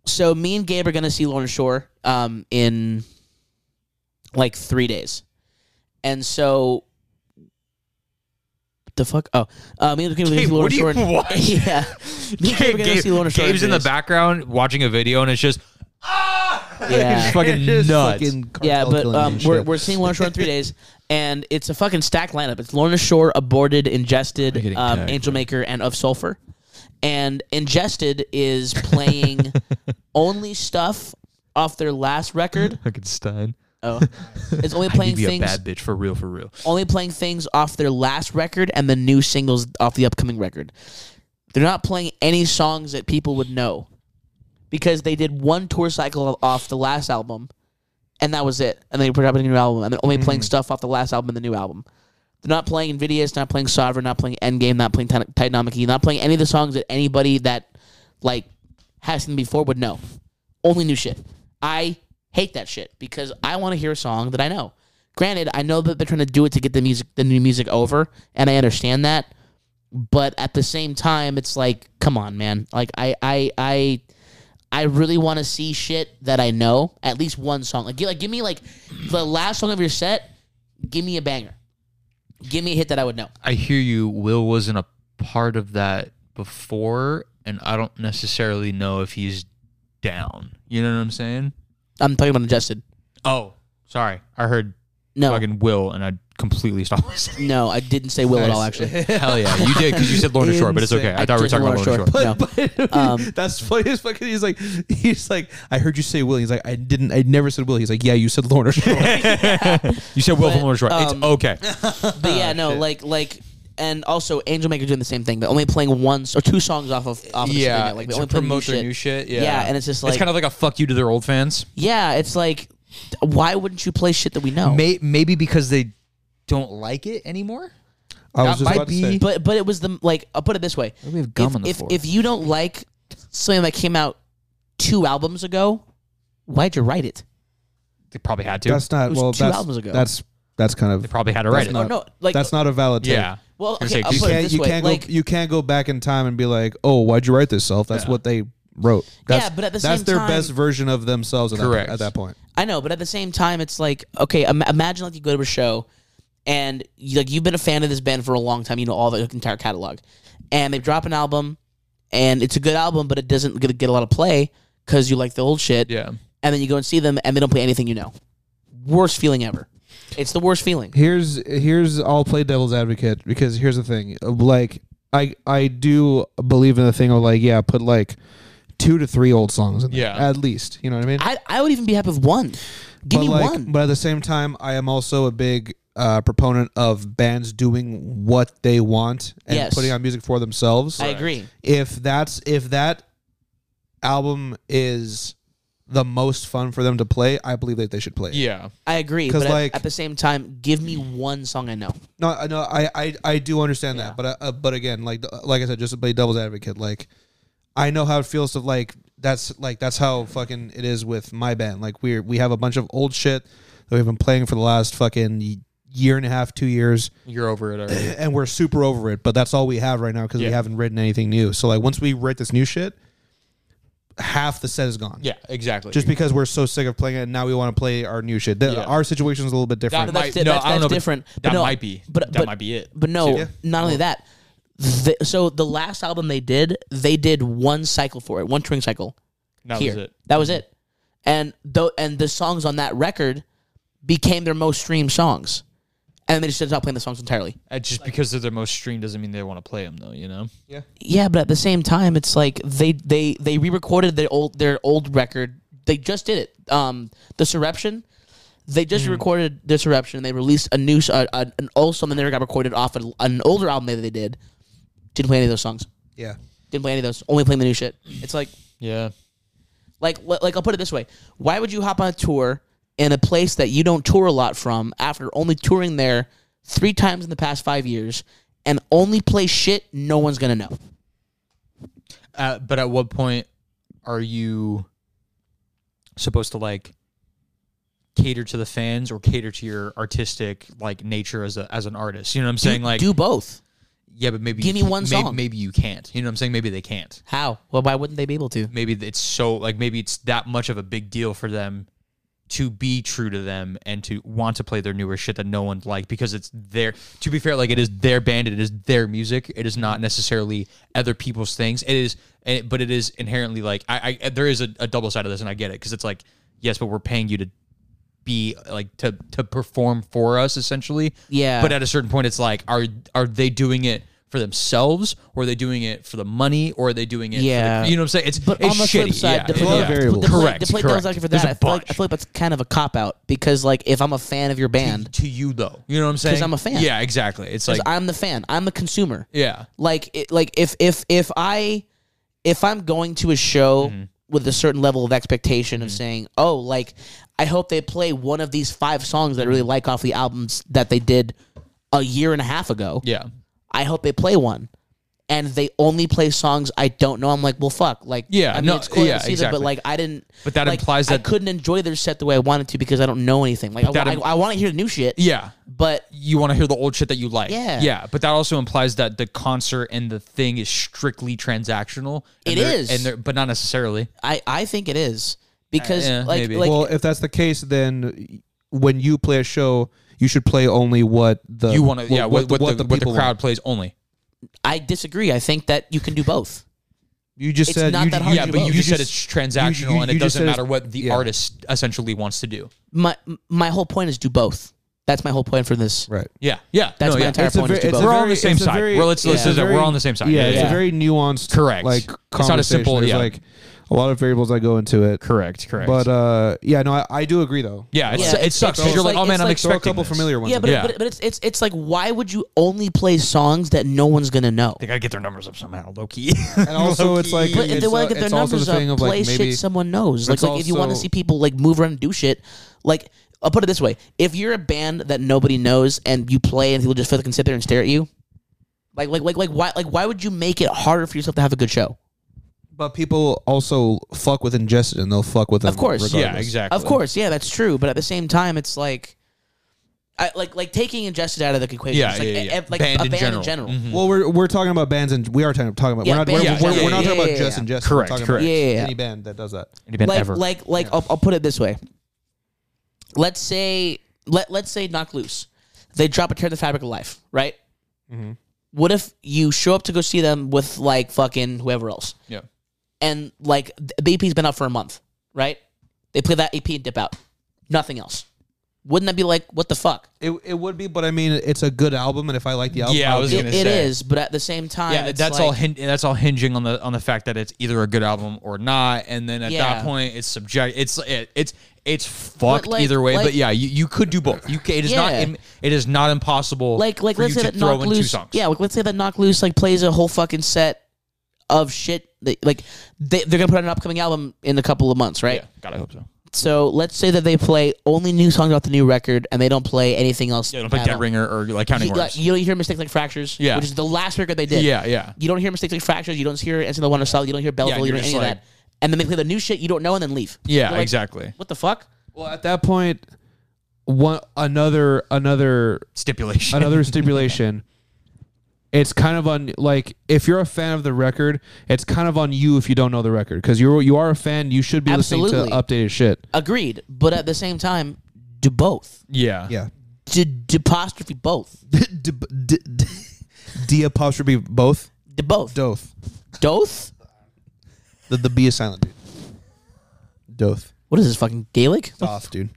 Speaker 2: so me and Gabe are gonna see Lauren Shore um, in like three days, and so the fuck. Oh, uh, me and Gabe are gonna see
Speaker 3: Gabe,
Speaker 2: Lauren
Speaker 3: what do you-
Speaker 2: Shore. in-
Speaker 3: what?
Speaker 2: Yeah, me and Gabe are gonna see Lauren Shore.
Speaker 3: Gabe's in
Speaker 2: three
Speaker 3: the
Speaker 2: days.
Speaker 3: background watching a video, and it's just
Speaker 2: Yeah.
Speaker 3: fucking
Speaker 1: Just
Speaker 3: nuts.
Speaker 1: fucking cartel
Speaker 2: Yeah, but
Speaker 1: killing
Speaker 2: um,
Speaker 1: and
Speaker 2: we're,
Speaker 1: shit.
Speaker 2: we're seeing Lorna Shore in three days, and it's a fucking stacked lineup. It's Lorna Shore, Aborted, Ingested,
Speaker 3: getting
Speaker 2: um,
Speaker 3: tagged,
Speaker 2: Angel Maker, and Of Sulfur. And Ingested is playing only stuff off their last record.
Speaker 3: fucking Stein.
Speaker 2: Oh, it's only
Speaker 3: I
Speaker 2: playing
Speaker 3: need to be a
Speaker 2: things
Speaker 3: bad bitch for real, for real.
Speaker 2: only playing things off their last record and the new singles off the upcoming record. They're not playing any songs that people would know because they did one tour cycle off the last album and that was it. And they put out a new album and they're only
Speaker 3: Mm.
Speaker 2: playing stuff off the last album and the new album. They're not playing Invidious, not playing Sovereign, not playing Endgame, not playing Titan- Titanomachy, not playing any of the songs that anybody that like has seen before would know. Only new shit. I hate that shit because I want to hear a song that I know. Granted, I know that they're trying to do it to get the music, the new music over, and I understand that. But at the same time, it's like, come on, man. Like I, I, I, I really want to see shit that I know. At least one song. Like, gi- like, give me like the last song of your set. Give me a banger. Give me a hit that I would know.
Speaker 3: I hear you. Will wasn't a part of that before, and I don't necessarily know if he's down. You know what I'm saying?
Speaker 2: I'm talking about ingested.
Speaker 3: Oh, sorry. I heard
Speaker 2: No,
Speaker 3: fucking Will, and I completely stopped listening.
Speaker 2: no, I didn't say will at all. Actually,
Speaker 3: Hell yeah, you did because you said Lorna Shore, but it's okay. I,
Speaker 2: I
Speaker 3: thought we were
Speaker 2: did say
Speaker 3: talking about
Speaker 2: Lorna
Speaker 3: Lorna Shore.
Speaker 2: Shore.
Speaker 1: But
Speaker 2: Um,
Speaker 1: that's funny as fucking. He's like, he's like, I heard you say Will. He's like, I didn't. I never said Will. He's like, yeah, you said Lorna Shore.
Speaker 3: You said Will
Speaker 2: But,
Speaker 3: from Lorna Shore.
Speaker 2: um,
Speaker 3: it's okay. Ah,
Speaker 2: but yeah, no, like like. And also, Angel Maker doing the same thing. They're only playing one s- or two songs off of off of the
Speaker 3: yeah,
Speaker 2: streaming. Like they
Speaker 3: to
Speaker 2: only play
Speaker 3: promote
Speaker 2: new
Speaker 3: their
Speaker 2: shit.
Speaker 3: new shit. Yeah,
Speaker 2: Yeah, and it's just
Speaker 3: it's
Speaker 2: like-
Speaker 3: kind of like a fuck you to their old fans.
Speaker 2: Yeah, it's like, why wouldn't you play shit that we know?
Speaker 3: May- maybe because they don't like it anymore.
Speaker 1: I
Speaker 3: That might be-
Speaker 2: But but it was the like I'll put it this way:
Speaker 3: We have
Speaker 2: if if, if you don't like something that came out two albums ago, why'd you write it?
Speaker 3: they probably had to.
Speaker 1: That's not
Speaker 2: was
Speaker 1: well.
Speaker 2: two
Speaker 1: that's,
Speaker 2: albums ago.
Speaker 1: That's that's kind of
Speaker 3: they probably had to
Speaker 1: that's
Speaker 3: write it.
Speaker 1: not-
Speaker 2: Oh no, like
Speaker 1: that's not a valid. Take.
Speaker 3: yeah.
Speaker 2: Well, okay,
Speaker 3: You're saying
Speaker 2: I'll
Speaker 3: you
Speaker 2: put it
Speaker 1: can't,
Speaker 2: this
Speaker 1: you
Speaker 2: way:
Speaker 1: can't
Speaker 2: like
Speaker 1: go. You can't go back in time and be like, oh, why'd you write this self? That's what they wrote.
Speaker 2: Yeah,
Speaker 1: That's,
Speaker 2: but at the
Speaker 1: that's
Speaker 2: same
Speaker 1: their
Speaker 2: time-
Speaker 1: best version of themselves. At that,
Speaker 3: Correct.
Speaker 1: at that point,
Speaker 2: I know, but at the same time, it's like okay, Im- imagine like you go to a show, and you, like you've been a fan of this band for a long time, you know all the entire catalog, and they drop an album, and it's a good album, but it doesn't get, get a lot of play because you like the old shit,
Speaker 3: Yeah.
Speaker 2: and then you go and see them, and they don't play anything you know. Worst feeling ever. It's the worst feeling.
Speaker 1: here's here's I'll play devil's advocate because here's the thing. Like I I do believe in the thing of like yeah, put like two to three old songs in there,
Speaker 3: Yeah.
Speaker 1: at least. You know what I mean?
Speaker 2: I, I would even be happy with one. Give
Speaker 1: but
Speaker 2: me
Speaker 1: like,
Speaker 2: one.
Speaker 1: But at the same time, I am also a big uh, proponent of bands doing what they want and
Speaker 2: Yes.
Speaker 1: putting out music for themselves.
Speaker 2: I agree.
Speaker 1: if that's if that album is the most fun for them to play, I believe that they should play. it.
Speaker 3: Yeah.
Speaker 2: I agree.
Speaker 1: 'Cause,
Speaker 2: But at-
Speaker 1: like-
Speaker 2: at, the same time, give me one song I know.
Speaker 1: No, I- no, I, I, I do understand that, but uh, but again, like like I said, just to play devil's advocate, like I know how it feels to like that's like that's how fucking it is with my band. Like we're we have a bunch of old shit that we've been playing for the last fucking year and a half, two years,
Speaker 3: You're over it already.
Speaker 1: and we're super over it. But that's all we have right now because
Speaker 3: Yeah.
Speaker 1: we haven't written anything new. So like once we write this new shit, half the set is gone.
Speaker 3: yeah, exactly.
Speaker 1: Just because we're so sick of playing it, and now we want to play our new shit. The-
Speaker 3: Yeah.
Speaker 1: Our situation is a little bit different.
Speaker 3: That
Speaker 2: But
Speaker 3: might-
Speaker 2: that's, di-
Speaker 3: no,
Speaker 2: that's,
Speaker 3: I don't
Speaker 2: that's
Speaker 3: know, but
Speaker 2: different.
Speaker 3: that
Speaker 2: but no,
Speaker 3: might be-
Speaker 2: But,
Speaker 3: that
Speaker 2: but-
Speaker 3: might be it.
Speaker 2: But no,
Speaker 1: Yeah.
Speaker 2: not
Speaker 3: Oh.
Speaker 2: only that. The, so the last album they did, they did one cycle for it, one touring cycle.
Speaker 3: that
Speaker 2: here.
Speaker 3: was it.
Speaker 2: That was it. And though, and the songs on that record became their most streamed songs, and they just stopped playing the songs entirely.
Speaker 3: Uh, just because they're their most streamed doesn't mean they want to play them though. You know.
Speaker 2: Yeah, but at the same time, it's like they they they re-recorded their old their old record. They just did it. Um, the Surruption. They just recorded this Surruption. And they released a new s- uh, uh, an old song that never got recorded off an, an older album that they did. Didn't play any of those songs.
Speaker 1: yeah.
Speaker 2: Didn't play any of those. Only playing the new shit. It's like
Speaker 3: Yeah.
Speaker 2: like li- like I'll put it this way: Why would you hop on a tour in a place that you don't tour a lot from after only touring there three times in the past five years and only play shit no one's gonna know?
Speaker 3: Uh, but at what point are you supposed to like cater to the fans or cater to your artistic like nature as a as an artist? You know what I'm saying?
Speaker 2: Do-
Speaker 3: like
Speaker 2: do both.
Speaker 3: Yeah, but maybe
Speaker 2: Give
Speaker 3: you
Speaker 2: me
Speaker 3: can't-
Speaker 2: one
Speaker 3: may-
Speaker 2: song.
Speaker 3: Maybe you can't. You know what I'm saying? Maybe they can't.
Speaker 2: How? Well, why wouldn't they be able to?
Speaker 3: Maybe it's so like maybe it's that much of a big deal for them to be true to them and to want to play their newer shit that no one's like because it's their. To be fair, like it is their band, it is their music. It is not necessarily other people's things. It is, and but it is inherently like I. I there is a, a double side of this, and I get it because it's like yes, but we're paying you to be like to to perform for us essentially.
Speaker 2: Yeah.
Speaker 3: But at a certain point, it's like are are they doing it for themselves, or are they doing it for the money, or are they doing it? for the-
Speaker 2: Yeah.
Speaker 3: you know what I'm saying? It's
Speaker 2: But
Speaker 3: it's
Speaker 2: on the
Speaker 3: shitty.
Speaker 2: flip side,
Speaker 3: yeah.
Speaker 2: the,
Speaker 3: it's a
Speaker 1: lot
Speaker 3: lot
Speaker 1: of
Speaker 3: of
Speaker 1: variables.
Speaker 2: the play,
Speaker 3: Correct,
Speaker 2: the play
Speaker 3: correct.
Speaker 2: devil's advocate for
Speaker 3: There's
Speaker 2: that,
Speaker 3: a
Speaker 2: I feel, like, I
Speaker 3: bunch.
Speaker 2: feel like that's kind of a cop out because, like, if I'm a fan of your band,
Speaker 3: To you though, you know what I'm saying?
Speaker 2: 'Cause I'm a fan.
Speaker 3: Yeah, exactly. It's like
Speaker 2: I'm the fan, I'm the consumer.
Speaker 3: yeah,
Speaker 2: Like, it, like if if if I if I'm going to a show
Speaker 3: Mm-hmm.
Speaker 2: with a certain level of expectation of saying, oh, like, I hope they play one of these five songs that I really like off the albums that they did a year and a half ago.
Speaker 3: yeah.
Speaker 2: I hope they play one. And they only play songs I don't know. I'm like, well, fuck. Like,
Speaker 3: Yeah,
Speaker 2: I mean,
Speaker 3: no,
Speaker 2: it's cool to
Speaker 3: yeah,
Speaker 2: see them,
Speaker 3: exactly.
Speaker 2: but like, I didn't.
Speaker 3: But that
Speaker 2: like,
Speaker 3: implies
Speaker 2: I
Speaker 3: that-
Speaker 2: couldn't enjoy their set the way I wanted to because I don't know anything. Like, I,
Speaker 3: that
Speaker 2: I,
Speaker 3: im-
Speaker 2: I want to hear the new shit.
Speaker 3: Yeah,
Speaker 2: but
Speaker 3: you want to hear the old shit that you like.
Speaker 2: Yeah.
Speaker 3: Yeah. But that also implies that the concert and the thing is strictly transactional. And
Speaker 2: It
Speaker 3: they're-
Speaker 2: is.
Speaker 3: And they're, but not necessarily.
Speaker 2: I, I think it is because
Speaker 3: Uh, yeah,
Speaker 2: like,
Speaker 3: maybe.
Speaker 2: like
Speaker 1: well, if that's the case, then when you play a show, you should play only what
Speaker 2: Uh,
Speaker 1: the
Speaker 3: You want to, yeah, what, what, the, what the
Speaker 1: people
Speaker 3: crowd
Speaker 1: want.
Speaker 3: plays only.
Speaker 2: I disagree. I think that you can do both.
Speaker 1: You just
Speaker 2: It's
Speaker 1: said
Speaker 2: not
Speaker 1: you,
Speaker 2: that hard
Speaker 3: yeah,
Speaker 2: to
Speaker 3: but
Speaker 2: vote.
Speaker 3: you,
Speaker 2: You
Speaker 3: just said
Speaker 1: just-
Speaker 3: it's transactional
Speaker 1: you- you-
Speaker 3: and
Speaker 1: you
Speaker 3: it
Speaker 1: just
Speaker 3: doesn't
Speaker 1: said it's-
Speaker 3: matter what the
Speaker 1: yeah.
Speaker 3: artist essentially wants to do.
Speaker 2: My my whole point is do both. That's my whole point for this.
Speaker 1: right.
Speaker 3: Yeah, yeah,
Speaker 2: That's
Speaker 3: no,
Speaker 2: my
Speaker 3: yeah.
Speaker 2: entire point. is do both.
Speaker 3: We're all on the same side. Well, let's- let's
Speaker 1: it's
Speaker 3: say
Speaker 1: a
Speaker 3: that we're on the same side.
Speaker 1: Yeah,
Speaker 3: Yeah,
Speaker 1: it's
Speaker 2: yeah.
Speaker 1: a very nuanced,
Speaker 3: Correct.
Speaker 1: Like
Speaker 3: It's
Speaker 1: conversation.
Speaker 3: not a simple-
Speaker 1: There's
Speaker 3: yeah.
Speaker 1: like a lot of variables that go into it.
Speaker 3: Correct, correct.
Speaker 1: But uh, yeah, no, I, I do agree though.
Speaker 3: yeah, it's,
Speaker 2: Yeah,
Speaker 3: it
Speaker 2: it's-
Speaker 3: sucks.
Speaker 2: it's
Speaker 3: 'cause you're like,
Speaker 2: like-
Speaker 3: oh man,
Speaker 2: it's
Speaker 3: I'm
Speaker 2: like-
Speaker 1: Throw a
Speaker 3: expecting
Speaker 1: couple
Speaker 3: this.
Speaker 1: familiar ones.
Speaker 2: Yeah,
Speaker 1: in
Speaker 2: but,
Speaker 1: there.
Speaker 3: Yeah.
Speaker 2: but but it's it's it's like why would you only play songs that no one's gonna know?
Speaker 3: They gotta get their numbers up somehow, low key.
Speaker 1: and also it's like
Speaker 2: But if
Speaker 1: it's,
Speaker 2: they want
Speaker 1: uh,
Speaker 2: to get their
Speaker 1: it's also
Speaker 2: numbers
Speaker 1: the thing
Speaker 2: up,
Speaker 1: of like
Speaker 2: play
Speaker 1: maybe
Speaker 2: shit someone knows. Like,
Speaker 1: it's
Speaker 2: like if you want to
Speaker 1: also-
Speaker 2: see people like move around and do shit, like I'll put it this way: if you're a band that nobody knows and you play and people just fucking sit there and stare at you, like like like like why like why would you make it harder for yourself to have a good show?
Speaker 1: But people also fuck with ingested and they'll fuck with them.
Speaker 2: Of course.
Speaker 1: regardless.
Speaker 3: yeah, exactly.
Speaker 2: Of course, yeah, that's true. But at the same time, it's like, I like like taking ingested out of the equation.
Speaker 3: Yeah,
Speaker 2: it's like,
Speaker 3: yeah,
Speaker 2: e-
Speaker 3: yeah.
Speaker 2: e- like
Speaker 3: Band
Speaker 2: a
Speaker 3: in
Speaker 2: band
Speaker 3: general.
Speaker 2: in general.
Speaker 3: Mhm.
Speaker 1: Hmm. Well, we're we're talking about bands and we are talking talking about
Speaker 2: Yeah,
Speaker 1: we're not
Speaker 2: bands
Speaker 1: we're,
Speaker 3: in
Speaker 1: we're,
Speaker 3: general.
Speaker 1: we're not
Speaker 2: Yeah,
Speaker 1: talking
Speaker 2: yeah,
Speaker 1: about just
Speaker 2: yeah.
Speaker 1: ingested.
Speaker 3: Correct,
Speaker 1: we're talking
Speaker 3: correct.
Speaker 1: about
Speaker 2: Yeah, yeah,
Speaker 1: any
Speaker 2: yeah.
Speaker 1: band that does that.
Speaker 2: like, like like I'll, I'll put it this way let's say let, let's say knock loose they drop a tear in the fabric of life right what if you show up to go see them with like fucking whoever else
Speaker 3: yeah.
Speaker 2: and like the ep's been out for a month right they play that ep and dip out nothing else wouldn't that be like what the fuck
Speaker 1: It, it would be, but I mean, it's a good album, and if I like the album,
Speaker 3: Yeah, I
Speaker 1: I'll
Speaker 3: was
Speaker 1: do
Speaker 2: It-
Speaker 3: gonna
Speaker 2: it
Speaker 3: say.
Speaker 2: is but at the same time
Speaker 3: Yeah,
Speaker 2: it's
Speaker 3: that's
Speaker 2: like-
Speaker 3: all. Hin- that's all hinging on the on the fact that it's either a good album or not, and then at
Speaker 2: Yeah.
Speaker 3: that point, it's subject. It's it, it's it's fucked
Speaker 2: like-
Speaker 3: either way. but
Speaker 2: like-
Speaker 3: yeah, you, you could do both. You ca- it is not
Speaker 2: Yeah.
Speaker 3: im- it is not impossible.
Speaker 2: like like
Speaker 3: for
Speaker 2: let's
Speaker 3: you
Speaker 2: say
Speaker 3: to
Speaker 2: that
Speaker 3: throw
Speaker 2: knock
Speaker 3: in two
Speaker 2: loose.
Speaker 3: songs.
Speaker 2: Yeah, like let's say that knock loose like plays a whole fucking set of shit. That, like they they're gonna put out an upcoming album in a couple of months, right?
Speaker 3: yeah. God, I hope so.
Speaker 2: So let's say that they play only new songs off the new record and they don't play anything else.
Speaker 3: Yeah, don't play
Speaker 2: at
Speaker 3: Dead
Speaker 2: all.
Speaker 3: Ringer or like Counting
Speaker 2: You, like,
Speaker 3: Worms.
Speaker 2: you don't hear mistakes like fractures,
Speaker 3: Yeah.
Speaker 2: which is the last record they did.
Speaker 3: Yeah, yeah.
Speaker 2: You don't hear mistakes like fractures. You don't hear Answer the One or Solid. You don't hear Belleville.
Speaker 3: you're
Speaker 2: you don't
Speaker 3: just
Speaker 2: hear any of
Speaker 3: like-
Speaker 2: that. And then they play the new shit you don't know and then leave.
Speaker 3: yeah,
Speaker 2: You're like,
Speaker 3: exactly.
Speaker 2: What the fuck?
Speaker 1: Well, at that point, one another another
Speaker 3: Stipulation.
Speaker 1: another stipulation. It's kind of on like if you're a fan of the record, it's kind of on you if you don't know the record because you're you are a fan. You should be listening to
Speaker 2: Absolutely.
Speaker 1: updated shit.
Speaker 2: Agreed. But at the same time, do both.
Speaker 3: yeah,
Speaker 2: Do, do apostrophe both.
Speaker 1: d, d, d, d apostrophe both
Speaker 2: Do both.
Speaker 1: doth
Speaker 2: Doth?
Speaker 1: the the b is silent, dude. Doth
Speaker 2: What is this fucking Gaelic?
Speaker 1: doth, dude.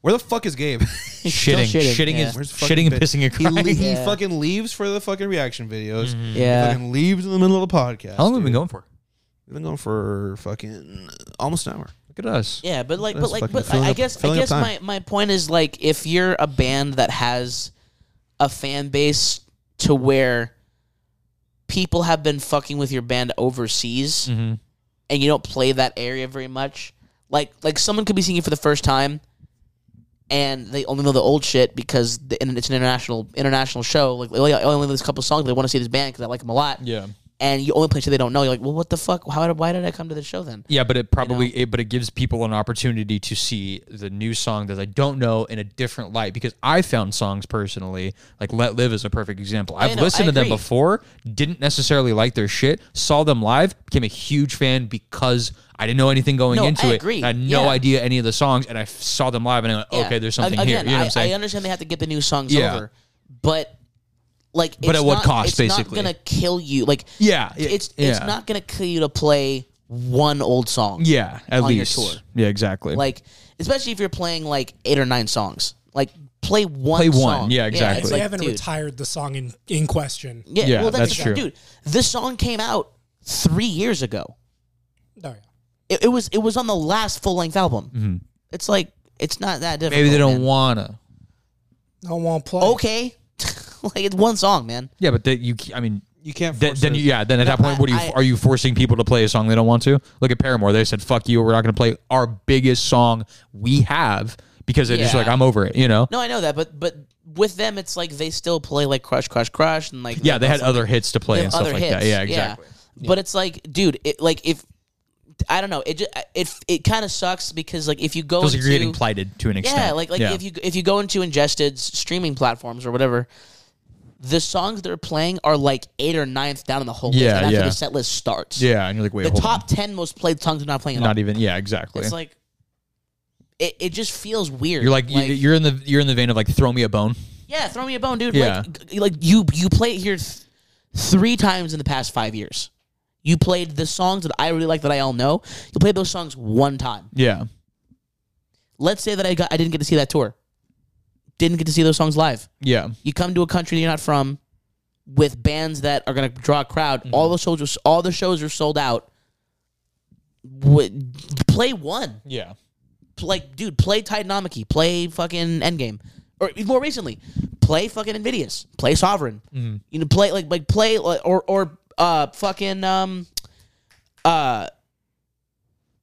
Speaker 1: Where the fuck is Gabe?
Speaker 3: Shitting,
Speaker 2: Still
Speaker 3: shitting,
Speaker 2: shitting, yeah.
Speaker 3: is
Speaker 1: Where's the
Speaker 3: shitting
Speaker 1: fucking
Speaker 3: and
Speaker 1: bit?
Speaker 3: pissing and
Speaker 1: He,
Speaker 3: crying.
Speaker 1: le- he
Speaker 2: Yeah.
Speaker 1: fucking leaves for the fucking reaction videos.
Speaker 2: Yeah.
Speaker 1: Fucking leaves in the middle of the podcast.
Speaker 3: How long have we been
Speaker 1: dude.
Speaker 3: going for?
Speaker 1: We've been going for fucking almost an hour.
Speaker 3: Look at us.
Speaker 2: Yeah, but like,
Speaker 1: That's
Speaker 2: but like,
Speaker 1: fucking
Speaker 2: but
Speaker 1: filling
Speaker 2: I, I
Speaker 1: up-
Speaker 2: guess, I
Speaker 1: filling up
Speaker 2: guess
Speaker 1: time.
Speaker 2: my, my point is like, if you're a band that has a fan base to where people have been fucking with your band overseas,
Speaker 1: Mm-hmm.
Speaker 2: and you don't play that area very much, like, like someone could be seeing you for the first time, and they only know the old shit because the, and it's an international international show. Like, they only, only know this couple songs. They want to see this band because I like them a lot.
Speaker 3: Yeah,
Speaker 2: and you only play shit they don't know. You're like, well, what the fuck? How did, why did I come to the show then?
Speaker 3: Yeah, but it probably it, but it gives people an opportunity to see the new song that I don't know in a different light because I found songs personally like "Let Live" is a perfect example. I've
Speaker 2: no,
Speaker 3: listened
Speaker 2: I
Speaker 3: to them
Speaker 2: agree.
Speaker 3: before, didn't necessarily like their shit, saw them live, became a huge fan because I didn't know anything going
Speaker 2: No,
Speaker 3: into
Speaker 2: I
Speaker 3: it.
Speaker 2: agree.
Speaker 3: I had no
Speaker 2: Yeah.
Speaker 3: idea any of the songs, and I f- saw them live, and I went,
Speaker 2: Yeah.
Speaker 3: "Okay, there's
Speaker 2: A-
Speaker 3: something here."
Speaker 2: Again,
Speaker 3: You know what I'm
Speaker 2: I,
Speaker 3: saying?
Speaker 2: I understand they have to get the new songs
Speaker 3: Yeah.
Speaker 2: over, but like, it's
Speaker 3: But at what
Speaker 2: not-
Speaker 3: cost,
Speaker 2: It's
Speaker 3: basically?
Speaker 2: not gonna kill you. Like,
Speaker 3: Yeah, it-
Speaker 2: it's it's
Speaker 3: yeah.
Speaker 2: not gonna kill you to play one old song.
Speaker 3: yeah, at
Speaker 2: on your
Speaker 3: least.
Speaker 2: tour.
Speaker 3: Yeah, exactly.
Speaker 2: like especially if you're playing like eight or nine songs. Like, play one.
Speaker 3: Play one.
Speaker 2: song.
Speaker 3: Yeah,
Speaker 2: it's
Speaker 3: exactly.
Speaker 4: They
Speaker 2: like,
Speaker 4: haven't
Speaker 2: dude.
Speaker 4: retired the song in, in question.
Speaker 2: Yeah,
Speaker 3: Yeah,
Speaker 2: well, that's,
Speaker 3: that's
Speaker 2: the-
Speaker 3: true.
Speaker 2: dude. This song came out three years ago.
Speaker 4: No, yeah.
Speaker 2: It, it was it was on the last full length album. It's like it's not that difficult.
Speaker 3: Mm-hmm. Maybe they don't
Speaker 2: oh, man.
Speaker 3: wanna.
Speaker 4: No one play.
Speaker 2: Okay, like it's one song, man.
Speaker 3: Yeah, but that you. I mean,
Speaker 1: You can't.
Speaker 3: Then,
Speaker 1: force
Speaker 3: then
Speaker 1: it.
Speaker 3: you, yeah, then at that point, what are you
Speaker 2: I-
Speaker 3: are you forcing people to play a song they don't want to? Look at Paramore; they said, "Fuck you, we're not going to play our biggest song we have because they're just
Speaker 2: Yeah.
Speaker 3: like, I'm over it," you know.
Speaker 2: No, I know that, but but with them, it's like they still play like Crush, Crush, Crush, and like
Speaker 3: yeah, they had
Speaker 2: also-
Speaker 3: other hits to play
Speaker 2: they
Speaker 3: and
Speaker 2: have
Speaker 3: stuff
Speaker 2: other
Speaker 3: like
Speaker 2: hits.
Speaker 3: that. Yeah, exactly.
Speaker 2: But it's like, dude, it like if I don't know, it just, it it kind of sucks because like if you go
Speaker 3: Feels like
Speaker 2: into
Speaker 3: you're getting plighted to an extent.
Speaker 2: yeah, like like if you if you go into ingested streaming platforms or whatever. The songs they're playing are like eight or ninth down in the whole
Speaker 3: Yeah,
Speaker 2: list, and after
Speaker 3: yeah.
Speaker 2: the set list starts,
Speaker 3: yeah, and you're like, wait,
Speaker 2: the
Speaker 3: hold
Speaker 2: top ten most played songs are not playing at
Speaker 3: on,
Speaker 2: all.
Speaker 3: not even. Yeah, exactly.
Speaker 2: It's like it, it just feels weird.
Speaker 3: you're like, you- you're in the you're in the vein of like, throw me a bone.
Speaker 2: Yeah, throw me a bone, dude.
Speaker 3: Yeah.
Speaker 2: Like, g- like you you play it here th- three times in the past five years. You played the songs that I really like that I all know. You played those songs one time.
Speaker 3: Yeah,
Speaker 2: Let's say that I got I didn't get to see that tour. Didn't get to see those songs live.
Speaker 3: yeah,
Speaker 2: You come to a country you're not from with bands that are gonna draw a crowd.
Speaker 3: Mm-hmm.
Speaker 2: All the shows are- all the shows are sold out. Would play one.
Speaker 3: yeah,
Speaker 2: like dude, play Titanomachy, play fucking Endgame, or more recently, play fucking Invidious, play Sovereign.
Speaker 3: Mm-hmm.
Speaker 2: You know, play like like play like, or or uh fucking um uh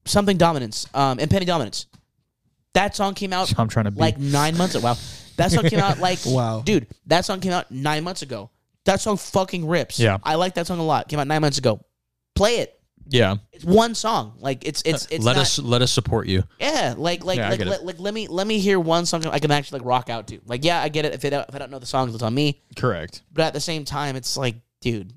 Speaker 2: something dominance, um impending dominance. That song came out
Speaker 3: I'm trying to be.
Speaker 2: like nine months ago. Wow, that song came out like
Speaker 4: Wow.
Speaker 2: dude. That song came out nine months ago. That song fucking rips.
Speaker 3: Yeah.
Speaker 2: I like that song a lot. Came out nine months ago. Play it.
Speaker 3: yeah.
Speaker 2: It's one song. Like it's it's it's
Speaker 3: Uh, let
Speaker 2: not-
Speaker 3: us let us support you.
Speaker 2: yeah, like like
Speaker 3: Yeah, I
Speaker 2: like,
Speaker 3: get it.
Speaker 2: let, like let me let me hear one song I can actually like rock out to. Like yeah, I get it if I don't, if I don't know the songs, it's on me.
Speaker 3: Correct.
Speaker 2: But at the same time, it's like, dude,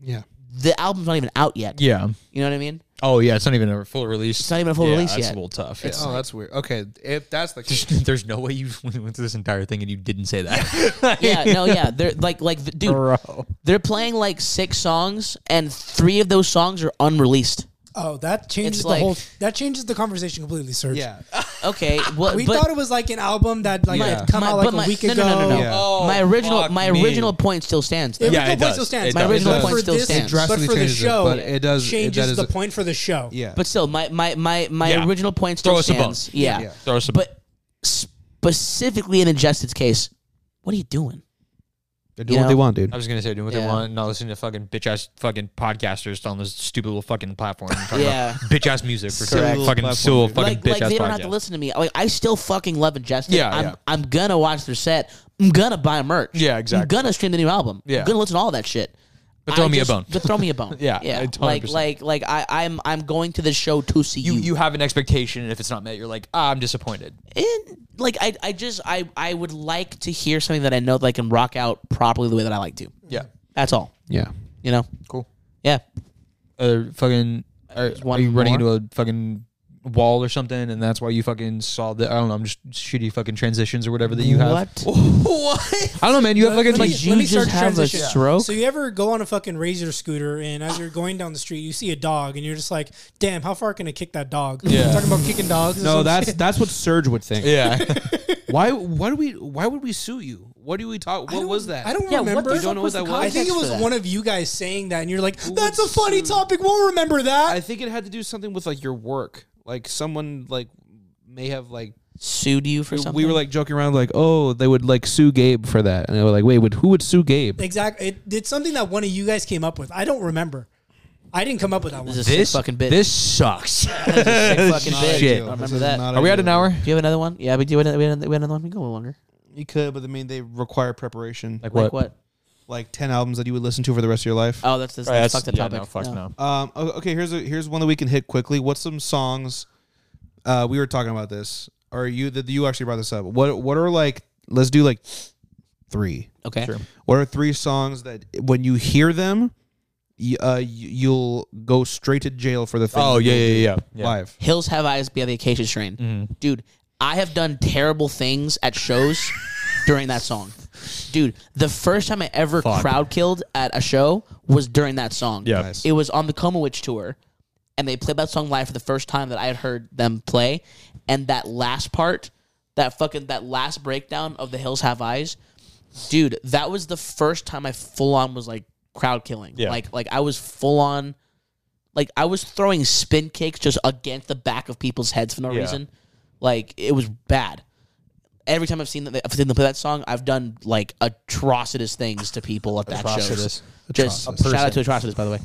Speaker 1: Yeah.
Speaker 2: the album's not even out yet.
Speaker 3: Yeah.
Speaker 2: You know what I mean?
Speaker 3: Oh yeah, it's not even a full release.
Speaker 2: It's not even a full
Speaker 3: yeah,
Speaker 2: release
Speaker 3: that's
Speaker 2: yet.
Speaker 3: a little tough. yeah.
Speaker 1: oh, that's weird. Okay, if that's the case,
Speaker 3: There's, there's no way you went through this entire thing and you didn't say that.
Speaker 2: yeah, no, yeah. They're like like the- dude, they're playing like six songs, and three of those songs are unreleased.
Speaker 4: Oh, that changes
Speaker 2: It's
Speaker 4: the
Speaker 2: like-
Speaker 4: whole. That changes the conversation completely, Serge.
Speaker 1: yeah.
Speaker 2: Okay, what?
Speaker 4: We
Speaker 2: but,
Speaker 4: thought it was like an album that like
Speaker 1: Yeah.
Speaker 4: had come
Speaker 2: my-
Speaker 4: out like
Speaker 2: but my-
Speaker 4: a week
Speaker 2: no, No,
Speaker 4: ago.
Speaker 2: no, no, no.
Speaker 1: Yeah.
Speaker 3: Oh,
Speaker 2: my original
Speaker 3: fuck
Speaker 2: my
Speaker 3: me.
Speaker 2: original point still stands.
Speaker 4: The
Speaker 2: Though.
Speaker 3: Yeah,
Speaker 4: original point
Speaker 3: it does.
Speaker 4: still stands.
Speaker 3: It My does. original
Speaker 4: But
Speaker 1: point
Speaker 4: for
Speaker 2: still
Speaker 4: this-
Speaker 2: stands. It
Speaker 4: But
Speaker 1: drastically
Speaker 4: for the
Speaker 1: changes it,
Speaker 4: show,
Speaker 1: but it does- it
Speaker 4: changes
Speaker 1: does-
Speaker 4: the point for the show.
Speaker 1: Yeah.
Speaker 2: But still, my my my my
Speaker 3: Yeah.
Speaker 2: original point still
Speaker 3: Throw us a bone.
Speaker 2: stands. Yeah.
Speaker 1: Yeah.
Speaker 3: Throw us a
Speaker 2: but specifically in Injustice case, what are you doing?
Speaker 1: They're
Speaker 2: You
Speaker 1: doing what they
Speaker 2: know?
Speaker 1: want, dude.
Speaker 3: I was gonna say doing what
Speaker 2: Yeah.
Speaker 3: they want, not listening to fucking bitch ass fucking podcasters on this stupid little fucking platform.
Speaker 2: Yeah.
Speaker 3: bitch ass music for
Speaker 1: Correct.
Speaker 3: some fucking
Speaker 1: Platform,
Speaker 3: still
Speaker 1: dude.
Speaker 3: fucking
Speaker 2: like,
Speaker 3: bitch
Speaker 2: like
Speaker 3: ass
Speaker 2: they don't
Speaker 3: podcast.
Speaker 2: have to listen to me. Like, I still fucking love Injustice.
Speaker 3: Yeah,
Speaker 2: I'm,
Speaker 3: yeah.
Speaker 2: I'm gonna watch their set. I'm gonna buy merch.
Speaker 3: Yeah, exactly.
Speaker 2: I'm gonna stream the new album.
Speaker 3: Yeah.
Speaker 2: I'm gonna listen to all that shit.
Speaker 3: But throw
Speaker 2: I
Speaker 3: me a
Speaker 2: just-
Speaker 3: bone.
Speaker 2: But throw me a bone.
Speaker 3: Yeah,
Speaker 2: yeah.
Speaker 3: I totally
Speaker 2: Like,
Speaker 3: understand.
Speaker 2: like, like I, I'm, I'm going to the show to see
Speaker 3: you you have an expectation, and if it's not met, you're like, ah, I'm disappointed.
Speaker 2: And, like, I, I just, I, I would like to hear something that I know that I can rock out properly the way that I like to.
Speaker 3: Yeah,
Speaker 2: That's all.
Speaker 1: yeah.
Speaker 2: You know.
Speaker 3: cool.
Speaker 2: Yeah.
Speaker 3: Uh, fucking, are,
Speaker 2: one
Speaker 3: are you running
Speaker 2: more?
Speaker 3: into a fucking wall or something, and that's why you fucking saw the I don't know, I'm just shitty fucking transitions or whatever that you have.
Speaker 2: What?
Speaker 3: I don't know, man. You have fucking
Speaker 4: Let me-
Speaker 3: like
Speaker 2: Did
Speaker 4: let
Speaker 2: you
Speaker 4: me start
Speaker 2: just have a
Speaker 4: transition.
Speaker 2: stroke?
Speaker 4: So you ever go on a fucking razor scooter and as you're going down the street, you see a dog and you're just like, "Damn, how far can I kick that dog?"
Speaker 3: Yeah.
Speaker 4: talking about kicking dogs. or
Speaker 1: No,
Speaker 4: some
Speaker 1: that's
Speaker 4: shit.
Speaker 1: that's what Surge would think.
Speaker 3: yeah.
Speaker 1: Why? Why do we? Why would we sue you? What do we talk? What
Speaker 4: don't-
Speaker 1: was that?
Speaker 4: I don't
Speaker 2: Yeah, what
Speaker 4: remember.
Speaker 2: the You don't fuck know what was that the was?
Speaker 4: I think
Speaker 2: context
Speaker 4: it
Speaker 2: for
Speaker 4: was
Speaker 2: that?
Speaker 4: one of you guys saying that, and you're like, "That's a
Speaker 1: would
Speaker 4: funny
Speaker 1: sue?
Speaker 4: topic. We'll remember that."
Speaker 1: I think it had to do something with like your work. Like someone like may have like
Speaker 2: Sued you for something.
Speaker 1: we were like joking around like oh they would like sue Gabe for that and they were like wait would who would sue Gabe?
Speaker 4: Exactly. It, it's something that one of you guys came up with. I don't remember. I didn't come up with that one.
Speaker 2: This is a
Speaker 3: this
Speaker 2: sick fucking bitch.
Speaker 3: This sucks.
Speaker 2: Sick fucking bitch.
Speaker 3: Shit.
Speaker 2: I remember that.
Speaker 3: Are we at an hour?
Speaker 2: Do you have another one? Yeah, we do. We have another, we have another one. We can go longer.
Speaker 1: You could, but I mean they require preparation.
Speaker 2: Like what?
Speaker 1: like ten albums that you would listen to for the rest of your life?
Speaker 2: Oh, that's this.
Speaker 6: All right,
Speaker 2: that's
Speaker 6: that's-
Speaker 2: fuck the
Speaker 6: yeah,
Speaker 2: topic.
Speaker 6: No, fuck no.
Speaker 1: Um, o- okay, here's a, here's one that we can hit quickly. What's some songs? Uh, we were talking about this. Or you that you actually brought this up. What what are like? Let's do like three.
Speaker 2: Okay.
Speaker 1: What are three songs that when you hear them, y- uh, y- you'll go straight to jail for the thing?
Speaker 6: Oh
Speaker 1: that
Speaker 6: yeah,
Speaker 1: you
Speaker 6: yeah, yeah.
Speaker 1: did
Speaker 6: yeah.
Speaker 1: Live.
Speaker 2: Hills Have Eyes by the Acacia Strain.
Speaker 6: Mm-hmm.
Speaker 2: Dude, I have done terrible things at shows during that song. Dude, the first time I ever crowd killed at a show was during that song.
Speaker 6: Yeah.
Speaker 1: Nice.
Speaker 2: It was on the Coma Witch tour, and they played that song live for the first time that I had heard them play. And that last part, that fucking that last breakdown of the Hills Have Eyes, dude, that was the first time I full on was like crowd killing.
Speaker 6: Yeah.
Speaker 2: Like like I was full on like I was throwing spin kicks just against the back of people's heads for no
Speaker 6: Yeah.
Speaker 2: reason. Like it was bad. Every time I've seen that, I've seen them play that song, I've done like atrocitous things to people at that shows.
Speaker 6: Atrocitous.
Speaker 2: Just
Speaker 1: Atrocitous.
Speaker 2: shout out to atrocities, by the way.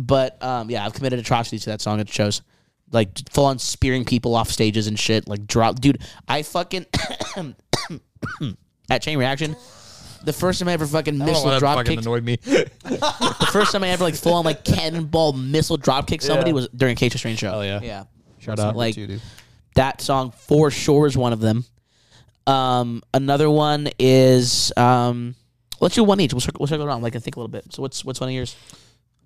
Speaker 2: But um, yeah, I've committed atrocities to that song at shows, like full on spearing people off stages and shit. Like drop, dude. I fucking at Chain Reaction, the first time I ever fucking
Speaker 6: Oh,
Speaker 2: missile
Speaker 6: that
Speaker 2: drop
Speaker 6: fucking
Speaker 2: kicked
Speaker 6: annoyed me.
Speaker 2: the first time I ever like full on like cannonball missile drop kick somebody
Speaker 6: Yeah.
Speaker 2: was during K Strain show.
Speaker 6: yeah.
Speaker 2: yeah.
Speaker 6: Shut up.
Speaker 2: Like
Speaker 1: you, dude.
Speaker 2: that song for sure is one of them. Um, another one is um, let's do one each. We'll circle, we'll circle around. Like I think a little bit. So what's what's one of yours?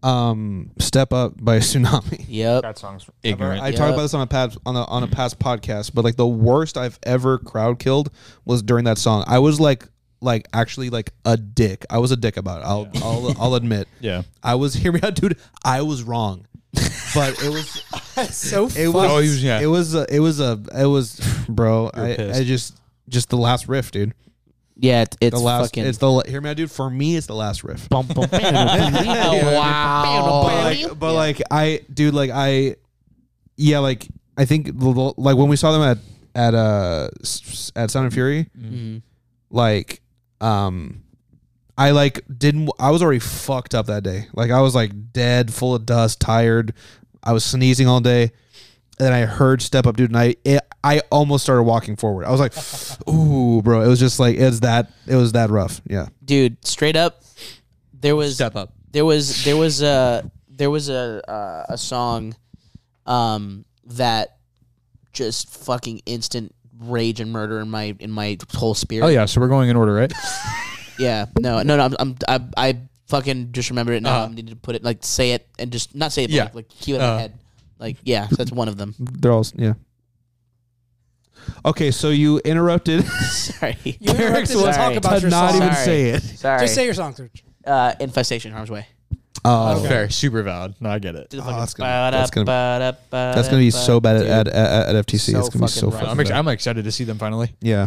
Speaker 1: Um, Step Up by Tsunami.
Speaker 2: Yep.
Speaker 6: that song's
Speaker 3: Ignorant.
Speaker 1: I talked
Speaker 2: Yeah.
Speaker 1: about this on a past on a on a past podcast, but like the worst I've ever crowd killed was during that song. I was like like actually like a dick. I was a dick about it. I'll I'll, I'll admit.
Speaker 6: Yeah.
Speaker 1: I was hear me out, dude. I was wrong, but it was
Speaker 4: so
Speaker 1: it was,
Speaker 6: Oh, he was- yeah.
Speaker 1: it was a, it was a it was bro. I,
Speaker 6: pissed.
Speaker 1: I just just the last riff, dude.
Speaker 2: Yeah. It, it's
Speaker 1: The last
Speaker 2: fucking.
Speaker 1: it's the la- hear me out, dude. For me, it's the last riff.
Speaker 2: bum, bum, bam, bam, bam. oh wow.
Speaker 1: But like, but like I, dude, like I, yeah, like I think the- the- like when we saw them at at uh s- at Sound and Fury, like um, I like didn't I was already fucked up that day. Like I was like dead, full of dust, tired. I was sneezing all day. And then I heard "Step Up, Dude," and I it, I almost started walking forward. I was like, "Ooh, bro!" It was just like it's that it was that rough. Yeah,
Speaker 2: dude straight up there was
Speaker 3: Step up.
Speaker 2: there was there was a there was a uh, a song um that just fucking instant rage and murder in my in my whole spirit
Speaker 3: Oh yeah, so we're going in order, right?
Speaker 2: yeah no no no i'm, I'm I, I fucking just remember it
Speaker 1: Uh-huh.
Speaker 2: now i need to put it like say it and just not say it but
Speaker 3: Yeah.
Speaker 2: like, like keep it in my head like yeah that's one of them
Speaker 1: they're all yeah. Okay, so you interrupted.
Speaker 2: sorry
Speaker 4: You interrupted to talk
Speaker 2: Sorry.
Speaker 4: about your
Speaker 1: not
Speaker 4: song.
Speaker 1: even
Speaker 2: Sorry.
Speaker 1: say it.
Speaker 2: sorry
Speaker 4: Just say your song, Serge.
Speaker 2: uh infestation harm's way
Speaker 1: Oh,
Speaker 6: Fair, super valid. No, I get it.
Speaker 2: Do the
Speaker 1: Oh,
Speaker 2: fucking-
Speaker 1: that's gonna- that's gonna-
Speaker 2: Ba-da-ba-da-ba-da-ba.
Speaker 1: that's gonna be so bad at,
Speaker 2: Dude.
Speaker 1: at, at, at FTC.
Speaker 2: So
Speaker 1: it's gonna be
Speaker 2: fucking
Speaker 1: so
Speaker 2: rough.
Speaker 1: fucking
Speaker 6: I'm, ex-
Speaker 1: bad.
Speaker 6: I'm excited to see them finally.
Speaker 1: Yeah,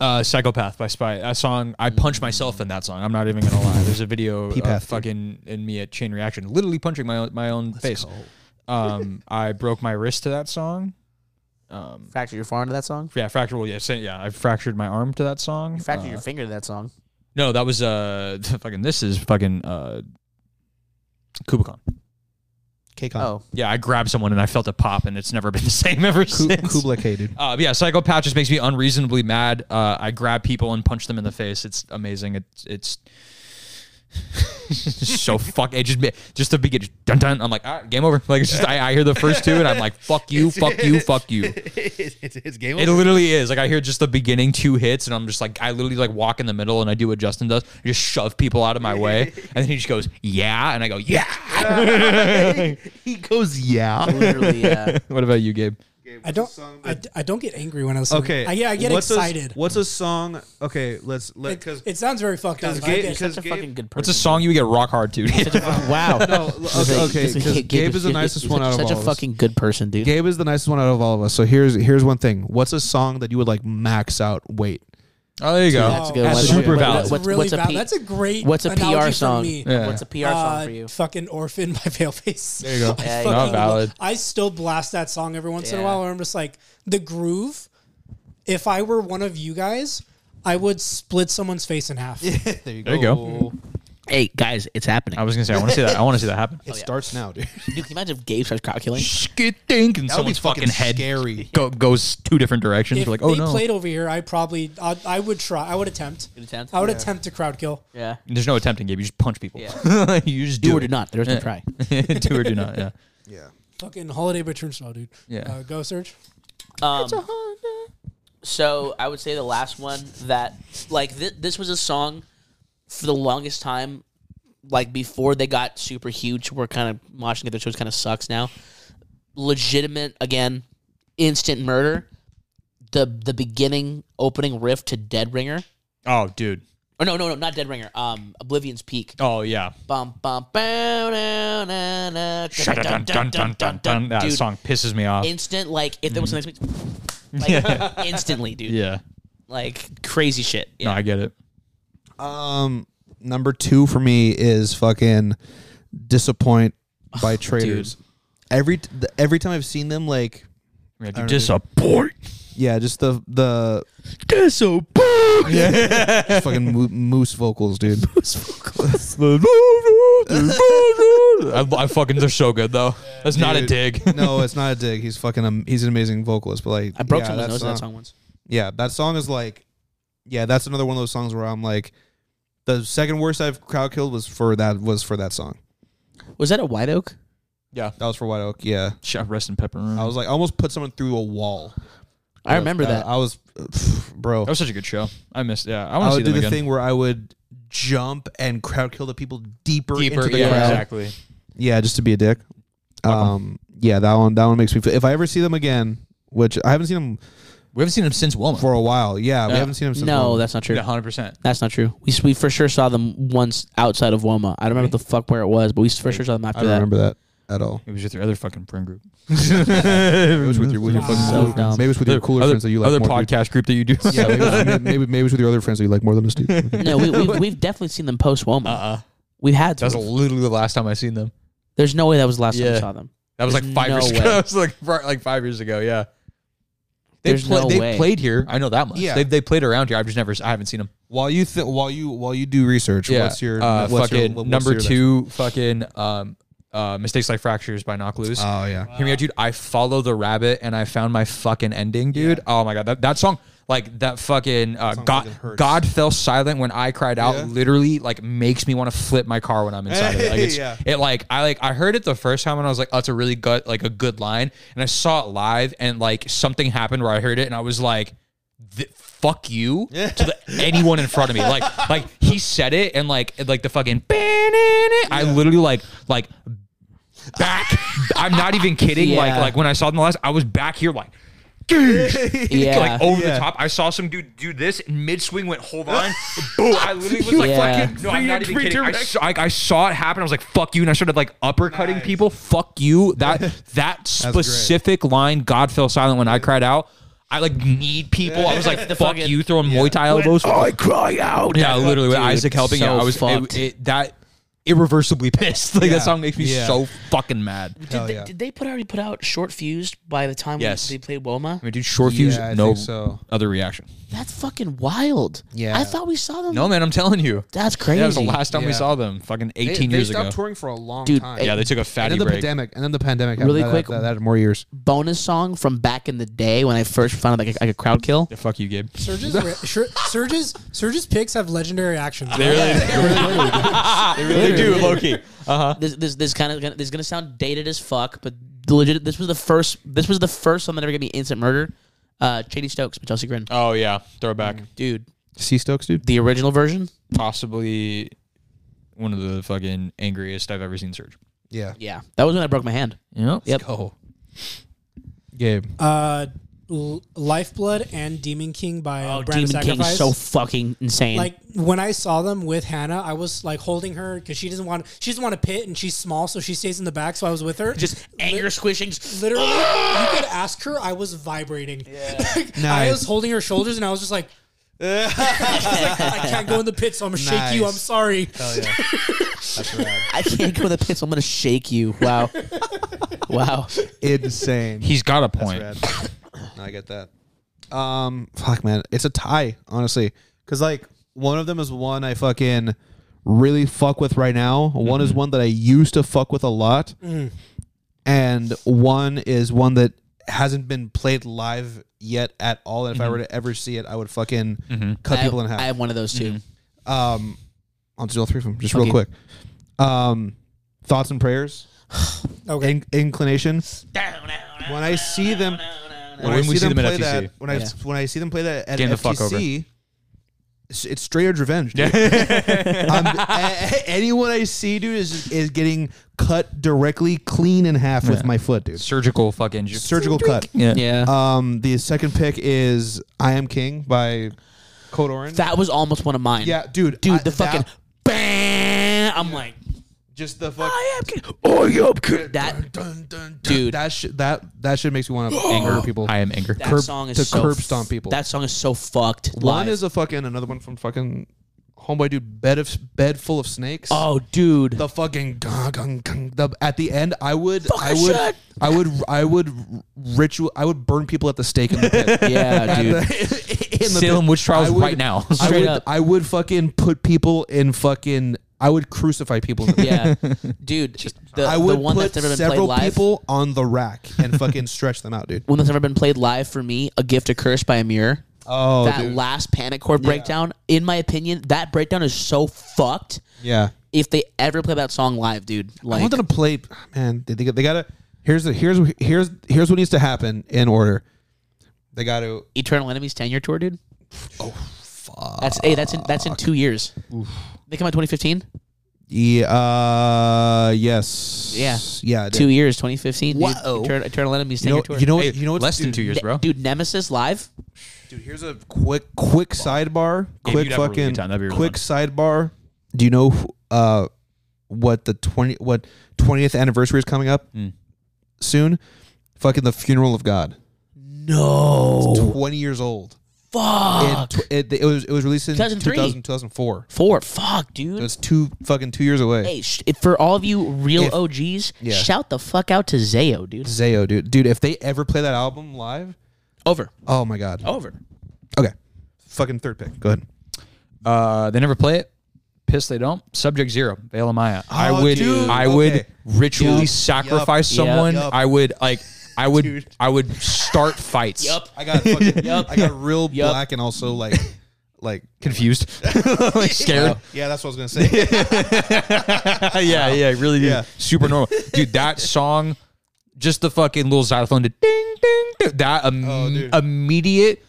Speaker 3: Uh, Psychopath by Spy. That song, I punch myself in that song. I'm not even gonna lie. There's a video
Speaker 1: P-Path,
Speaker 3: of
Speaker 1: dude.
Speaker 3: fucking in me at Chain Reaction, literally punching my own, my own face. Um, I broke my wrist to that song. Um,
Speaker 2: fracture your forearm to that song
Speaker 3: yeah, fractured. Well, yeah, sa- yeah. I fractured my arm to that song.
Speaker 2: You fractured
Speaker 3: Uh,
Speaker 2: your finger to that song.
Speaker 3: No, that was uh fucking. This is fucking uh, Kubicon.
Speaker 1: KCON.
Speaker 2: Oh,
Speaker 3: Yeah, I grabbed someone and I felt a pop, and it's never been the same ever
Speaker 1: Ku-
Speaker 3: since.
Speaker 1: Kublai K, dude.
Speaker 3: Uh, yeah, psychopath just makes me unreasonably mad. Uh, I grab people and punch them in the face. It's amazing. It's it's so fuck. It just ma- just the beginning. just Dun dun. I'm like, all right, game over. Like it's just I, I hear the first two and I'm like, fuck you, fuck you, fuck you.
Speaker 6: it's, it's, it's game
Speaker 3: It literally is. Like I hear just the beginning two hits and I'm just like, I literally like walk in the middle and I do what Justin does. I just shove people out of my way and then he just goes, yeah, and I go, yeah.
Speaker 1: He goes, yeah.
Speaker 2: literally, uh, yeah.
Speaker 3: what about you, Gabe?
Speaker 4: I don't. I, I don't get angry when I listen.
Speaker 1: Okay.
Speaker 4: I, yeah, I get
Speaker 1: what's
Speaker 4: excited.
Speaker 1: A, what's a song? Okay, let's let
Speaker 4: it,
Speaker 1: because
Speaker 4: it sounds very fucked up.
Speaker 1: because
Speaker 4: but I get-
Speaker 2: Such a fucking good person.
Speaker 3: What's a song you would get rock hard to? dude?
Speaker 2: wow.
Speaker 1: okay, okay, 'cause Gabe is the nicest one out of
Speaker 2: such
Speaker 1: all
Speaker 2: a
Speaker 1: of us.
Speaker 2: fucking good person, dude.
Speaker 1: Gabe is the nicest one out of all of us. So here's here's one thing. What's a song that you would like max out weight?
Speaker 3: oh, there you go.
Speaker 2: That's a good
Speaker 4: That's
Speaker 2: one.
Speaker 3: super valid.
Speaker 4: That's
Speaker 2: What's,
Speaker 4: really
Speaker 2: what's a
Speaker 4: valid.
Speaker 2: P-
Speaker 4: That's a great.
Speaker 2: what's a
Speaker 4: analogy
Speaker 2: PR
Speaker 4: for
Speaker 2: song?
Speaker 4: me.
Speaker 3: Yeah.
Speaker 2: What's a PR song
Speaker 4: Uh,
Speaker 2: for you?
Speaker 4: Fucking Orphan by Paleface. There you
Speaker 1: go.
Speaker 2: Yeah, yeah.
Speaker 3: Not valid.
Speaker 4: I still blast that song every once in a
Speaker 2: Yeah.
Speaker 4: while where I'm just like, the groove, if I were one of you guys, I would split someone's face in half.
Speaker 1: There you
Speaker 3: There you go.
Speaker 2: Hey guys, it's happening.
Speaker 3: I was gonna say I want to see that. I want to see that happen.
Speaker 1: It starts now, dude.
Speaker 2: Dude, can you imagine if Gabe starts croculating?
Speaker 3: Skitink and
Speaker 1: That would be
Speaker 3: someone's fucking,
Speaker 1: fucking
Speaker 3: head
Speaker 1: scary.
Speaker 3: Go, goes two different directions.
Speaker 4: If
Speaker 3: We're like, oh
Speaker 4: they
Speaker 3: no,
Speaker 4: played over here, I probably I, I would try. I would attempt.
Speaker 2: You'd attempt?
Speaker 4: I would attempt to crowd kill.
Speaker 2: Yeah.
Speaker 3: there's no attempting, Gabe. You just punch people. you just do,
Speaker 2: Do, or
Speaker 3: it.
Speaker 2: do not. There's no
Speaker 3: Yeah.
Speaker 2: try.
Speaker 3: do or do not. Yeah.
Speaker 1: Yeah.
Speaker 4: Fucking holiday by turnstile, dude.
Speaker 3: Yeah.
Speaker 4: Uh, go search.
Speaker 2: Um, so I would say the last one that like th- this was a song for the longest time, like before they got super huge. We're kind of moshing at their shows kind of sucks now. Legitimate again, instant murder. The the beginning opening riff to Dead Ringer.
Speaker 3: Oh, dude.
Speaker 2: Or no no no not Dead Ringer. Um, Oblivion's Peak.
Speaker 3: Oh, yeah.
Speaker 2: Bum bum. bow, na, na, na,
Speaker 3: Dun, dun, dun, dun, dun, dun. That
Speaker 2: Dude,
Speaker 3: song pisses me off.
Speaker 2: instant like if there was the next week, like instantly, dude.
Speaker 3: yeah.
Speaker 2: Like crazy shit. Yeah.
Speaker 3: No, I get it.
Speaker 1: Um, number two for me is fucking disappoint by traders. Every t- the, every time I've seen them, like
Speaker 3: We have
Speaker 1: I
Speaker 3: to
Speaker 1: don't
Speaker 3: disappoint.
Speaker 1: yeah, just the the
Speaker 3: Disappoint. Yeah.
Speaker 1: fucking mo- moose vocals, dude.
Speaker 3: I, I fucking, they're so good, though. That's not a
Speaker 1: Dude.
Speaker 3: dig.
Speaker 1: no, it's not a dig. He's fucking um, he's an amazing vocalist, but like
Speaker 2: I broke
Speaker 1: yeah, uh,
Speaker 2: someone's
Speaker 1: that
Speaker 2: nose in
Speaker 1: song-
Speaker 2: that song once.
Speaker 1: Yeah, that song is like yeah, that's another one of those songs where I'm like the second worst I've crowd killed was for that was for that song.
Speaker 2: Was that a White Oak?
Speaker 1: That was for White Oak. Yeah,
Speaker 3: Shit, Rest in pepperoni.
Speaker 1: I was like I almost put someone through a wall.
Speaker 2: I remember that.
Speaker 1: uh, I was bro.
Speaker 3: that was such a good show. I missed. Yeah, I
Speaker 1: I
Speaker 3: want to see
Speaker 1: would do
Speaker 3: them
Speaker 1: the
Speaker 3: again.
Speaker 1: thing where I would jump and crowd kill the people deeper, into the
Speaker 3: yeah,
Speaker 1: crowd.
Speaker 3: exactly.
Speaker 1: Yeah, just to be a dick. Um, yeah, that one. That one makes me feel. If I ever see them again, which I haven't seen them
Speaker 3: We haven't seen them since Wilma.
Speaker 1: for a while. Yeah, we
Speaker 3: Yeah.
Speaker 1: haven't seen them since.
Speaker 2: no,
Speaker 1: Wilma.
Speaker 2: that's not true.
Speaker 3: Yeah, 100%.
Speaker 2: That's not true. We, s- we for sure saw them once outside of Woma. I don't remember the fuck where it was, but we for sure saw them
Speaker 1: I
Speaker 2: after
Speaker 1: don't
Speaker 2: that.
Speaker 1: remember that at all.
Speaker 3: It was with your other fucking friend group.
Speaker 1: It was with your, with your fucking
Speaker 2: So
Speaker 1: cooler
Speaker 2: dumb.
Speaker 1: friends. Maybe it's with your cooler
Speaker 3: other
Speaker 1: friends that you like
Speaker 3: other
Speaker 1: more.
Speaker 3: podcast group that you do.
Speaker 1: Yeah, maybe, it's- maybe, maybe, maybe it's with your other friends that you like more than us, dude.
Speaker 2: No, we, we've, we've definitely seen them post Woma.
Speaker 3: Uh-uh.
Speaker 2: We've had
Speaker 3: That was
Speaker 2: to.
Speaker 3: literally the last time I seen them.
Speaker 2: There's no way that was the last time
Speaker 3: Yeah.
Speaker 2: we saw them.
Speaker 3: That was
Speaker 2: There's
Speaker 3: like five
Speaker 2: no
Speaker 3: years
Speaker 2: way.
Speaker 3: ago. That was like fr- like five years ago. Yeah. They
Speaker 2: There's
Speaker 3: play,
Speaker 2: no
Speaker 3: they
Speaker 2: way.
Speaker 3: played here. I know that much.
Speaker 1: Yeah.
Speaker 3: They they played around here. I've just never. I haven't seen them.
Speaker 1: while you th- while you while you do research,
Speaker 3: Yeah.
Speaker 1: what's your
Speaker 3: uh,
Speaker 1: what's your-
Speaker 3: fucking
Speaker 1: what's
Speaker 3: number
Speaker 1: your-
Speaker 3: two? Fucking um, uh, mistakes like fractures by knock loose.
Speaker 1: Oh yeah,
Speaker 3: Hear me out, dude. I follow the rabbit and I found my fucking ending, dude. Oh my god, that, that song, like that fucking uh, God,
Speaker 1: fucking hurts.
Speaker 3: God fell silent when I cried out.
Speaker 1: Yeah.
Speaker 3: Literally, like makes me want to flip my car when I'm inside of it. Like it's,
Speaker 1: Yeah.
Speaker 3: it like I like I heard it the first time and I was like, oh, that's a really good like a good line. And I saw it live and like something happened where I heard it and I was like. "Th- fuck you to the, anyone in front of me. Like, like he said it, and like, like the fucking. I literally like, like back. I'm not even kidding. Like
Speaker 2: Yeah.
Speaker 3: like when I saw them the last, I was back here like. yeah. Like over
Speaker 1: Yeah.
Speaker 3: the top. I saw some dude do this and mid swing went, hold on. Boom. I literally was like,
Speaker 2: Yeah.
Speaker 3: fucking, no, I'm not even kidding. I saw, I, I saw it happen. I was like, fuck you. And I started like uppercutting people. Fuck you. That that
Speaker 1: great.
Speaker 3: specific line, God fell silent when I cried out. I like need people. I was like,
Speaker 2: The
Speaker 3: fuck
Speaker 2: fucking-
Speaker 3: you, throwing Muay Thai elbows. I cry out. Yeah, literally with
Speaker 2: Dude,
Speaker 3: Isaac helping
Speaker 2: so
Speaker 3: out. I was
Speaker 2: fucked.
Speaker 3: it, it, that irreversibly pissed. Like
Speaker 1: Yeah.
Speaker 3: that song makes me
Speaker 1: Yeah.
Speaker 3: so fucking mad.
Speaker 1: Hell
Speaker 2: Did they,
Speaker 1: yeah.
Speaker 2: did they put already put out Short Fused by the time
Speaker 3: Yes.
Speaker 2: we, they played Woma?
Speaker 3: I mean, dude, short fuse,
Speaker 1: Yeah, I
Speaker 3: no
Speaker 1: think so.
Speaker 3: other reaction.
Speaker 2: That's fucking wild.
Speaker 1: Yeah.
Speaker 2: I thought we saw them.
Speaker 3: No, man, I'm telling you.
Speaker 2: That's crazy.
Speaker 3: That was the last time we
Speaker 1: Yeah.
Speaker 3: saw them, fucking
Speaker 1: They-
Speaker 3: 18
Speaker 1: they
Speaker 3: years
Speaker 1: stopped
Speaker 3: ago.
Speaker 1: touring for a long
Speaker 2: Dude,
Speaker 1: time.
Speaker 2: it-
Speaker 3: yeah, they took a
Speaker 1: and
Speaker 3: fatty
Speaker 1: then the
Speaker 3: break.
Speaker 1: pandemic, and then the pandemic.
Speaker 2: Really
Speaker 1: happened. That-
Speaker 2: quick-
Speaker 1: that, that, had more years.
Speaker 2: bonus song from back in the day when I first found out like I could crowd kill.
Speaker 3: Yeah, fuck you, Gabe.
Speaker 4: Surges, Sur- surges, surges. Picks have legendary actions.
Speaker 3: They do, Loki.
Speaker 2: This this this kind of gonna, this is gonna sound dated as fuck, but legit. This was the first. This was the first song that ever gave me instant murder. Uh, Chady Stokes, by Chelsea Grin,
Speaker 3: Oh yeah, throwback.
Speaker 2: dude.
Speaker 1: Sea Stokes, dude.
Speaker 2: The original version.
Speaker 3: Possibly one of the fucking angriest I've ever seen Surge.
Speaker 1: Yeah.
Speaker 2: Yeah, that was when I broke my hand.
Speaker 3: Yeah.
Speaker 2: Yep.
Speaker 1: Go. Gabe.
Speaker 4: Uh, L- Lifeblood and Demon King by uh,
Speaker 2: Oh,
Speaker 4: Brand of
Speaker 2: Demon King
Speaker 4: Sacrifice.
Speaker 2: is so fucking insane.
Speaker 4: like when I saw them with Hannah, I was like holding her because she doesn't want she doesn't want to pit and she's small, so she stays in the back. So I was with her.
Speaker 2: just anger squishings.
Speaker 4: literally, you could ask her. I was vibrating. Like, I
Speaker 1: Nice.
Speaker 4: was holding her shoulders, and I was just like, I, was like, I can't go in the pit, so I'm gonna shake you. I'm
Speaker 1: Nice.
Speaker 4: sorry.
Speaker 1: Hell yeah. That's rad.
Speaker 2: I can't go to the pits. I'm gonna shake you. Wow. wow.
Speaker 1: Insane.
Speaker 3: He's got a point.
Speaker 1: That's rad. No, I get that. Um, fuck, man, it's a tie, honestly, because like one of them is one I fucking really fuck with right now. One is one that I used to fuck with a lot, and one is one that hasn't been played live yet at all. And if I were to ever see it, I would fucking cut people in half.
Speaker 2: I have one of those too.
Speaker 1: um, I'll do all three of them just real
Speaker 2: Okay.
Speaker 1: quick. Um, thoughts and prayers.
Speaker 4: Okay.
Speaker 1: In- inclination. When I see them, when, I
Speaker 3: When
Speaker 1: see
Speaker 3: we see
Speaker 1: them
Speaker 3: them
Speaker 1: play
Speaker 3: at
Speaker 1: that,
Speaker 3: FTC.
Speaker 1: when I
Speaker 2: Yeah.
Speaker 1: when I see them play that at
Speaker 3: Game the fuck over.
Speaker 1: FTC, it's, it's straight edge revenge. Dude. I'm, a- a- anyone I see, dude, is is getting cut directly clean in half with my foot, dude.
Speaker 3: Surgical fucking ju-
Speaker 1: Surgical cut.
Speaker 3: Yeah.
Speaker 2: Yeah.
Speaker 1: Um, the second pick is "I Am King" by Code Orange.
Speaker 2: that was almost one of mine.
Speaker 1: yeah, dude,
Speaker 2: Dude,
Speaker 1: I-
Speaker 2: the
Speaker 1: that-
Speaker 2: fucking bam. I'm like,
Speaker 1: just the fuck.
Speaker 2: I am kid. Oh, you am kid. That
Speaker 1: dun, dun, dun.
Speaker 2: Dude.
Speaker 1: That shit that that shit makes me want to anger people.
Speaker 3: I am anger.
Speaker 2: that
Speaker 1: Curb-
Speaker 2: song is
Speaker 1: to
Speaker 2: so
Speaker 1: curb stomp people.
Speaker 2: That song is so fucked.
Speaker 1: one
Speaker 2: live.
Speaker 1: is a fucking another one from fucking homeboy dude bed of bed full of snakes.
Speaker 2: oh, dude.
Speaker 1: the fucking gung, gung, gung, the, at the end, I would
Speaker 2: Fuck
Speaker 1: I
Speaker 2: that
Speaker 1: would
Speaker 2: shit.
Speaker 1: I would I would ritual I would burn people at the stake in the pit.
Speaker 2: yeah,
Speaker 1: At the-
Speaker 2: dude.
Speaker 1: in the
Speaker 3: Salem
Speaker 1: pit.
Speaker 3: witch trials
Speaker 1: I would-
Speaker 3: right now.
Speaker 1: I
Speaker 2: Straight
Speaker 1: would,
Speaker 2: up.
Speaker 1: I would fucking put people in fucking I would crucify people. In the pit.
Speaker 2: yeah, dude. the,
Speaker 1: I would
Speaker 2: the one
Speaker 1: put
Speaker 2: that's never been played
Speaker 1: several
Speaker 2: live.
Speaker 1: people on the rack and fucking stretch them out, dude.
Speaker 2: one that's never been played live for me, "A Gift or Curse" by Amir.
Speaker 1: Oh,
Speaker 2: that
Speaker 1: dude.
Speaker 2: last panic chord breakdown, in my opinion, that breakdown is so fucked.
Speaker 1: yeah.
Speaker 2: If they ever play that song live, dude,
Speaker 1: I
Speaker 2: like
Speaker 1: want them to play. Man, they, they, they gotta. Here's the here's here's here's what needs to happen in order. They got to.
Speaker 2: Eternal Enemies ten year tour, dude. Oh fuck. That's hey, that's in that's in two years. They come out twenty fifteen.
Speaker 1: Yeah. Uh, yes.
Speaker 2: Yeah.
Speaker 1: Yeah. dude.
Speaker 2: Two years, twenty fifteen.
Speaker 1: Whoa.
Speaker 2: Eternal, Eternal Enemies
Speaker 1: You
Speaker 2: ten
Speaker 1: know.
Speaker 2: year tour.
Speaker 1: You know.
Speaker 3: Hey,
Speaker 1: what- you know. what's-
Speaker 3: less than
Speaker 1: dude,
Speaker 3: two years,
Speaker 2: Ne-
Speaker 3: bro.
Speaker 2: dude, Nemesis live.
Speaker 1: Dude, here's a quick quick sidebar.
Speaker 3: Yeah,
Speaker 1: Quick
Speaker 3: you'd have a really
Speaker 1: fucking
Speaker 3: good time. That'd be really
Speaker 1: quick sidebar. Do you know wh- uh what the twenty what twentieth anniversary is coming up
Speaker 3: Mm.
Speaker 1: soon? Fucking the funeral of God.
Speaker 2: No.
Speaker 3: Oh.
Speaker 1: Twenty years old.
Speaker 2: Fuck.
Speaker 1: And tw- it, it was it was released in
Speaker 2: 2003.
Speaker 1: 2000, 2004.
Speaker 2: Four. Fuck, dude.
Speaker 1: It was two fucking two years away.
Speaker 2: Hey, sh- if for all of you real
Speaker 1: If-
Speaker 2: OGs,
Speaker 1: yeah.
Speaker 2: shout the fuck out to Zayo, dude.
Speaker 1: Zayo, dude. Dude, if they ever play that album live,
Speaker 2: Over.
Speaker 1: oh my god.
Speaker 2: Over.
Speaker 1: Okay. Fucking third pick. Go ahead.
Speaker 3: Uh, they never play it. Piss, they don't. Subject zero, Vela Maya. I
Speaker 1: Oh,
Speaker 3: would,
Speaker 1: dude.
Speaker 3: I would
Speaker 1: Okay.
Speaker 3: ritually
Speaker 1: Yup.
Speaker 3: sacrifice
Speaker 1: Yup.
Speaker 3: someone.
Speaker 1: Yup.
Speaker 3: I would like, I would,
Speaker 1: Dude.
Speaker 3: I would start fights.
Speaker 2: Yup.
Speaker 1: I got fucking, I got real
Speaker 2: Yup.
Speaker 1: black and also like like
Speaker 3: Confused, scared.
Speaker 1: yeah, that's what I was gonna say.
Speaker 3: yeah, yeah, really, dude.
Speaker 1: Yeah.
Speaker 3: super normal, dude. That song, just the fucking little xylophone, did ding, ding, ding, that im-
Speaker 1: Oh, dude.
Speaker 3: immediate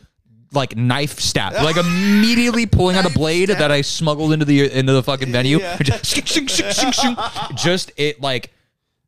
Speaker 3: like knife stab, like immediately pulling out a blade that I smuggled into the into the fucking venue. Just, shing, shing, shing, shing, shing. Just it like.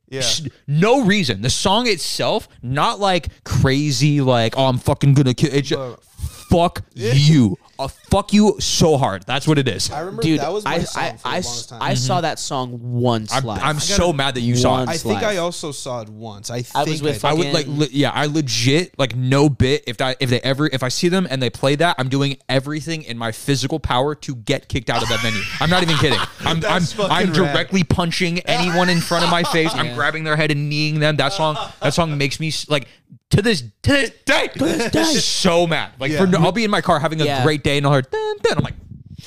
Speaker 1: yeah.
Speaker 3: Sh- no reason. The song itself, not like crazy, like oh, I'm fucking gonna kill. It's just, fuck you, uh, fuck you so hard. That's what it is.
Speaker 1: I remember
Speaker 2: Dude,
Speaker 1: that was my
Speaker 2: I,
Speaker 1: song
Speaker 2: I,
Speaker 1: for the
Speaker 2: I,
Speaker 1: longest time.
Speaker 2: I saw that song once
Speaker 3: Mm-hmm. I'm,
Speaker 2: live.
Speaker 3: I'm so mad that you saw it.
Speaker 2: One-
Speaker 1: I
Speaker 2: it's
Speaker 1: think
Speaker 2: live.
Speaker 1: I also saw it once. I think
Speaker 2: I was with
Speaker 1: I
Speaker 3: I
Speaker 1: did.
Speaker 3: would like,
Speaker 2: Again.
Speaker 3: le- yeah, I legit like no bit. If that, if they ever, if I see them and they play that, I'm doing everything in my physical power to get kicked out of that venue. I'm not even kidding. I'm, I'm,
Speaker 1: That's
Speaker 3: I'm
Speaker 1: fucking rad.
Speaker 3: directly punching anyone in front of my face. I'm grabbing their head and kneeing them. That song, that song makes me s- like to this to this day, so mad. Like for no, I'll be in my car having a
Speaker 2: Yeah.
Speaker 3: great day and I'll hear dun, dun. I'm like.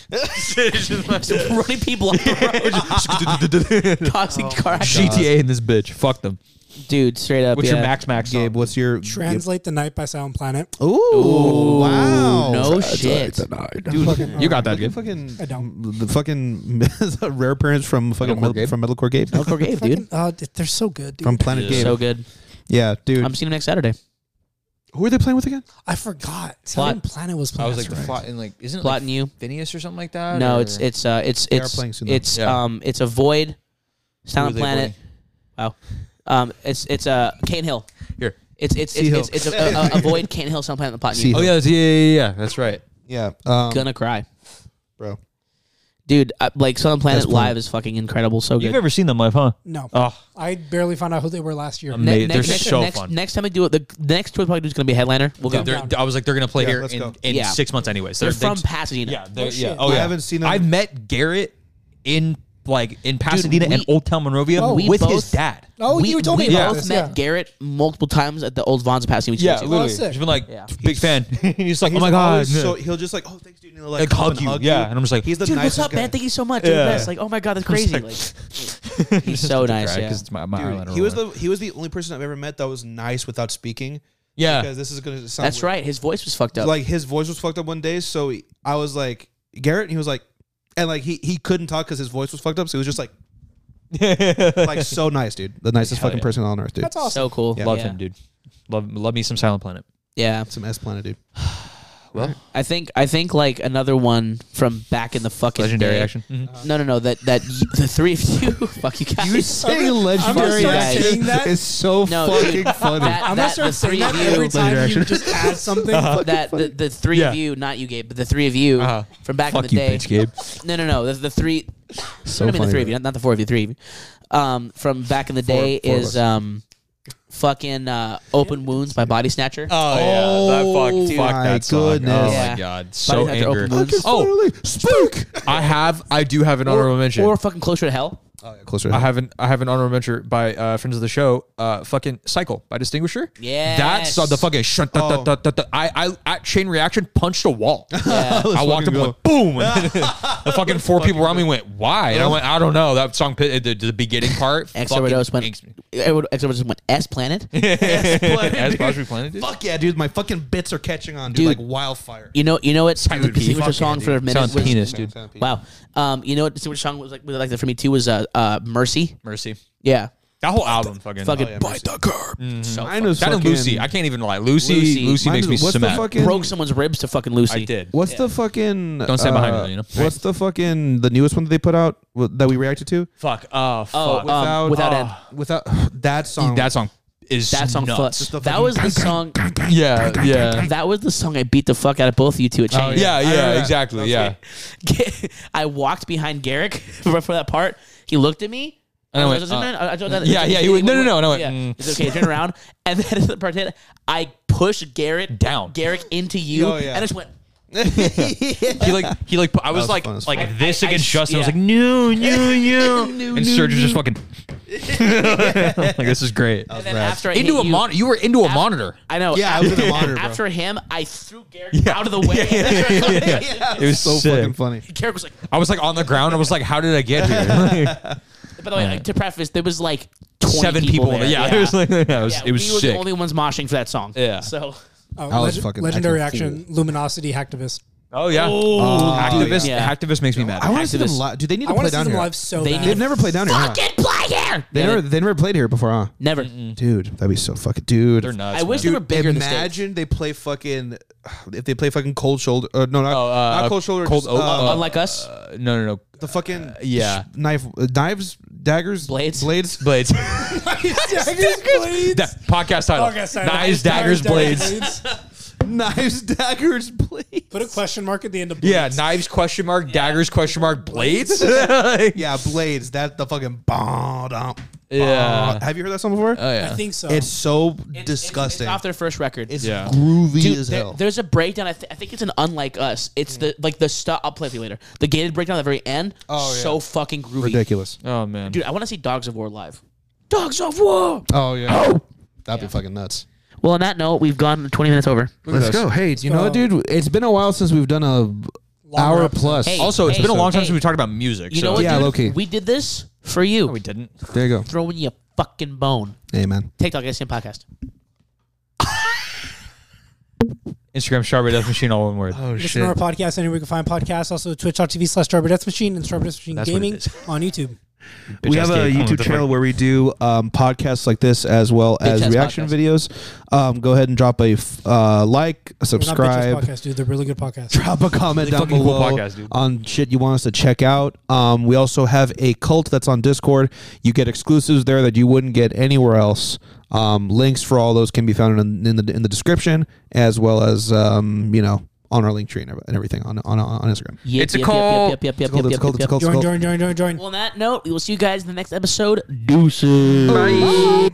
Speaker 2: running people off the road, causing
Speaker 3: Oh,
Speaker 2: car accidents.
Speaker 3: GTA in this bitch. Fuck them.
Speaker 2: Dude, straight up.
Speaker 3: What's
Speaker 2: yeah.
Speaker 3: your Max Max
Speaker 1: Gabe,
Speaker 3: song?
Speaker 1: what's your
Speaker 4: Translate the night by Silent Planet.
Speaker 1: Ooh, wow.
Speaker 2: No shit.
Speaker 4: Fucking-
Speaker 3: You got that,
Speaker 1: The
Speaker 3: Gabe.
Speaker 1: fucking
Speaker 4: I don't.
Speaker 1: the fucking rare appearance from fucking
Speaker 3: Metalcore
Speaker 1: metal,
Speaker 3: Gabe.
Speaker 1: from Metalcore Gabe
Speaker 2: Metalcore Gabe, dude.
Speaker 4: Oh, d- they're so good, dude.
Speaker 1: from Planet Gabe.
Speaker 2: So good.
Speaker 1: yeah, dude.
Speaker 2: I'm seeing him next Saturday.
Speaker 1: Who are they playing with again?
Speaker 4: I forgot. Silent Planet was
Speaker 3: I
Speaker 4: playing.
Speaker 3: was like,
Speaker 4: That's right.
Speaker 3: plot, and like, isn't it like
Speaker 2: Plotting you.
Speaker 3: Phineas or something like
Speaker 4: Oh,
Speaker 3: that?
Speaker 2: No,
Speaker 3: or-
Speaker 2: it's it's uh it's
Speaker 1: They are
Speaker 2: it's
Speaker 1: playing soon, though.
Speaker 2: it's
Speaker 3: Yeah.
Speaker 2: um it's a void, Silent
Speaker 3: they
Speaker 2: Planet. Wow. Um, it's it's uh Kane Hill.
Speaker 3: Here.
Speaker 2: It's it's
Speaker 1: Sea Hill.
Speaker 2: it's, it's, it's a, a, a, a void Kane Hill. Silent Planet. The plot.
Speaker 1: Sea
Speaker 2: You.
Speaker 3: Oh yeah, that's- yeah, yeah, yeah. That's right.
Speaker 1: Yeah, um,
Speaker 2: Gonna cry.
Speaker 1: bro.
Speaker 2: Dude, uh, like Silent Planet
Speaker 1: That's plenty.
Speaker 2: Live is fucking incredible. So good.
Speaker 3: You've ever seen them live, huh?
Speaker 4: no,
Speaker 3: Oh,
Speaker 4: I barely found out who they were last year.
Speaker 3: Amazing. Hey, they're
Speaker 2: next,
Speaker 3: so
Speaker 2: next,
Speaker 3: fun.
Speaker 2: Next time I do it, the the next tour probably is gonna be a headliner. We'll go.
Speaker 4: They're-
Speaker 3: they're, I was like, they're gonna play
Speaker 1: Yeah,
Speaker 3: here
Speaker 1: let's
Speaker 3: in,
Speaker 1: go.
Speaker 3: in
Speaker 2: Yeah.
Speaker 3: six months, anyways.
Speaker 2: They're
Speaker 3: they-
Speaker 2: from Pasadena.
Speaker 3: yeah, they're,
Speaker 4: Oh,
Speaker 3: yeah.
Speaker 4: shit.
Speaker 3: Oh
Speaker 1: I
Speaker 3: yeah,
Speaker 1: haven't seen them-
Speaker 3: I've met Garrett in like in Pasadena and
Speaker 2: we-
Speaker 3: Old Town Monrovia
Speaker 2: Oh, we
Speaker 3: with
Speaker 2: both-
Speaker 3: his dad.
Speaker 4: Oh,
Speaker 2: we,
Speaker 4: you told me
Speaker 2: we
Speaker 4: about
Speaker 2: both
Speaker 4: this,
Speaker 2: met
Speaker 4: yeah.
Speaker 2: Garrett multiple times at the old Vaughn's passing. We
Speaker 3: Yeah,
Speaker 2: chose.
Speaker 3: literally.
Speaker 4: sick.
Speaker 3: She's been like
Speaker 2: Yeah.
Speaker 3: big fan. he's like,
Speaker 1: He's
Speaker 3: oh my god,
Speaker 1: always So
Speaker 3: yeah.
Speaker 1: he'll just like, oh, thanks, dude. And he'll like,
Speaker 3: Like,
Speaker 1: come
Speaker 3: hug
Speaker 1: and
Speaker 3: you. Yeah, and I'm just like,
Speaker 1: he's the
Speaker 2: Dude, what's
Speaker 1: nicest
Speaker 2: up,
Speaker 1: guy.
Speaker 2: man? Thank you so much. You're the
Speaker 3: Yeah.
Speaker 2: best. Like, oh my god, that's crazy. Like, he's so nice.
Speaker 3: Right,
Speaker 2: Yeah.
Speaker 3: 'cause it's my, my
Speaker 1: Dude,
Speaker 3: Islander
Speaker 1: he was
Speaker 3: woman.
Speaker 1: the he was the only person I've ever met that was nice without speaking.
Speaker 3: yeah.
Speaker 1: Because this is gonna sound
Speaker 2: That's
Speaker 1: weird.
Speaker 2: right. His voice was fucked up.
Speaker 1: Like his voice was fucked up one day, so he- I was like Garrett, and he was like, and like he he couldn't talk because his voice was fucked up, so he was just like like so nice, dude. The nicest
Speaker 3: Hell
Speaker 1: fucking
Speaker 3: yeah.
Speaker 1: person on earth, dude.
Speaker 4: That's awesome.
Speaker 2: so cool.
Speaker 1: Yeah.
Speaker 3: love
Speaker 2: yeah.
Speaker 3: him, dude. Love love me some Silent Planet.
Speaker 2: Yeah.
Speaker 1: Some S planet, dude.
Speaker 3: Well,
Speaker 2: I think I think like another one from back in the fucking
Speaker 3: legendary
Speaker 2: day.
Speaker 3: action. Mhm.
Speaker 2: No, no, no. That that y- the three of you. Fuck you guys.
Speaker 1: saying
Speaker 2: legendary
Speaker 4: start
Speaker 2: guys.
Speaker 4: saying that.
Speaker 1: It's so
Speaker 2: No,
Speaker 1: fucking
Speaker 2: dude.
Speaker 1: funny.
Speaker 2: That,
Speaker 4: I'm
Speaker 2: that,
Speaker 4: gonna
Speaker 2: the
Speaker 4: start
Speaker 2: three
Speaker 4: saying that
Speaker 2: of you.
Speaker 4: every time
Speaker 3: Legendary
Speaker 4: you just add something.
Speaker 1: Oh,
Speaker 2: that the, the three of you, not you, Gabe, but the three of you
Speaker 3: Uh-huh.
Speaker 2: from back in
Speaker 3: Fuck
Speaker 2: the
Speaker 3: you,
Speaker 2: day.
Speaker 3: bitch, Gabe.
Speaker 2: No, no, no. The, the three.
Speaker 1: So
Speaker 2: I mean, the
Speaker 1: funny.
Speaker 2: three of you, not, not the four of you, three of you. Um, from back in the day
Speaker 1: four of us.
Speaker 2: is um, fucking uh, open wounds by Body Snatcher.
Speaker 1: Oh,
Speaker 3: Oh, yeah, that fuck, fuck
Speaker 1: my
Speaker 3: that song.
Speaker 1: goodness.
Speaker 3: Oh
Speaker 2: Yeah.
Speaker 3: my god, so
Speaker 2: Bodies after
Speaker 3: angry.
Speaker 2: open wounds.
Speaker 3: Oh,
Speaker 1: spook.
Speaker 6: I have, I do have an honorable mention.
Speaker 2: or fucking closer to hell.
Speaker 1: Oh, yeah, closer.
Speaker 6: I have an, I have an honorable mention by uh, friends of the show. Uh, fucking cycle by Distinguisher.
Speaker 2: Yes.
Speaker 6: that's the fucking. Shun, da, da,
Speaker 1: Oh.
Speaker 6: da, da, da. I, I at chain reaction punched a wall. I walked
Speaker 1: fucking
Speaker 6: up and went boom. And the fucking four people around me went why? And I went I don't know. That song pit- the, the beginning part. fucking
Speaker 2: Exorbidos went.
Speaker 6: makes me-
Speaker 2: Exorbidos went S planet.
Speaker 6: As
Speaker 1: Planet,
Speaker 6: Crosby
Speaker 1: dude.
Speaker 6: Planet did.
Speaker 1: Fuck yeah, dude. My fucking bits are catching on, dude,
Speaker 2: Dude.
Speaker 1: like wildfire.
Speaker 2: You know, you know what? The
Speaker 1: Dude,
Speaker 2: signature
Speaker 1: fuck
Speaker 2: song
Speaker 1: yeah,
Speaker 2: for a
Speaker 1: dude.
Speaker 2: minute
Speaker 3: Sounds
Speaker 2: was
Speaker 3: penis, dude.
Speaker 2: wow. Um, you know what? The signature song was like, was like that for me too was uh, uh, Mercy.
Speaker 6: Mercy.
Speaker 2: Yeah,
Speaker 6: That whole album fucking. oh,
Speaker 2: fucking
Speaker 1: yeah,
Speaker 2: bite the
Speaker 1: Mercy.
Speaker 2: curb. So
Speaker 1: Mine
Speaker 2: fucking-
Speaker 1: was
Speaker 6: that and
Speaker 1: fucking-
Speaker 6: Lucy. I can't even lie. Lucy.
Speaker 2: Lucy.
Speaker 6: Lucy,
Speaker 1: Mine
Speaker 6: makes me
Speaker 1: was- what's
Speaker 6: so
Speaker 1: the
Speaker 6: mad.
Speaker 1: fucking-
Speaker 2: broke someone's ribs to fucking Lucy.
Speaker 6: I did.
Speaker 1: What's the fucking? uh,
Speaker 3: Don't stand behind me, though, you know?
Speaker 1: What's the fucking the newest one that they put out wh- that we reacted to? Ah,
Speaker 6: Fuck. Oh. Fuck.
Speaker 2: Oh, um, without end.
Speaker 1: Without that
Speaker 3: Um,
Speaker 1: song.
Speaker 6: that song is
Speaker 2: That song
Speaker 6: nuts.
Speaker 2: fucks. That was the song.
Speaker 6: Yeah. Yeah.
Speaker 2: That was the song I beat the fuck out of both of you two
Speaker 3: Oh,
Speaker 2: at Chain.
Speaker 6: Yeah,
Speaker 1: I remember
Speaker 6: yeah,
Speaker 1: that.
Speaker 6: exactly.
Speaker 1: That's
Speaker 6: yeah.
Speaker 2: I walked behind Garrick right for that part. He looked at me. Oh,
Speaker 3: And I went,
Speaker 2: was like,
Speaker 3: uh,
Speaker 2: "No, no, I told that-
Speaker 3: yeah, yeah, he went, "No, no, no," and I went,
Speaker 2: yeah.
Speaker 3: mm.
Speaker 2: It's okay. Turn around, and then the part hit, I pushed Garrett
Speaker 3: Down.
Speaker 2: Garrick into you,
Speaker 1: Oh, yeah.
Speaker 2: and I just went.
Speaker 3: He like he like I was,
Speaker 1: was
Speaker 3: like
Speaker 1: fun as
Speaker 3: like
Speaker 1: fuck.
Speaker 3: this
Speaker 2: I- I-
Speaker 3: against Justin. I was
Speaker 2: yeah.
Speaker 3: like no no no, and Serge was just fucking like this is great.
Speaker 2: And then after I
Speaker 3: Into
Speaker 2: hit
Speaker 3: a
Speaker 2: you-
Speaker 3: monitor. You were into a monitor.
Speaker 2: I know.
Speaker 1: Yeah, I was in the monitor, bro.
Speaker 2: After him, I threw Garrick out of the way.
Speaker 3: It was
Speaker 1: so
Speaker 3: sick.
Speaker 1: fucking funny.
Speaker 2: Garrick was like,
Speaker 6: I was like on the ground. I was like, how did I get here?
Speaker 2: by the way, like, to preface, there was like 20
Speaker 3: Seven people.
Speaker 2: there.
Speaker 3: Yeah, it was like yeah, it was,
Speaker 2: Yeah,
Speaker 3: it was
Speaker 2: we were
Speaker 3: sick.
Speaker 2: the only ones moshing for that song.
Speaker 3: Yeah.
Speaker 2: So
Speaker 4: Uh,
Speaker 1: was
Speaker 4: leg-
Speaker 1: fucking
Speaker 4: legendary
Speaker 1: acting
Speaker 4: action, luminosity, hacktivist.
Speaker 6: oh yeah.
Speaker 1: Activist-
Speaker 6: activist.
Speaker 2: yeah.
Speaker 6: Activist makes me mad.
Speaker 1: I want to see them
Speaker 2: Activist.
Speaker 1: live. Do they need
Speaker 4: I
Speaker 1: to
Speaker 4: want
Speaker 1: play
Speaker 4: to see
Speaker 1: down
Speaker 4: them
Speaker 1: here?
Speaker 4: live so
Speaker 2: They
Speaker 4: bad.
Speaker 2: need-
Speaker 1: They've never played down here. huh?
Speaker 2: fucking play here.
Speaker 1: They
Speaker 2: Yeah,
Speaker 1: never they never played here before, huh?
Speaker 2: never.
Speaker 1: Dude, that'd be so fucking dude.
Speaker 6: They're nuts.
Speaker 2: I wish
Speaker 6: man.
Speaker 2: they were bigger than States.
Speaker 1: Imagine they play fucking if they play fucking cold shoulder. Uh, no, not,
Speaker 6: Oh, uh,
Speaker 1: not cold shoulder.
Speaker 6: Cold
Speaker 1: just,
Speaker 6: Oak,
Speaker 1: uh,
Speaker 6: uh,
Speaker 2: Unlike us,
Speaker 6: Uh, no, no, no.
Speaker 1: the fucking
Speaker 6: yeah.
Speaker 1: sh- knife uh, knives daggers
Speaker 2: Blades?
Speaker 1: blades.
Speaker 6: Blades. Da- podcast title.
Speaker 4: Podcast title.
Speaker 6: Knives, daggers, blades.
Speaker 1: knives, daggers, blades.
Speaker 4: Put a question mark at the end of blades.
Speaker 6: Yeah, knives question mark, daggers question mark, blades.
Speaker 1: Yeah, blades. That the fucking bomb.
Speaker 6: Yeah.
Speaker 1: Have you heard that song before?
Speaker 6: Oh yeah.
Speaker 4: I think so.
Speaker 1: it's so
Speaker 2: It's- it's-
Speaker 1: disgusting.
Speaker 2: It's off their first record.
Speaker 1: It's
Speaker 6: Yeah.
Speaker 1: groovy
Speaker 2: Dude,
Speaker 1: as
Speaker 2: there-
Speaker 1: hell.
Speaker 2: there's a breakdown. I, th- I think it's an unlike us. It's the like the stuff. I'll play it for you later. The gated breakdown at the very end.
Speaker 1: Oh, yeah.
Speaker 2: so fucking groovy,
Speaker 1: Ridiculous.
Speaker 6: Oh man.
Speaker 2: dude. I want to see Dogs of War live. Dogs of War.
Speaker 1: Oh yeah, that'd be fucking nuts.
Speaker 2: Well, on that note, we've gone 20 minutes over.
Speaker 1: Let's go. Hey, you know what,
Speaker 4: go.
Speaker 1: dude? It's been a while since we've done a hour
Speaker 4: episode.
Speaker 1: plus. Oh,
Speaker 2: Hey,
Speaker 6: also, it's
Speaker 2: hey,
Speaker 6: been a long time
Speaker 2: hey.
Speaker 6: since we talked about music.
Speaker 2: You
Speaker 6: so.
Speaker 2: know what,
Speaker 1: Yeah,
Speaker 2: dude?
Speaker 1: low-key.
Speaker 2: We did this for you.
Speaker 6: We didn't.
Speaker 1: There you go.
Speaker 2: Throwing you a fucking bone.
Speaker 1: Amen.
Speaker 2: TikTok SCM podcast.
Speaker 6: Instagram Strawberry Death Machine, all one word.
Speaker 1: Oh
Speaker 4: Listen to our podcast anywhere you can find podcasts. Also, twitch.tv slash Strawberry Death Machine and Strawberry Death Machine
Speaker 6: That's what it
Speaker 4: Gaming
Speaker 6: is.
Speaker 4: on YouTube.
Speaker 1: we have a YouTube channel where we do um, podcasts like this as well as
Speaker 2: ass
Speaker 1: reaction
Speaker 2: podcast.
Speaker 1: videos. Um, go ahead and drop a f- uh, like, a
Speaker 4: They're not bitches
Speaker 1: subscribe,
Speaker 4: podcast, dude. They're really good podcasts.
Speaker 1: drop a comment down
Speaker 6: fucking cool
Speaker 1: below
Speaker 6: podcast, dude.
Speaker 1: on shit you want us to check out. Um, we also have a cult that's on Discord. You get exclusives there that you wouldn't get anywhere else. Um, links for all those can be found in, in the in the description as well as um, you know on our link tree and ev- and everything on on, on Instagram.
Speaker 2: Yep,
Speaker 6: It's a
Speaker 2: yep,
Speaker 6: cult.
Speaker 2: Yep, yep, yep, yep,
Speaker 1: It's a cult,
Speaker 2: yep,
Speaker 1: it's a
Speaker 2: yep,
Speaker 1: cult, it's a
Speaker 2: yep,
Speaker 1: cult, it's a
Speaker 4: Join,
Speaker 1: cult.
Speaker 4: join, join, join, join.
Speaker 2: Well, on that note, we will see you guys in the next episode.
Speaker 1: Bye.